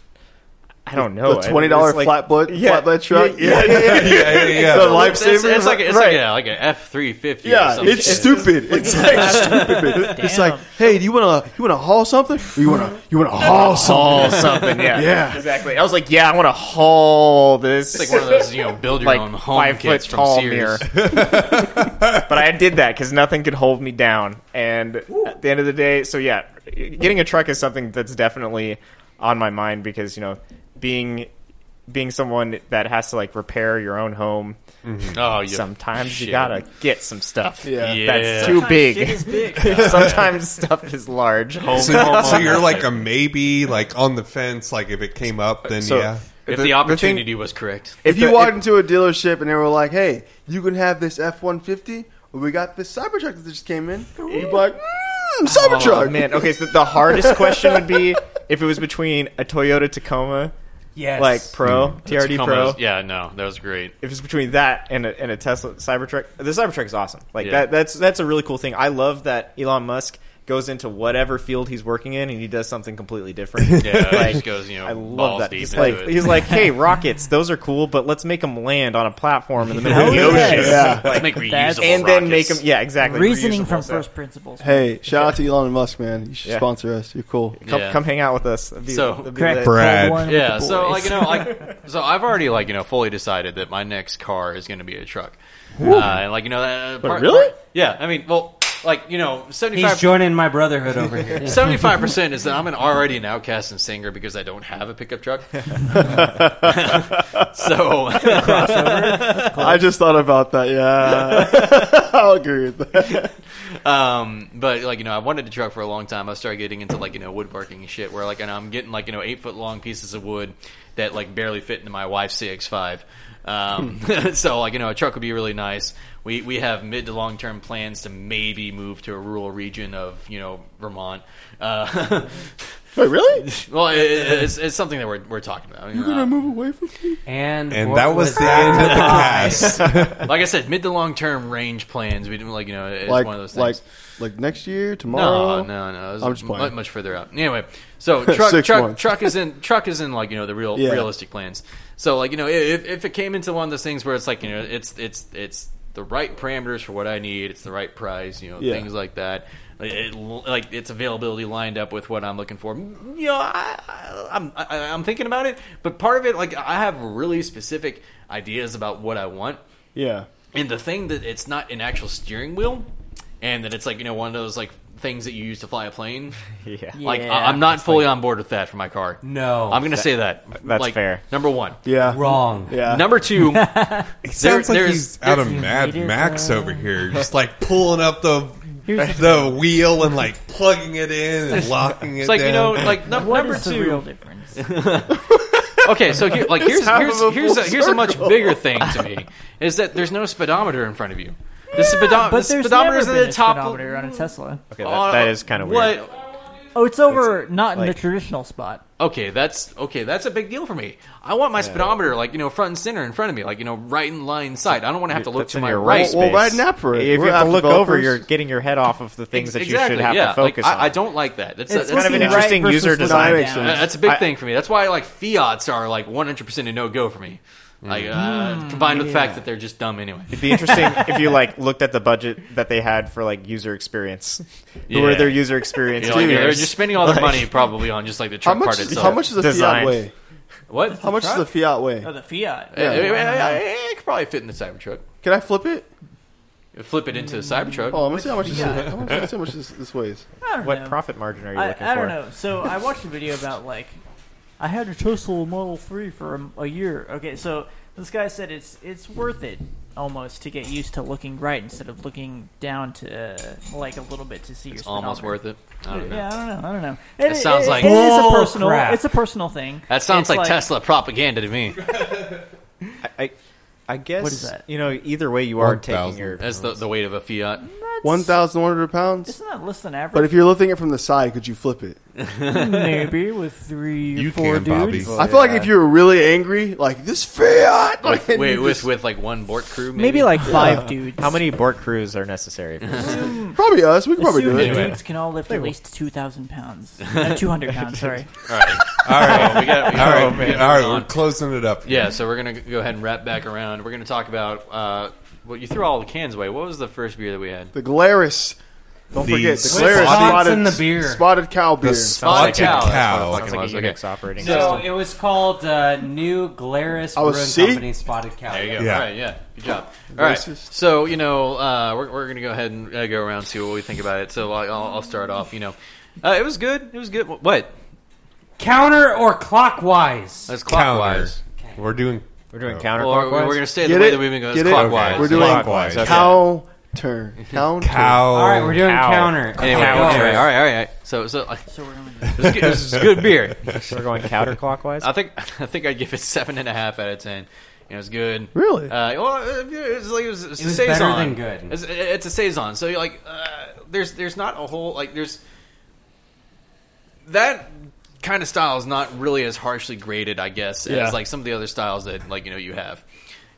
S6: I don't know.
S2: The $20
S6: it's like-
S2: flatbed-
S6: Yeah.
S2: flatbed truck?
S6: Yeah, yeah,
S5: yeah,
S6: yeah.
S5: yeah, yeah.
S2: The
S1: It's, it's,
S2: lifesaver.
S1: it's like it's like
S6: Right.
S1: yeah, like an F three fifty.
S2: yeah, it's stupid. It's like stupid. It's like, hey, do you wanna you wanna haul something? Or you wanna you wanna haul something?
S6: Haul <laughs> something, yeah,
S2: Yeah.
S6: exactly. I was like, yeah, I want to haul this.
S1: It's like one of those you know build your
S6: like
S1: own home
S6: five foot
S1: kits from
S6: tall
S1: <laughs>
S6: mirror.
S1: Sears.
S6: but I did that because nothing could hold me down. And at the end of the day, so yeah, getting a truck is something that's definitely on my mind because you know being being someone that has to like repair your own home.
S1: Oh, yeah.
S6: sometimes
S1: Shit.
S6: you gotta get some stuff.
S2: Yeah.
S1: Yeah.
S6: that's too
S4: Sometimes
S6: big.
S4: Shit is big.
S6: <laughs> sometimes stuff is large.
S5: So, so you're like a maybe, like on the fence. Like if it came up, then
S6: So-
S5: yeah.
S1: If
S6: the-
S1: the
S6: the
S1: opportunity was correct,
S2: If you
S6: the-
S2: walked into a dealership and they were like, hey, you can have this F one fifty, or we got this Cybertruck that just came in, you'd be like, mm, Cybertruck.
S6: Oh, man, okay. So the hardest question would be if it was between a Toyota Tacoma,
S3: Yes.
S6: like Pro
S1: Mm.
S6: TRD Pro,
S1: Tacoma's- Yeah, no, that was great.
S6: if it's between that and a, and a Tesla Cybertruck, the Cybertruck is awesome. Like
S1: Yeah.
S6: that, that's that's a really cool thing. I love that Elon Musk goes into whatever field he's working in and he does something completely different.
S1: <laughs> Yeah, it
S6: Like,
S1: just goes you know
S6: I
S1: balls
S6: love that.
S1: deep
S6: He's
S1: into
S6: like,
S1: it.
S6: he's
S1: <laughs>
S6: like, hey, rockets, those are cool, but let's make them land on a platform in the middle of the
S4: Hell
S6: ocean,
S4: yes.
S2: Yeah.
S1: Let's make reusable
S4: that's-
S6: and then make them.
S1: rockets.
S6: Yeah, exactly.
S4: Reasoning
S6: reusable
S4: from
S6: stuff.
S4: first
S2: <laughs>
S4: principles.
S2: Hey, shout out to Elon Musk, man. You should
S6: Yeah.
S2: sponsor us. You're cool.
S6: Come,
S1: Yeah.
S6: come hang out with us. That'd be-
S1: So,
S6: that'd be
S4: Crack
S6: lit.
S4: the cold
S5: Brad.
S4: one with
S1: yeah
S4: the
S1: so
S4: boys.
S1: like you know like so i've already like you know fully decided that my next car is going to be a truck uh, and like you know that uh, part-
S6: really?
S1: part- yeah i mean well like you know seventy
S3: He's
S1: five
S3: joining my brotherhood over
S1: <laughs>
S3: here.
S1: Seventy five percent is that I'm an already an outcast and singer because I don't have a pickup truck. so
S2: I just thought about that.
S1: <laughs>
S2: Yeah, <laughs> I'll agree with that.
S1: Um, but like you know, I wanted a truck for a long time. I started getting into like you know woodworking and shit, where like you know, I'm getting like you know eight foot long pieces of wood that like barely fit into my wife's CX5. Um, <laughs> so like you know, a truck would be really nice. We we have mid to long term plans to maybe move to a rural region of you know Vermont. Uh, <laughs>
S2: Wait, really?
S1: well, it, it- it's, it's something that we're we're talking about.
S2: You're gonna move away from me?
S3: And
S5: And
S3: what
S5: that was the end of the cast.
S1: Like I said, mid to long term range plans. We didn't like you know it's
S2: Like,
S1: one of those things.
S2: like, like next year,
S1: No,
S2: tomorrow?
S1: no, no. It's
S2: I'm just
S1: mu-
S2: playing.
S1: much further out. Anyway,
S2: <laughs>
S1: so truck,
S2: Six
S1: truck,
S2: months.
S1: truck is in truck is in like you know the real
S2: Yeah.
S1: realistic plans. So like you know if if it came into one of those things where it's like you know it's it's it's the right parameters for what I need, it's the right price, you know
S2: Yeah.
S1: things like that. Like, It, like its availability lined up with what I'm looking for. Mm, You know, I, I, I'm I, I'm thinking about it, but part of it like I have really specific ideas about what I want
S2: Yeah,
S1: and the thing that it's not an actual steering wheel and that it's like you know one of those like things that you use to fly a plane
S6: Yeah.
S1: like
S4: Yeah.
S1: I- i'm not fully on board with that for my car
S3: No.
S1: i'm gonna say that
S6: that's
S1: like,
S6: fair.
S1: number one
S2: yeah,
S3: wrong.
S2: yeah.
S1: number two
S5: It sounds
S1: There-
S5: like
S1: there's-
S5: he's out of
S4: there's-
S5: Mad
S4: Needed,
S5: Max
S4: uh,
S5: over here, just like pulling up the
S4: Here's
S5: the wheel and like plugging it in and locking it.
S1: it's like you know
S5: down.
S1: like num-
S4: What
S1: number
S4: is the
S1: two
S4: real difference?
S1: okay so here, like here's
S2: half
S1: here's
S2: of a
S1: here's a,
S2: full
S1: here's a much
S2: circle.
S1: bigger thing to me is that there's no speedometer in front of you the speedo-
S4: But
S1: the
S4: there's
S1: speedometer
S4: never
S1: is at
S4: been
S1: the
S4: a
S1: top
S4: speedometer on a Tesla.
S6: Okay, that, that is
S1: Uh,
S6: kind of weird.
S1: What?
S4: Oh, it's over, not in the
S6: like-
S4: traditional spot.
S1: okay, that's okay. That's a big deal for me. I want my speedometer like you know front and center in front of me, like you know right in line sight. I don't want to have to look
S6: That's
S1: to
S6: in
S1: my
S6: your
S1: right.
S6: white
S2: Well,
S6: space.
S2: right now for it.
S6: If
S2: We're
S6: you have
S2: app
S6: to look over,
S2: developers.
S6: you're getting your head off of the things that you should have
S1: yeah.
S6: to focus
S1: like,
S6: on.
S1: I, I don't like that. That's
S4: It's
S1: that's,
S6: kind of an
S4: Looking right
S6: interesting
S4: versus
S6: user
S4: looking
S2: down.
S6: design.
S2: That makes
S1: uh,
S2: sense.
S1: that's a big
S6: I-
S1: thing for me. That's why like Fiats are like one hundred percent a no go for me. Like uh, combined with the fact that they're just dumb anyway.
S6: It'd be interesting if you like looked at the budget that they had for like user experience. Who are
S1: Yeah.
S6: their user experience
S1: <laughs> You know, like,
S6: engineers?
S1: they're just spending all their money probably on just like the
S2: how
S1: truck
S2: much?
S1: part itself.
S2: How much does the Fiat
S6: Design.
S2: weigh?
S1: What?
S2: How much does the Fiat weigh?
S4: Oh, the Fiat.
S1: Yeah.
S2: Yeah.
S1: It, could probably fit in the Cybertruck.
S2: Can I flip it?
S1: Flip it into the Cybertruck.
S2: Oh, I'm gonna see how much. This, I'm gonna see how much this, this weighs.
S4: I don't
S6: what
S4: know.
S6: profit margin are you
S4: I,
S6: looking
S4: I
S6: for?
S4: don't know. So I watched a video about like I had a Tesla Model Three for a, a year. Okay, so this guy said it's it's worth it almost to get used to looking right instead of looking down to uh, like a little bit to see your.
S1: It's almost worth it. I don't know.
S4: Yeah, I don't know. I don't know. It, it-
S1: sounds
S4: it-
S1: like-
S4: it is a
S3: Bull
S4: personal.
S3: crap.
S4: It's a personal thing.
S1: That sounds
S4: It's
S1: like, Tesla propaganda to me.
S6: I, I, I guess
S4: What is that?
S6: you know. Either way, you are
S5: 1,000.
S6: taking your.
S1: That's the, the weight of a Fiat.
S4: that's-
S2: One thousand one hundred pounds.
S4: Isn't that less than average?
S2: But if you're looking at it from the side, could you flip it?
S4: <laughs> maybe with three, or
S5: You
S4: four
S5: can, Bobby.
S4: dudes.
S2: I feel like if you were really angry, like this Fiat, like,
S1: With, wait,
S2: you
S1: with
S2: just-
S1: with like one board crew, maybe,
S4: Maybe like <laughs> five dudes.
S6: How many Bork crews
S1: <laughs>
S6: are necessary? For this?
S2: probably us, we could probably do
S4: Assume
S2: it.
S4: the dudes can all lift at least two thousand pounds, uh, two hundred pounds. Sorry.
S1: All right,
S5: all right,
S1: we got, we
S5: all
S1: got-
S5: right,
S1: we got
S5: all right,
S1: Oh, on.
S5: we're closing it up.
S1: Yeah, so we're gonna go ahead and wrap back around. We're gonna talk about uh, well, you threw all the cans away. What was the first beer that we had?
S2: The Glarus. Don't
S5: The
S2: forget the
S5: spotted-
S2: Glarus spotted,
S3: Wisconsin the beer.
S2: spotted cow beer.
S5: the spotted
S1: cow, that's what
S5: cow.
S1: it
S6: Sounds like a
S1: was, okay.
S6: Unix operating
S3: So
S6: system.
S3: it was called uh, New Glarus
S2: I was-
S3: Brewing
S2: see?
S3: Company Spotted Cow.
S1: There you go.
S5: Yeah.
S1: All right, yeah, good job. All right,
S2: Racist.
S1: so you know, uh, we're we're gonna go ahead and uh, go around see what we think about it. So like, I'll, I'll start off. You know, uh, it was good. It was good. What?
S3: Counter or clockwise?
S1: That's
S5: Counter.
S1: clockwise.
S5: We're doing
S6: We're
S1: Well,
S6: doing
S1: we're,
S6: counterclockwise.
S1: we're gonna stay the
S2: Get
S1: way
S2: it?
S1: that we've been going.
S2: Get
S1: It's
S2: it?
S1: clockwise.
S2: We're doing
S5: Clockwise, okay.
S2: cow turn. Cow turn.
S5: cow.
S3: All right, we're doing
S6: Cow.
S3: counter.
S1: Anyway,
S3: Counter.
S1: anyway, all right, all right. all right. So, so like,
S4: So we're gonna.
S1: it was good, it was good beer. <laughs>
S6: We're going counterclockwise.
S1: I think I think I'd give it seven and a half out of ten. It was good.
S2: Really?
S1: Uh, well, it was like it was, it's a
S3: It was better
S1: saison.
S3: than good.
S1: It's, it's a saison. So like, uh, there's there's not a whole like there's that kind of style is not really as harshly graded, I guess,
S2: Yeah.
S1: as like some of the other styles that like you know you have.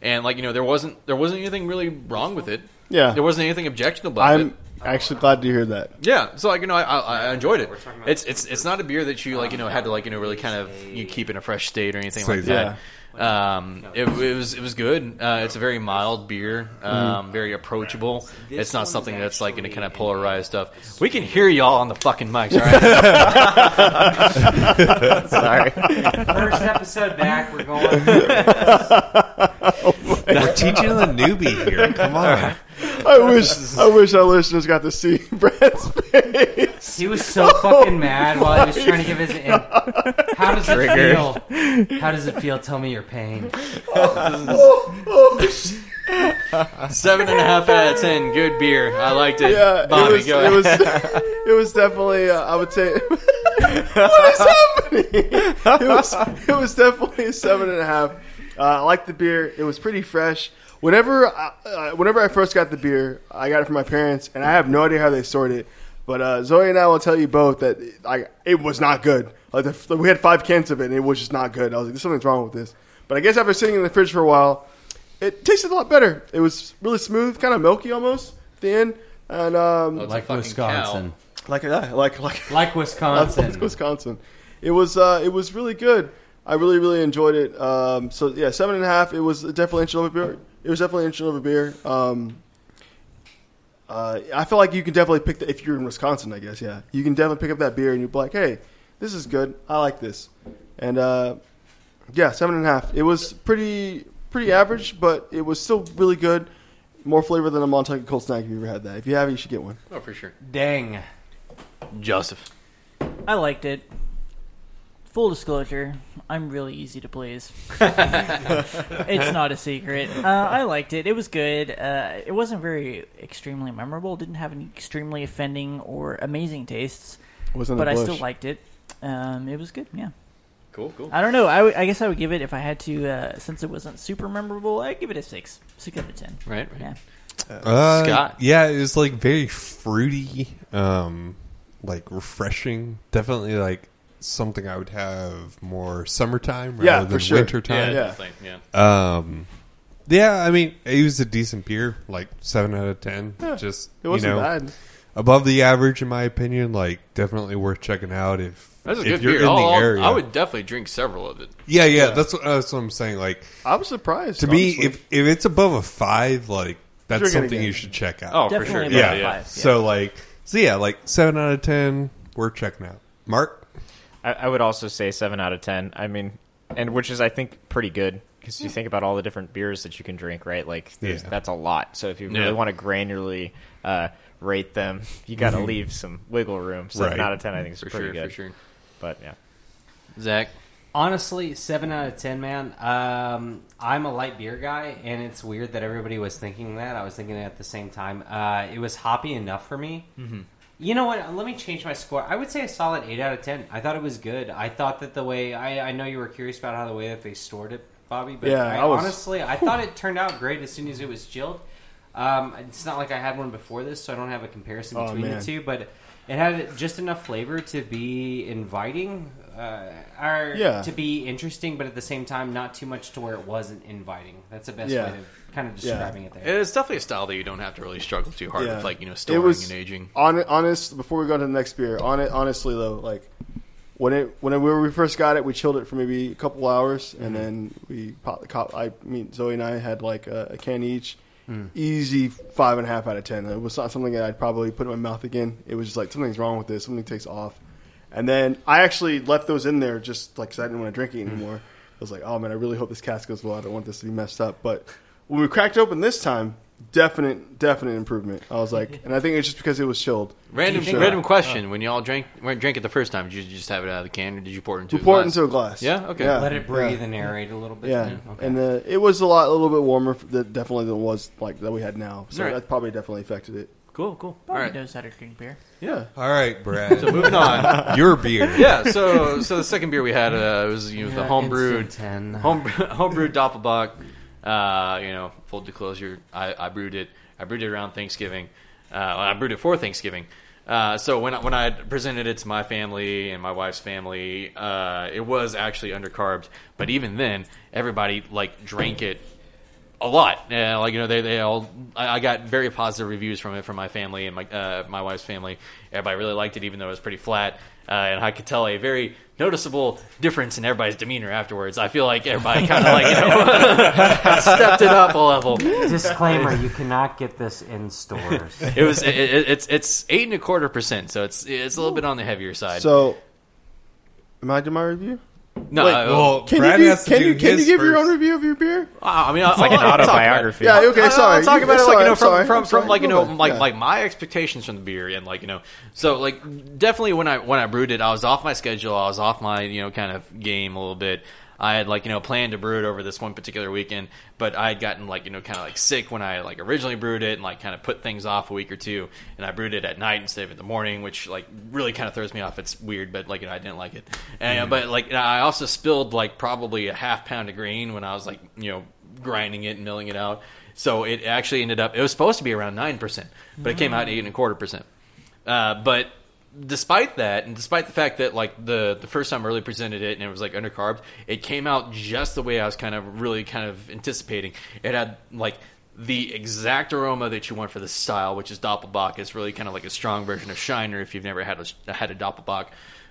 S1: And like you know, there wasn't there wasn't anything really wrong with it.
S2: Yeah.
S1: there wasn't anything objectionable. about it.
S2: I'm actually glad to hear that.
S1: Yeah, so like you know, I, I, I enjoyed it. It's it's it's not a beer that you like you know had to like you know really kind of you keep in a fresh state or anything like that. Um, it, it was it was good. Uh, it's a very mild beer, um, very approachable. It's not something that's like going to kind of polarize stuff. We can hear y'all on the fucking mics. All right?
S6: Sorry,
S3: First episode back, we're going. <laughs>
S5: We're teaching the newbie here. Come on.
S2: I wish I wish our listeners got to see <laughs> Brad's face.
S3: He was so fucking mad while he was trying to give his. In- How does it feel? How does it feel? Tell me your pain.
S2: oh, oh, shit.
S1: Seven and a half out of ten. Good beer. I liked it.
S2: <laughs> yeah,
S1: Bobby,
S2: it was
S1: go
S2: it
S1: ahead.
S2: was, <laughs> it was definitely uh, I would say <laughs> what is happening? It was it was definitely a seven and a half. Uh, I liked the beer. It was pretty fresh. Whenever I, uh, whenever I first got the beer, I got it from my parents, and I have no idea how they sorted it. But uh, Zoe and I will tell you both that like it was not good. Like the, we had five cans of it, and it was just not good. I was like, "There's something's wrong with this." But I guess after sitting in the fridge for a while, it tasted a lot better. It was really smooth, kind of milky almost at the end, and um,
S1: Like
S3: Like Wisconsin.
S2: like yeah, like <laughs> like
S3: Like
S2: that's
S3: Wisconsin.
S2: Wisconsin. It was uh, it was really good. I really really enjoyed it. Um, so yeah, seven and a half. It was definitely inch over beer. It was definitely inch over beer. Um, uh, I feel like you can definitely pick the, if you're in Wisconsin, I guess. Yeah, you can definitely pick up that beer and you're like, hey, this is good. I like this. And uh, yeah, seven and a half. It was pretty pretty average, but it was still really good. More flavor than a Montucket cold snack if you ever had that. If you haven't, you should get one.
S1: <laughs> Oh, for sure.
S3: Dang.
S1: Joseph.
S4: I liked it. Full disclosure, I'm really easy to please. it's not a secret. Uh, I liked it. It was good. Uh, it wasn't very extremely memorable. Didn't have any extremely offending or amazing tastes,
S2: Wasn't
S4: but I still liked it. Um, it was good. Yeah.
S1: Cool, cool.
S4: I don't know. I would- I guess I would give it if I had to. Uh, since it wasn't super memorable, I'd give it a six. Six out of ten.
S1: Right, right.
S4: Yeah.
S5: Uh,
S1: Scott.
S5: Yeah, it was like very fruity, um, like refreshing. Definitely like something I would have more summertime rather
S2: Yeah, for
S5: than
S2: sure.
S5: wintertime.
S2: Yeah.
S1: it's like- yeah.
S5: Um, yeah, I mean, it was a decent beer, like seven out of ten.
S2: Yeah,
S5: Just
S2: It wasn't
S5: you know,
S2: bad.
S5: above the average in my opinion. Like, definitely worth checking out if
S1: That's a
S5: if
S1: good
S5: you're
S1: beer.
S5: in
S1: I'll-
S5: the
S1: I'll-
S5: area.
S1: I would definitely drink several of it.
S5: Yeah, yeah, that's what, that's what I'm saying. Like
S2: I was surprised.
S5: to me,
S2: honestly.
S5: if if it's above a five, like that's
S2: You're gonna
S5: something
S2: get
S5: you
S2: it.
S5: should check out.
S1: Oh, for
S4: Definitely
S1: sure.
S4: above
S1: Yeah,
S5: yeah,
S4: five.
S1: yeah.
S5: So like, so yeah, like seven out of ten, we're checking out. Mark,
S6: I, I would also say seven out of ten. I mean, and which is I think pretty good because you think about all the different beers that you can drink, right? Like there's-
S5: Yeah.
S6: that's a lot. So if you
S1: Yeah.
S6: really want to granularly uh, rate them, you got to leave some wiggle room. Seven
S5: Right.
S6: out of ten, I think is
S1: Mm-hmm. For
S6: pretty
S1: sure,
S6: good.
S1: for sure.
S6: But yeah,
S1: Zach.
S3: Honestly, seven out of ten, man. Um, I'm a light beer guy, and it's weird that everybody was thinking that. I was thinking it at the same time. Uh, it was hoppy enough for me. Mm-hmm. You know what? Let me change my score. I would say a solid eight out of ten. I thought it was good. I thought that the way I, I know you were curious about how the way that they stored it, Bobby. But
S2: Yeah,
S3: I,
S2: I was-
S3: honestly, I thought it turned out great as soon as it was chilled. Um, it's not like I had one before this, so I don't have a comparison
S2: Oh,
S3: between
S2: man.
S3: the two. But it had just enough flavor to be inviting. Uh, or
S2: Yeah.
S3: to be interesting, but at the same time, not too much to where it wasn't inviting. That's the best
S2: Yeah.
S3: way of kind of describing it there.
S1: It's definitely a style that you don't have to really struggle too hard with, like, you know,
S2: It
S1: storing
S2: was- Oh,
S1: and aging.
S2: On honest, before we go to the next beer, on it honestly though, like when it when we first got it, we chilled it for maybe a couple hours,
S1: Mm-hmm.
S2: and then we pop, cop, I mean Zoe and I had like a, a can each,
S1: Mm.
S2: easy five and a half out of ten. It was not something that I'd probably put in my mouth again. It was just like something's wrong with this, something takes off, and then I actually left those in there just like 'cause I didn't want to drink it
S1: Mm.
S2: anymore. I was like, oh man, I really hope this cask goes well. I don't want this to be messed up, but when we cracked open this time, definite, definite improvement. I
S1: <laughs>
S2: was like, and I think it's just because it was chilled.
S1: Random,
S2: Sure.
S1: random question. When y'all drank, weren't drank it the first time, did you just have it out of the can, or did you pour it into?
S2: We pour it
S1: glass?
S2: into a glass.
S1: Yeah? Okay.
S3: Let it breathe
S2: Yeah,
S3: and aerate a little bit.
S2: yeah.
S3: then? Okay.
S2: and uh, it was a lot, a little bit warmer, f- that definitely than it was like that we had now. So
S1: All right.
S2: that probably definitely affected it.
S1: Cool, cool. All
S4: Bobby
S1: right.
S4: knows how to drink beer.
S2: Yeah,
S5: all right, Brad,
S1: Moving on.
S2: <laughs>
S5: your beer.
S1: yeah. So, so the second beer we had uh, was you know the
S3: Yeah,
S1: homebrewed
S3: instant ten.
S1: home <laughs> homebrewed doppelbock. Uh, you know, full disclosure, I, I brewed it. I brewed it around Thanksgiving. Uh, I brewed it for Thanksgiving. Uh, so when I, when I presented it to my family and my wife's family, uh, it was actually undercarbed. But even then, everybody like drank it a lot. Yeah, like you know, they they all. I, I got very positive reviews from it from my family and my uh, my wife's family. Everybody really liked it, even though it was pretty flat. Uh, and I could tell a very noticeable difference in everybody's demeanor afterwards. I feel like everybody kind of like you know <laughs> stepped it up a level.
S3: Disclaimer: You cannot get this in stores.
S1: It was it, it, it's it's eight and a quarter percent, so it's it's a little bit on the heavier side.
S2: So, am I doing my review?
S1: No,
S2: Wait,
S1: I-
S5: Well,
S2: Can
S5: Brad
S2: you
S5: has
S2: do,
S5: to
S2: can
S5: do
S2: you can you
S5: his
S2: give your own
S5: first.
S2: review of your beer?
S1: I mean, it's
S6: like an autobiography.
S2: Yeah. Okay. Sorry.
S1: I'm talking about it like you know from
S2: Sorry,
S1: from,
S2: I'm sorry,
S1: from like you
S2: go
S1: know
S2: ahead.
S1: like
S2: Yeah.
S1: like my expectations from the beer and like you know so like definitely when I when I brewed it I was off my schedule I was off my you know kind of game a little bit I had like you know planned to brew it over this one particular weekend but I had gotten like you know kind of like sick when I like originally brewed it and like kind of put things off a week or two and I brewed it at night instead of in the morning which like really kind of throws me off it's weird but like you know I didn't like it and
S2: Mm-hmm.
S1: but like I also spilled like probably a half pound of green when I was like you know grinding it and milling it out so it actually ended up. It was supposed to be around nine percent, but it came out eight and a quarter percent. Uh, But despite that, and despite the fact that like the the first time I really presented it and it was like under carbs, it came out just the way I was kind of really kind of anticipating. It had like the exact aroma that you want for the style, which is Doppelbock. It's really kind of like a strong version of Shiner if you've never had a had a Doppelbock.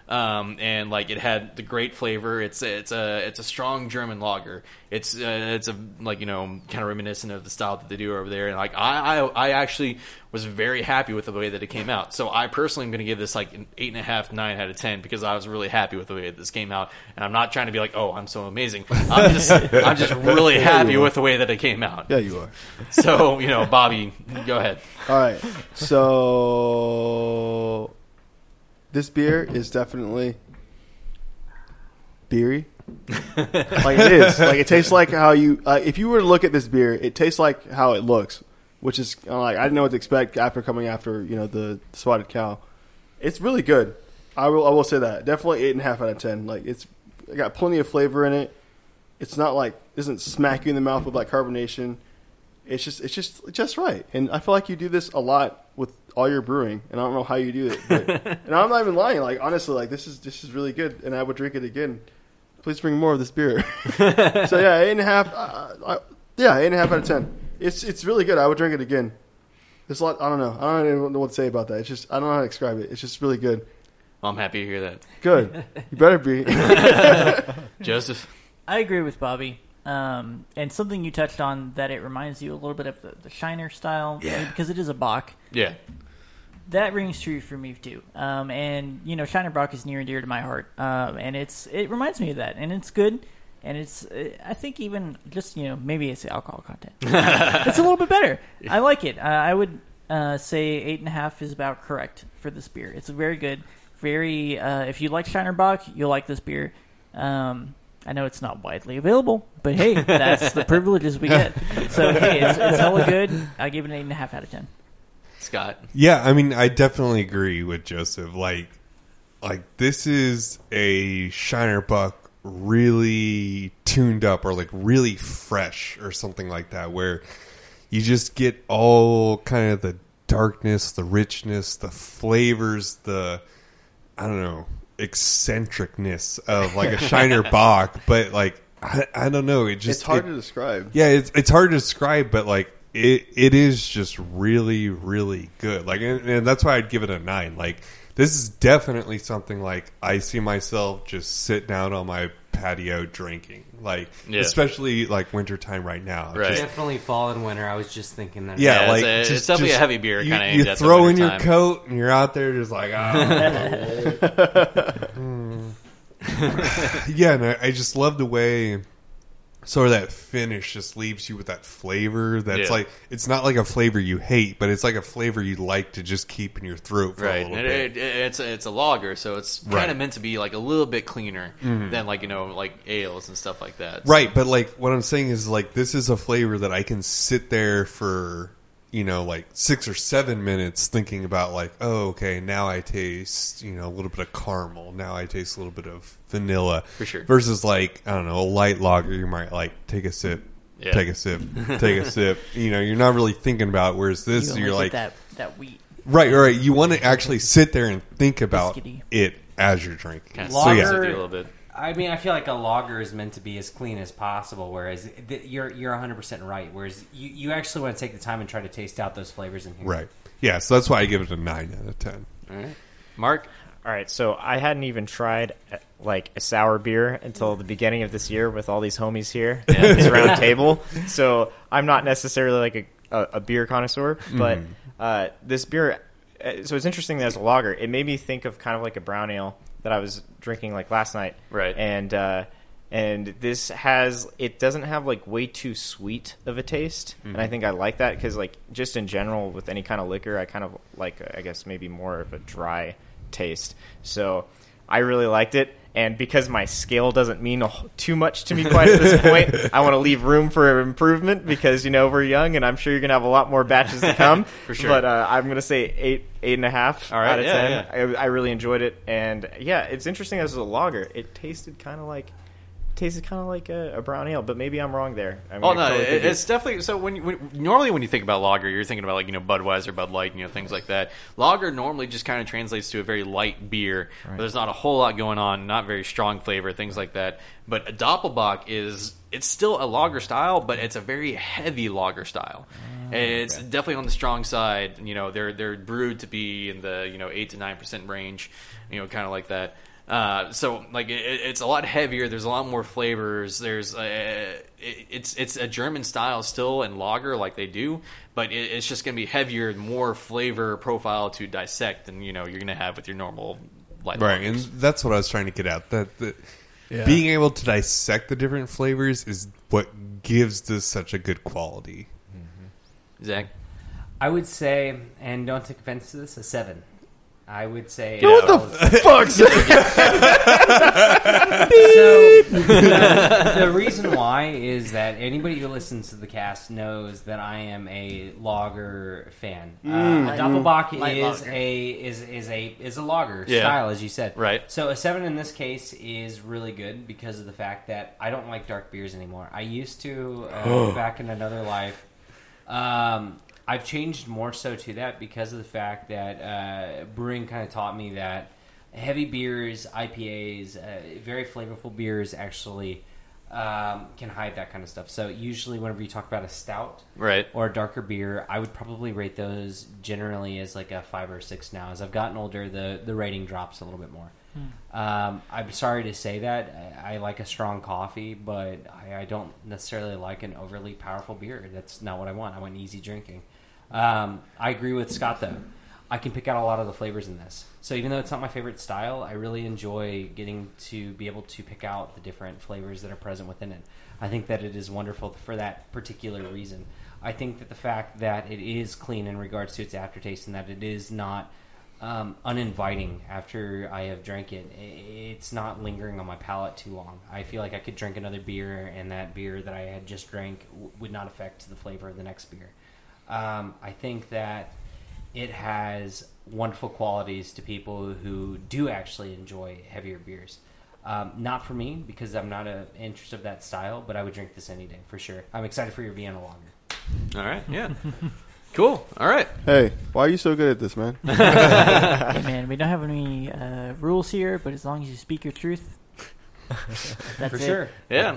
S1: Um, and like it had the great flavor. It's it's a it's a strong German lager. It's uh, it's a like you know kind of reminiscent of the style that they do over there. And like I I, I actually was very happy with the way that it came out. So I personally am going to give this like an eight and a half nine out of ten because I was really happy with the way that this came out. And I'm not trying to be like oh I'm so amazing. I'm just I'm just really happy with the way that it came out.
S2: Yeah, you are.
S1: So you know Bobby, go ahead.
S2: All right. So this beer is definitely beery. like it is. Like it tastes like how you. Uh, if you were to look at this beer, it tastes like how it looks, which is uh, like I didn't know what to expect after coming after you know the spotted cow. It's really good. I will. I will say that definitely eight and a half out of ten. Like it's it got plenty of flavor in it. It's not like doesn't smack you in the mouth with like carbonation. It's just it's just just right. And I feel like you do this a lot with all your brewing, and I don't know how you do it.
S6: <laughs>
S2: But, and I'm not even lying. Like honestly, like this is this is really good, and I would drink it again. Please bring more of this beer. <laughs> so yeah, eight and a half. Uh, I, yeah, eight and a half out of ten. It's it's really good. I would drink it again. There's a lot. I don't know. I don't even know what to say about that. It's just I don't know how to describe it. It's just really good.
S1: Well, I'm happy to hear that,
S2: Good. You better <laughs> be.
S1: Joseph.
S4: I agree with Bobby. Um, and something you touched on that it reminds you a little bit of the, the Shiner style,
S1: Yeah.
S4: because it is a Bach.
S1: Yeah.
S4: That rings true for me too. Um, and you know, Shiner Bach is near and dear to my heart. Um, and it's it reminds me of that, and it's good. And it's uh, I think even just you know maybe it's the alcohol content. it's a little bit better. I like it. Uh, I would uh, say eight and a half is about correct for this beer. It's very good. Very. Uh, if you like Shiner Bach, you'll like this beer. Um, I know it's not widely available, but hey, that's the privileges we get. So hey, it's, it's hella good. I give it an eight and a half out of ten.
S1: Scott.
S5: Yeah, I mean, I definitely agree with Joseph. Like, like this is a Shiner Buck really tuned up or like really fresh or something like that, where you just get all kind of the darkness, the richness, the flavors, the I don't know eccentricness of like a Shiner
S2: <laughs>
S5: Bach, but like I, I don't know, it just
S2: it's hard
S5: it-
S2: to describe.
S5: yeah, it's it's hard to describe, but like it it is just really really good. Like, and, and that's why I'd give it a nine. Like, this is definitely something like I see myself just sit down on my patio drinking. Like,
S1: Yeah.
S5: especially like wintertime right now.
S1: Right.
S5: Just-
S3: <laughs> Definitely fall and winter. I was just thinking that.
S5: yeah,
S1: Yeah, it's
S5: like
S1: a- it's
S5: just-
S1: definitely a
S5: just-
S1: heavy beer
S5: you-
S1: kinda aimed
S5: You,
S1: at the
S5: throw in your
S1: wintertime.
S5: coat and you're out there just like, ah. yeah, and I, I just love the way sort of that finish just leaves you with that flavor that's
S1: Yeah.
S5: like it's not like a flavor you hate, but it's like a flavor you like to just keep in your throat for a
S1: Right,
S5: little
S1: it,
S5: bit.
S1: it, it's a, it's a lager, so it's kind
S5: Right. Mm-hmm.
S1: of meant to be like a little bit cleaner than like you know like ales and stuff like that.
S5: Right, but like what I'm saying is like this is a flavor that I can sit there for you know like six or seven minutes thinking about like oh okay now I taste you know a little bit of caramel now I taste a little bit of vanilla
S1: For sure.
S5: versus like I don't know a light lager you might like take a sip
S1: Yeah.
S5: take a sip take
S1: <laughs>
S5: a sip you know you're not really thinking about it, whereas this
S4: You
S5: you are
S4: only
S5: like
S4: get that that wheat.
S5: right right you want to actually sit there and think about
S4: Biscuity.
S5: it as you're drinking
S1: kind of
S5: so yeah
S1: with you a little bit.
S3: I mean, I feel like a lager is meant to be as clean as possible, whereas th- you're you're 100 percent right. Whereas you, you actually want to take the time and try to taste out those flavors in here.
S5: right yeah so that's why I give it a nine out of ten.
S1: All right, Mark.
S6: All right, so I hadn't even tried uh, like a sour beer until the beginning of this year with all these homies here at this round table. So I'm not necessarily like a, a, a beer connoisseur, but uh, this beer. uh, So it's interesting that as a lager, it made me think of kind of like a brown ale that I was drinking like last night.
S1: Right.
S6: And uh, and this has it doesn't have like way too sweet of a taste, and
S1: Mm-hmm.
S6: I think I like that because like just in general with any kind of liquor, I kind of like I guess maybe more of a dry taste. So I really liked it. And because my scale doesn't mean a wh- too much to me quite at
S1: <laughs>
S6: this point, I want to leave room for improvement because you know we're young, and I'm sure you're gonna have a lot more batches to come.
S1: <laughs> For sure.
S6: But uh, I'm gonna say eight, eight and a half
S1: All right,
S6: out of
S1: yeah,
S6: ten.
S1: yeah.
S6: I, I really enjoyed it, and yeah, it's interesting. As a lager, it tasted kind of like tasted kind of like a, a brown ale, but maybe I'm wrong there. I mean,
S1: Oh
S6: I
S1: no,
S6: probably
S1: it,
S6: think
S1: it's definitely so. When, you- when normally when you think about lager, you're thinking about like you know Budweiser, Bud Light, you know things like that. Lager normally just kind of translates to a very light beer. where There's not a whole lot going on, not very strong flavor, things like that. But a Doppelbock is it's still a lager style, but it's a very heavy lager style.
S6: Ah,
S1: it's definitely on the strong side. You know, they're they're brewed to be in the you know eight to nine percent range. You know, kind of like that. Uh, so like it, it- it's a lot heavier. There's a lot more flavors. There's uh, it, it's it's a German style still and lager like they do, but it, it's just gonna be heavier, and more flavor profile to dissect than you know you're gonna have with your normal light.
S5: Right, and
S1: lagers.
S5: that's what I was trying to get at. That that
S2: Yeah.
S5: being able to dissect the different flavors is what gives this such a good quality.
S1: Zach.
S3: I would say, and don't take offense to this, a seven. I would say.
S1: What
S3: the fuck? <laughs> so, the, the reason why is that anybody who listens to the cast knows that I am a lager fan.
S1: Mm.
S3: uh, a Doppelbock
S4: Light
S3: is
S4: lager.
S3: a is is a is a lager
S1: Yeah.
S3: style, as you said.
S1: Right.
S3: So a seven in this case is really good because of the fact that I don't like dark beers anymore. I used to uh, back in another life. Um, I've changed more so to that because of the fact that uh, brewing kind of taught me that heavy beers, IPAs, uh, very flavorful beers actually um, can hide that kind of stuff. So usually, whenever you talk about a stout
S1: Right.
S3: or a darker beer, I would probably rate those generally as like a five or six now. As I've gotten older, the the rating drops a little bit more. Um, I'm sorry to say that I, I like a strong coffee, but I, I don't necessarily like an overly powerful beer. That's not what I want. I want easy drinking. Um, I agree with Scott though. I can pick out a lot of the flavors in this. So even though it's not my favorite style, I really enjoy getting to be able to pick out the different flavors that are present within it. I think that it is wonderful for that particular reason. I think that the fact that it is clean in regards to its aftertaste and that it is not um, uninviting after I have drank it, i- it's not lingering on my palate too long. I feel like I could drink another beer, and that beer that I had just drank w- would not affect the flavor of the next beer. Um, I think that it has wonderful qualities to people who do actually enjoy heavier beers. Um, not for me because I'm not a interest of that style, but I would drink this any day for sure. I'm excited for your Vienna lager.
S1: All right. Yeah. <laughs> cool. All right.
S2: Hey, why are you so good at this,
S6: <laughs>
S2: man?
S4: Hey man, we don't have any uh, rules here, but as long as you speak
S1: <laughs>
S4: your truth, that's
S3: For
S4: it.
S3: sure,
S1: Yeah.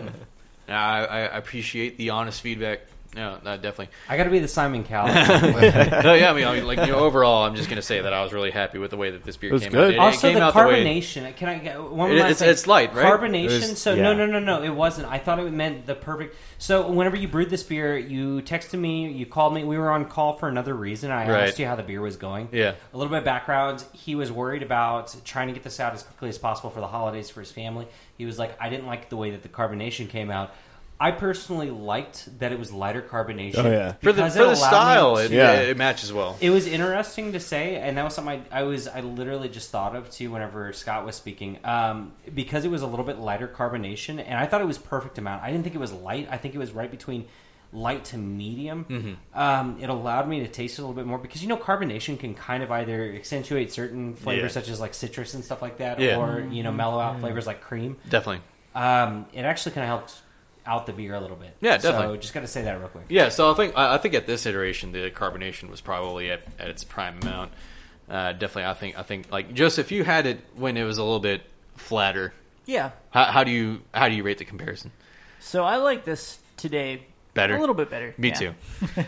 S1: Nah, I, I appreciate the honest feedback. Yeah, no, definitely. <laughs>
S3: I got to be the Simon Cowell. <laughs>
S1: no, yeah, I mean, I mean, like you know, overall, I'm just gonna say that I was really happy with the way that this beer
S2: It was
S1: came out.
S2: good.
S1: It, it
S3: also,
S1: came
S3: the
S1: out way-
S3: carbonation. can I get one
S1: It-
S3: last
S1: it's-
S3: thing?
S1: it's light, right?
S3: Carbonation.
S6: It was-
S3: so
S6: yeah.
S3: no, no, no, no. It wasn't. I thought it meant the perfect. So whenever you brewed this beer, you texted me, you called me. We were on call for another reason. I
S1: Right.
S3: asked you how the beer was going.
S1: Yeah.
S3: A little bit of background. He was worried about trying to get this out as quickly as possible for the holidays for his family. He was like, I didn't like the way that the carbonation came out. I personally liked that it was lighter carbonation.
S2: Oh, yeah.
S1: for the
S3: because
S1: for
S3: it
S1: the
S3: allowed me
S1: style,
S3: to-
S1: it,
S2: Yeah.
S1: it, it matches well.
S3: it was interesting to say, and that was something I, I was I literally just thought of too whenever Scott was speaking, um, because it was a little bit lighter carbonation, and I thought it was perfect amount. I didn't think it was light. I think it was right between light to medium.
S1: Mm-hmm.
S3: Um, it allowed me to taste it a little bit more because you know carbonation can kind of either accentuate certain flavors
S1: Yeah.
S3: such as like citrus and stuff like that,
S1: Yeah.
S3: or you know mellow out flavors like cream.
S1: Definitely.
S3: Um, it actually kind of helped out the beer a little bit.
S1: Yeah,
S3: So
S1: definitely.
S3: just got to say that real quick.
S1: Yeah, so I think I I think at this iteration the carbonation was probably at, at its prime amount. Uh, definitely, I think I think like just if you had it when it was a little bit flatter,
S4: Yeah.
S1: how, how do you how do you rate the comparison?
S4: So I like this today
S1: better.
S4: a little bit better.
S1: Me
S4: yeah. <laughs>
S1: too.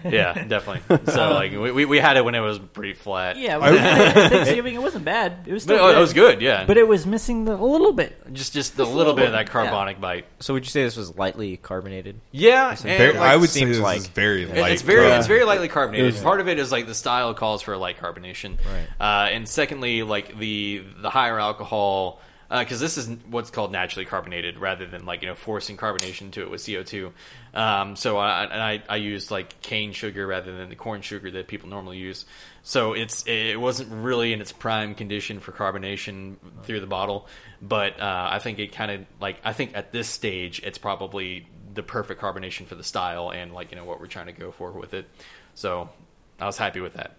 S1: Yeah, definitely. So like we- we, we had it when it was pretty flat.
S4: Yeah, well, Thanksgiving it wasn't bad.
S1: <laughs>
S4: It was
S1: but
S4: still
S1: it, it was good. Yeah,
S4: but it was missing the, a little bit.
S1: <laughs> just just a little bit of that carbonic bite.
S7: So would you say this was lightly carbonated?
S1: Yeah, and,
S5: Very-
S1: like,
S5: I would
S7: seems
S5: say this
S7: like-
S5: is very
S1: it-
S5: light.
S1: it's very
S2: Yeah.
S1: it's very lightly carbonated.
S2: Is-
S1: Part of it is like the style calls for a light carbonation, uh, and secondly, like the the higher alcohol. Because this is what's called naturally carbonated, rather than like you know forcing carbonation to it with CO two. Um, so I, and I I used like cane sugar rather than the corn sugar that people normally use. So it's it wasn't really in its prime condition for carbonation through the bottle, but uh, I think it kind of like I think at this stage it's probably the perfect carbonation for the style and like you know what we're trying to go for with it. So I was happy with that.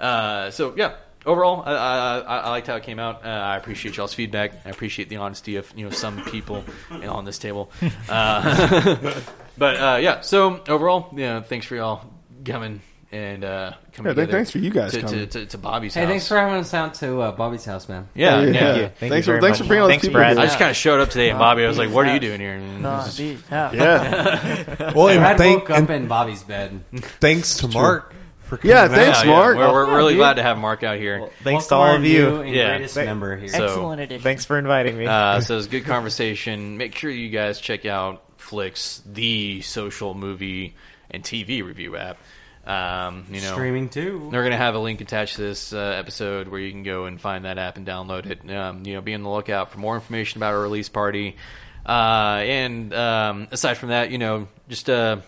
S1: Uh, so yeah, overall I, I, I- I liked how it came out. Uh, I appreciate y'all's feedback. I appreciate the honesty of you know some people <laughs> on this table. Uh, <laughs> but uh, yeah, so overall, yeah, thanks for y'all coming and uh, coming.
S2: Yeah, th-
S1: together
S2: thanks for you guys
S1: to, to,
S2: coming.
S1: to, to Bobby's
S3: Hey,
S1: house.
S3: thanks for having us out to uh, Bobby's house, man.
S1: yeah, yeah.
S2: Yeah.
S6: you. Thank
S2: thanks
S6: you
S2: for
S6: very
S2: thanks
S6: much.
S2: for bringing all these
S6: Thanks,
S2: people.
S6: Brad.
S1: I
S2: here.
S1: just kind of showed up today, and Bobby I was like, "What are you doing here?" And
S4: No,
S1: this is-
S4: dude, yeah.
S6: <laughs>
S2: Yeah,
S5: well, and
S3: Brad
S5: thank-
S3: woke up
S5: and
S3: in Bobby's bed.
S5: thanks to Mark for coming
S2: Yeah,
S5: out.
S2: thanks,
S1: yeah,
S2: Mark.
S1: We're, we're
S4: Yeah,
S1: really
S4: dude.
S1: glad to have Mark out here.
S6: Thanks
S3: Welcome
S6: to all
S3: our
S6: of
S3: new
S6: you.
S3: and
S1: Yeah.
S3: greatest
S6: Thank-
S3: member here.
S1: So-
S4: Excellent edition.
S6: Thanks for inviting
S3: <laughs>
S6: me.
S1: Uh, so it was a good conversation. Make sure you guys check out Flicks, the social movie and TV review app. Um, you know,
S3: Streaming too.
S1: They're going to have a link attached to this uh, episode where you can go and find that app and download it. Um, you know, be on the lookout for more information about our release party. Uh, and um, aside from that, you know, just uh,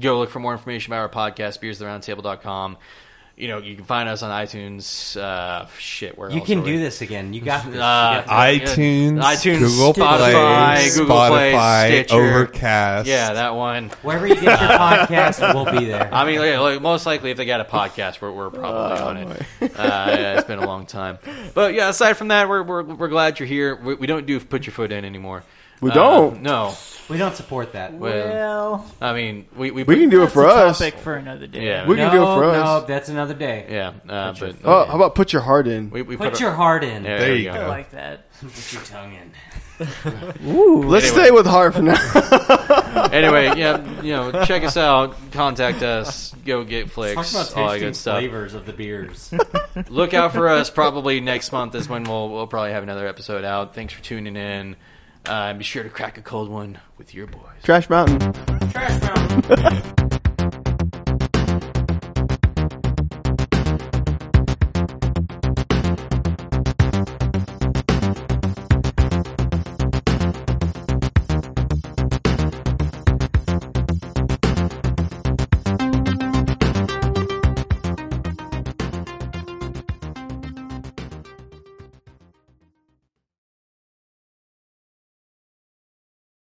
S1: go look for more information about our podcast, beerstheroundtable.com. You know, you can find us on iTunes. Uh, shit, where
S3: You
S1: else
S3: can
S1: are we?
S3: do this again. You got this. You
S1: Uh,
S3: got this.
S5: iTunes,
S1: iTunes,
S5: Google
S1: Spotify,
S5: Play,
S1: Google Play,
S5: Spotify,
S1: Stitcher.
S5: Overcast.
S1: Yeah, that one.
S3: Wherever you get your podcast, we'll be there.
S1: I mean, like, like, most likely if they got a podcast, we're, we're probably
S2: Oh,
S1: on it. Uh, yeah, it's been a long time, but yeah. Aside from that, we're we're, we're glad you're here. We, we don't do put your foot in anymore.
S2: We
S1: Uh,
S2: don't?
S1: No,
S3: We don't support that. We
S4: Well,
S1: I mean we we,
S2: we can do it
S4: that's
S2: for
S4: a
S2: us.
S4: topic for another day.
S1: Yeah.
S2: We
S3: no,
S2: can do it for
S3: no,
S2: us.
S3: that's another day.
S1: yeah, uh, but
S2: Oh, how about put your heart in?
S1: we, we
S3: Put
S1: put
S3: your heart in.
S1: yeah,
S5: There
S1: we
S5: you
S4: I
S5: go.
S4: like that.
S3: Put your tongue in.
S2: Let's
S1: Anyway.
S2: stay with heart for now.
S1: Anyway, yeah, you know, check us out, contact us, go get
S3: Talk
S1: flicks,
S3: about
S1: all that
S3: tasting
S1: good stuff.
S3: flavors of the beers.
S1: look out for us probably next month is when we'll we'll probably have another episode out. Thanks for tuning in. Uh, be sure to crack a cold one with your boys.
S2: <laughs> Trash Mountain.
S3: Trash Mountain.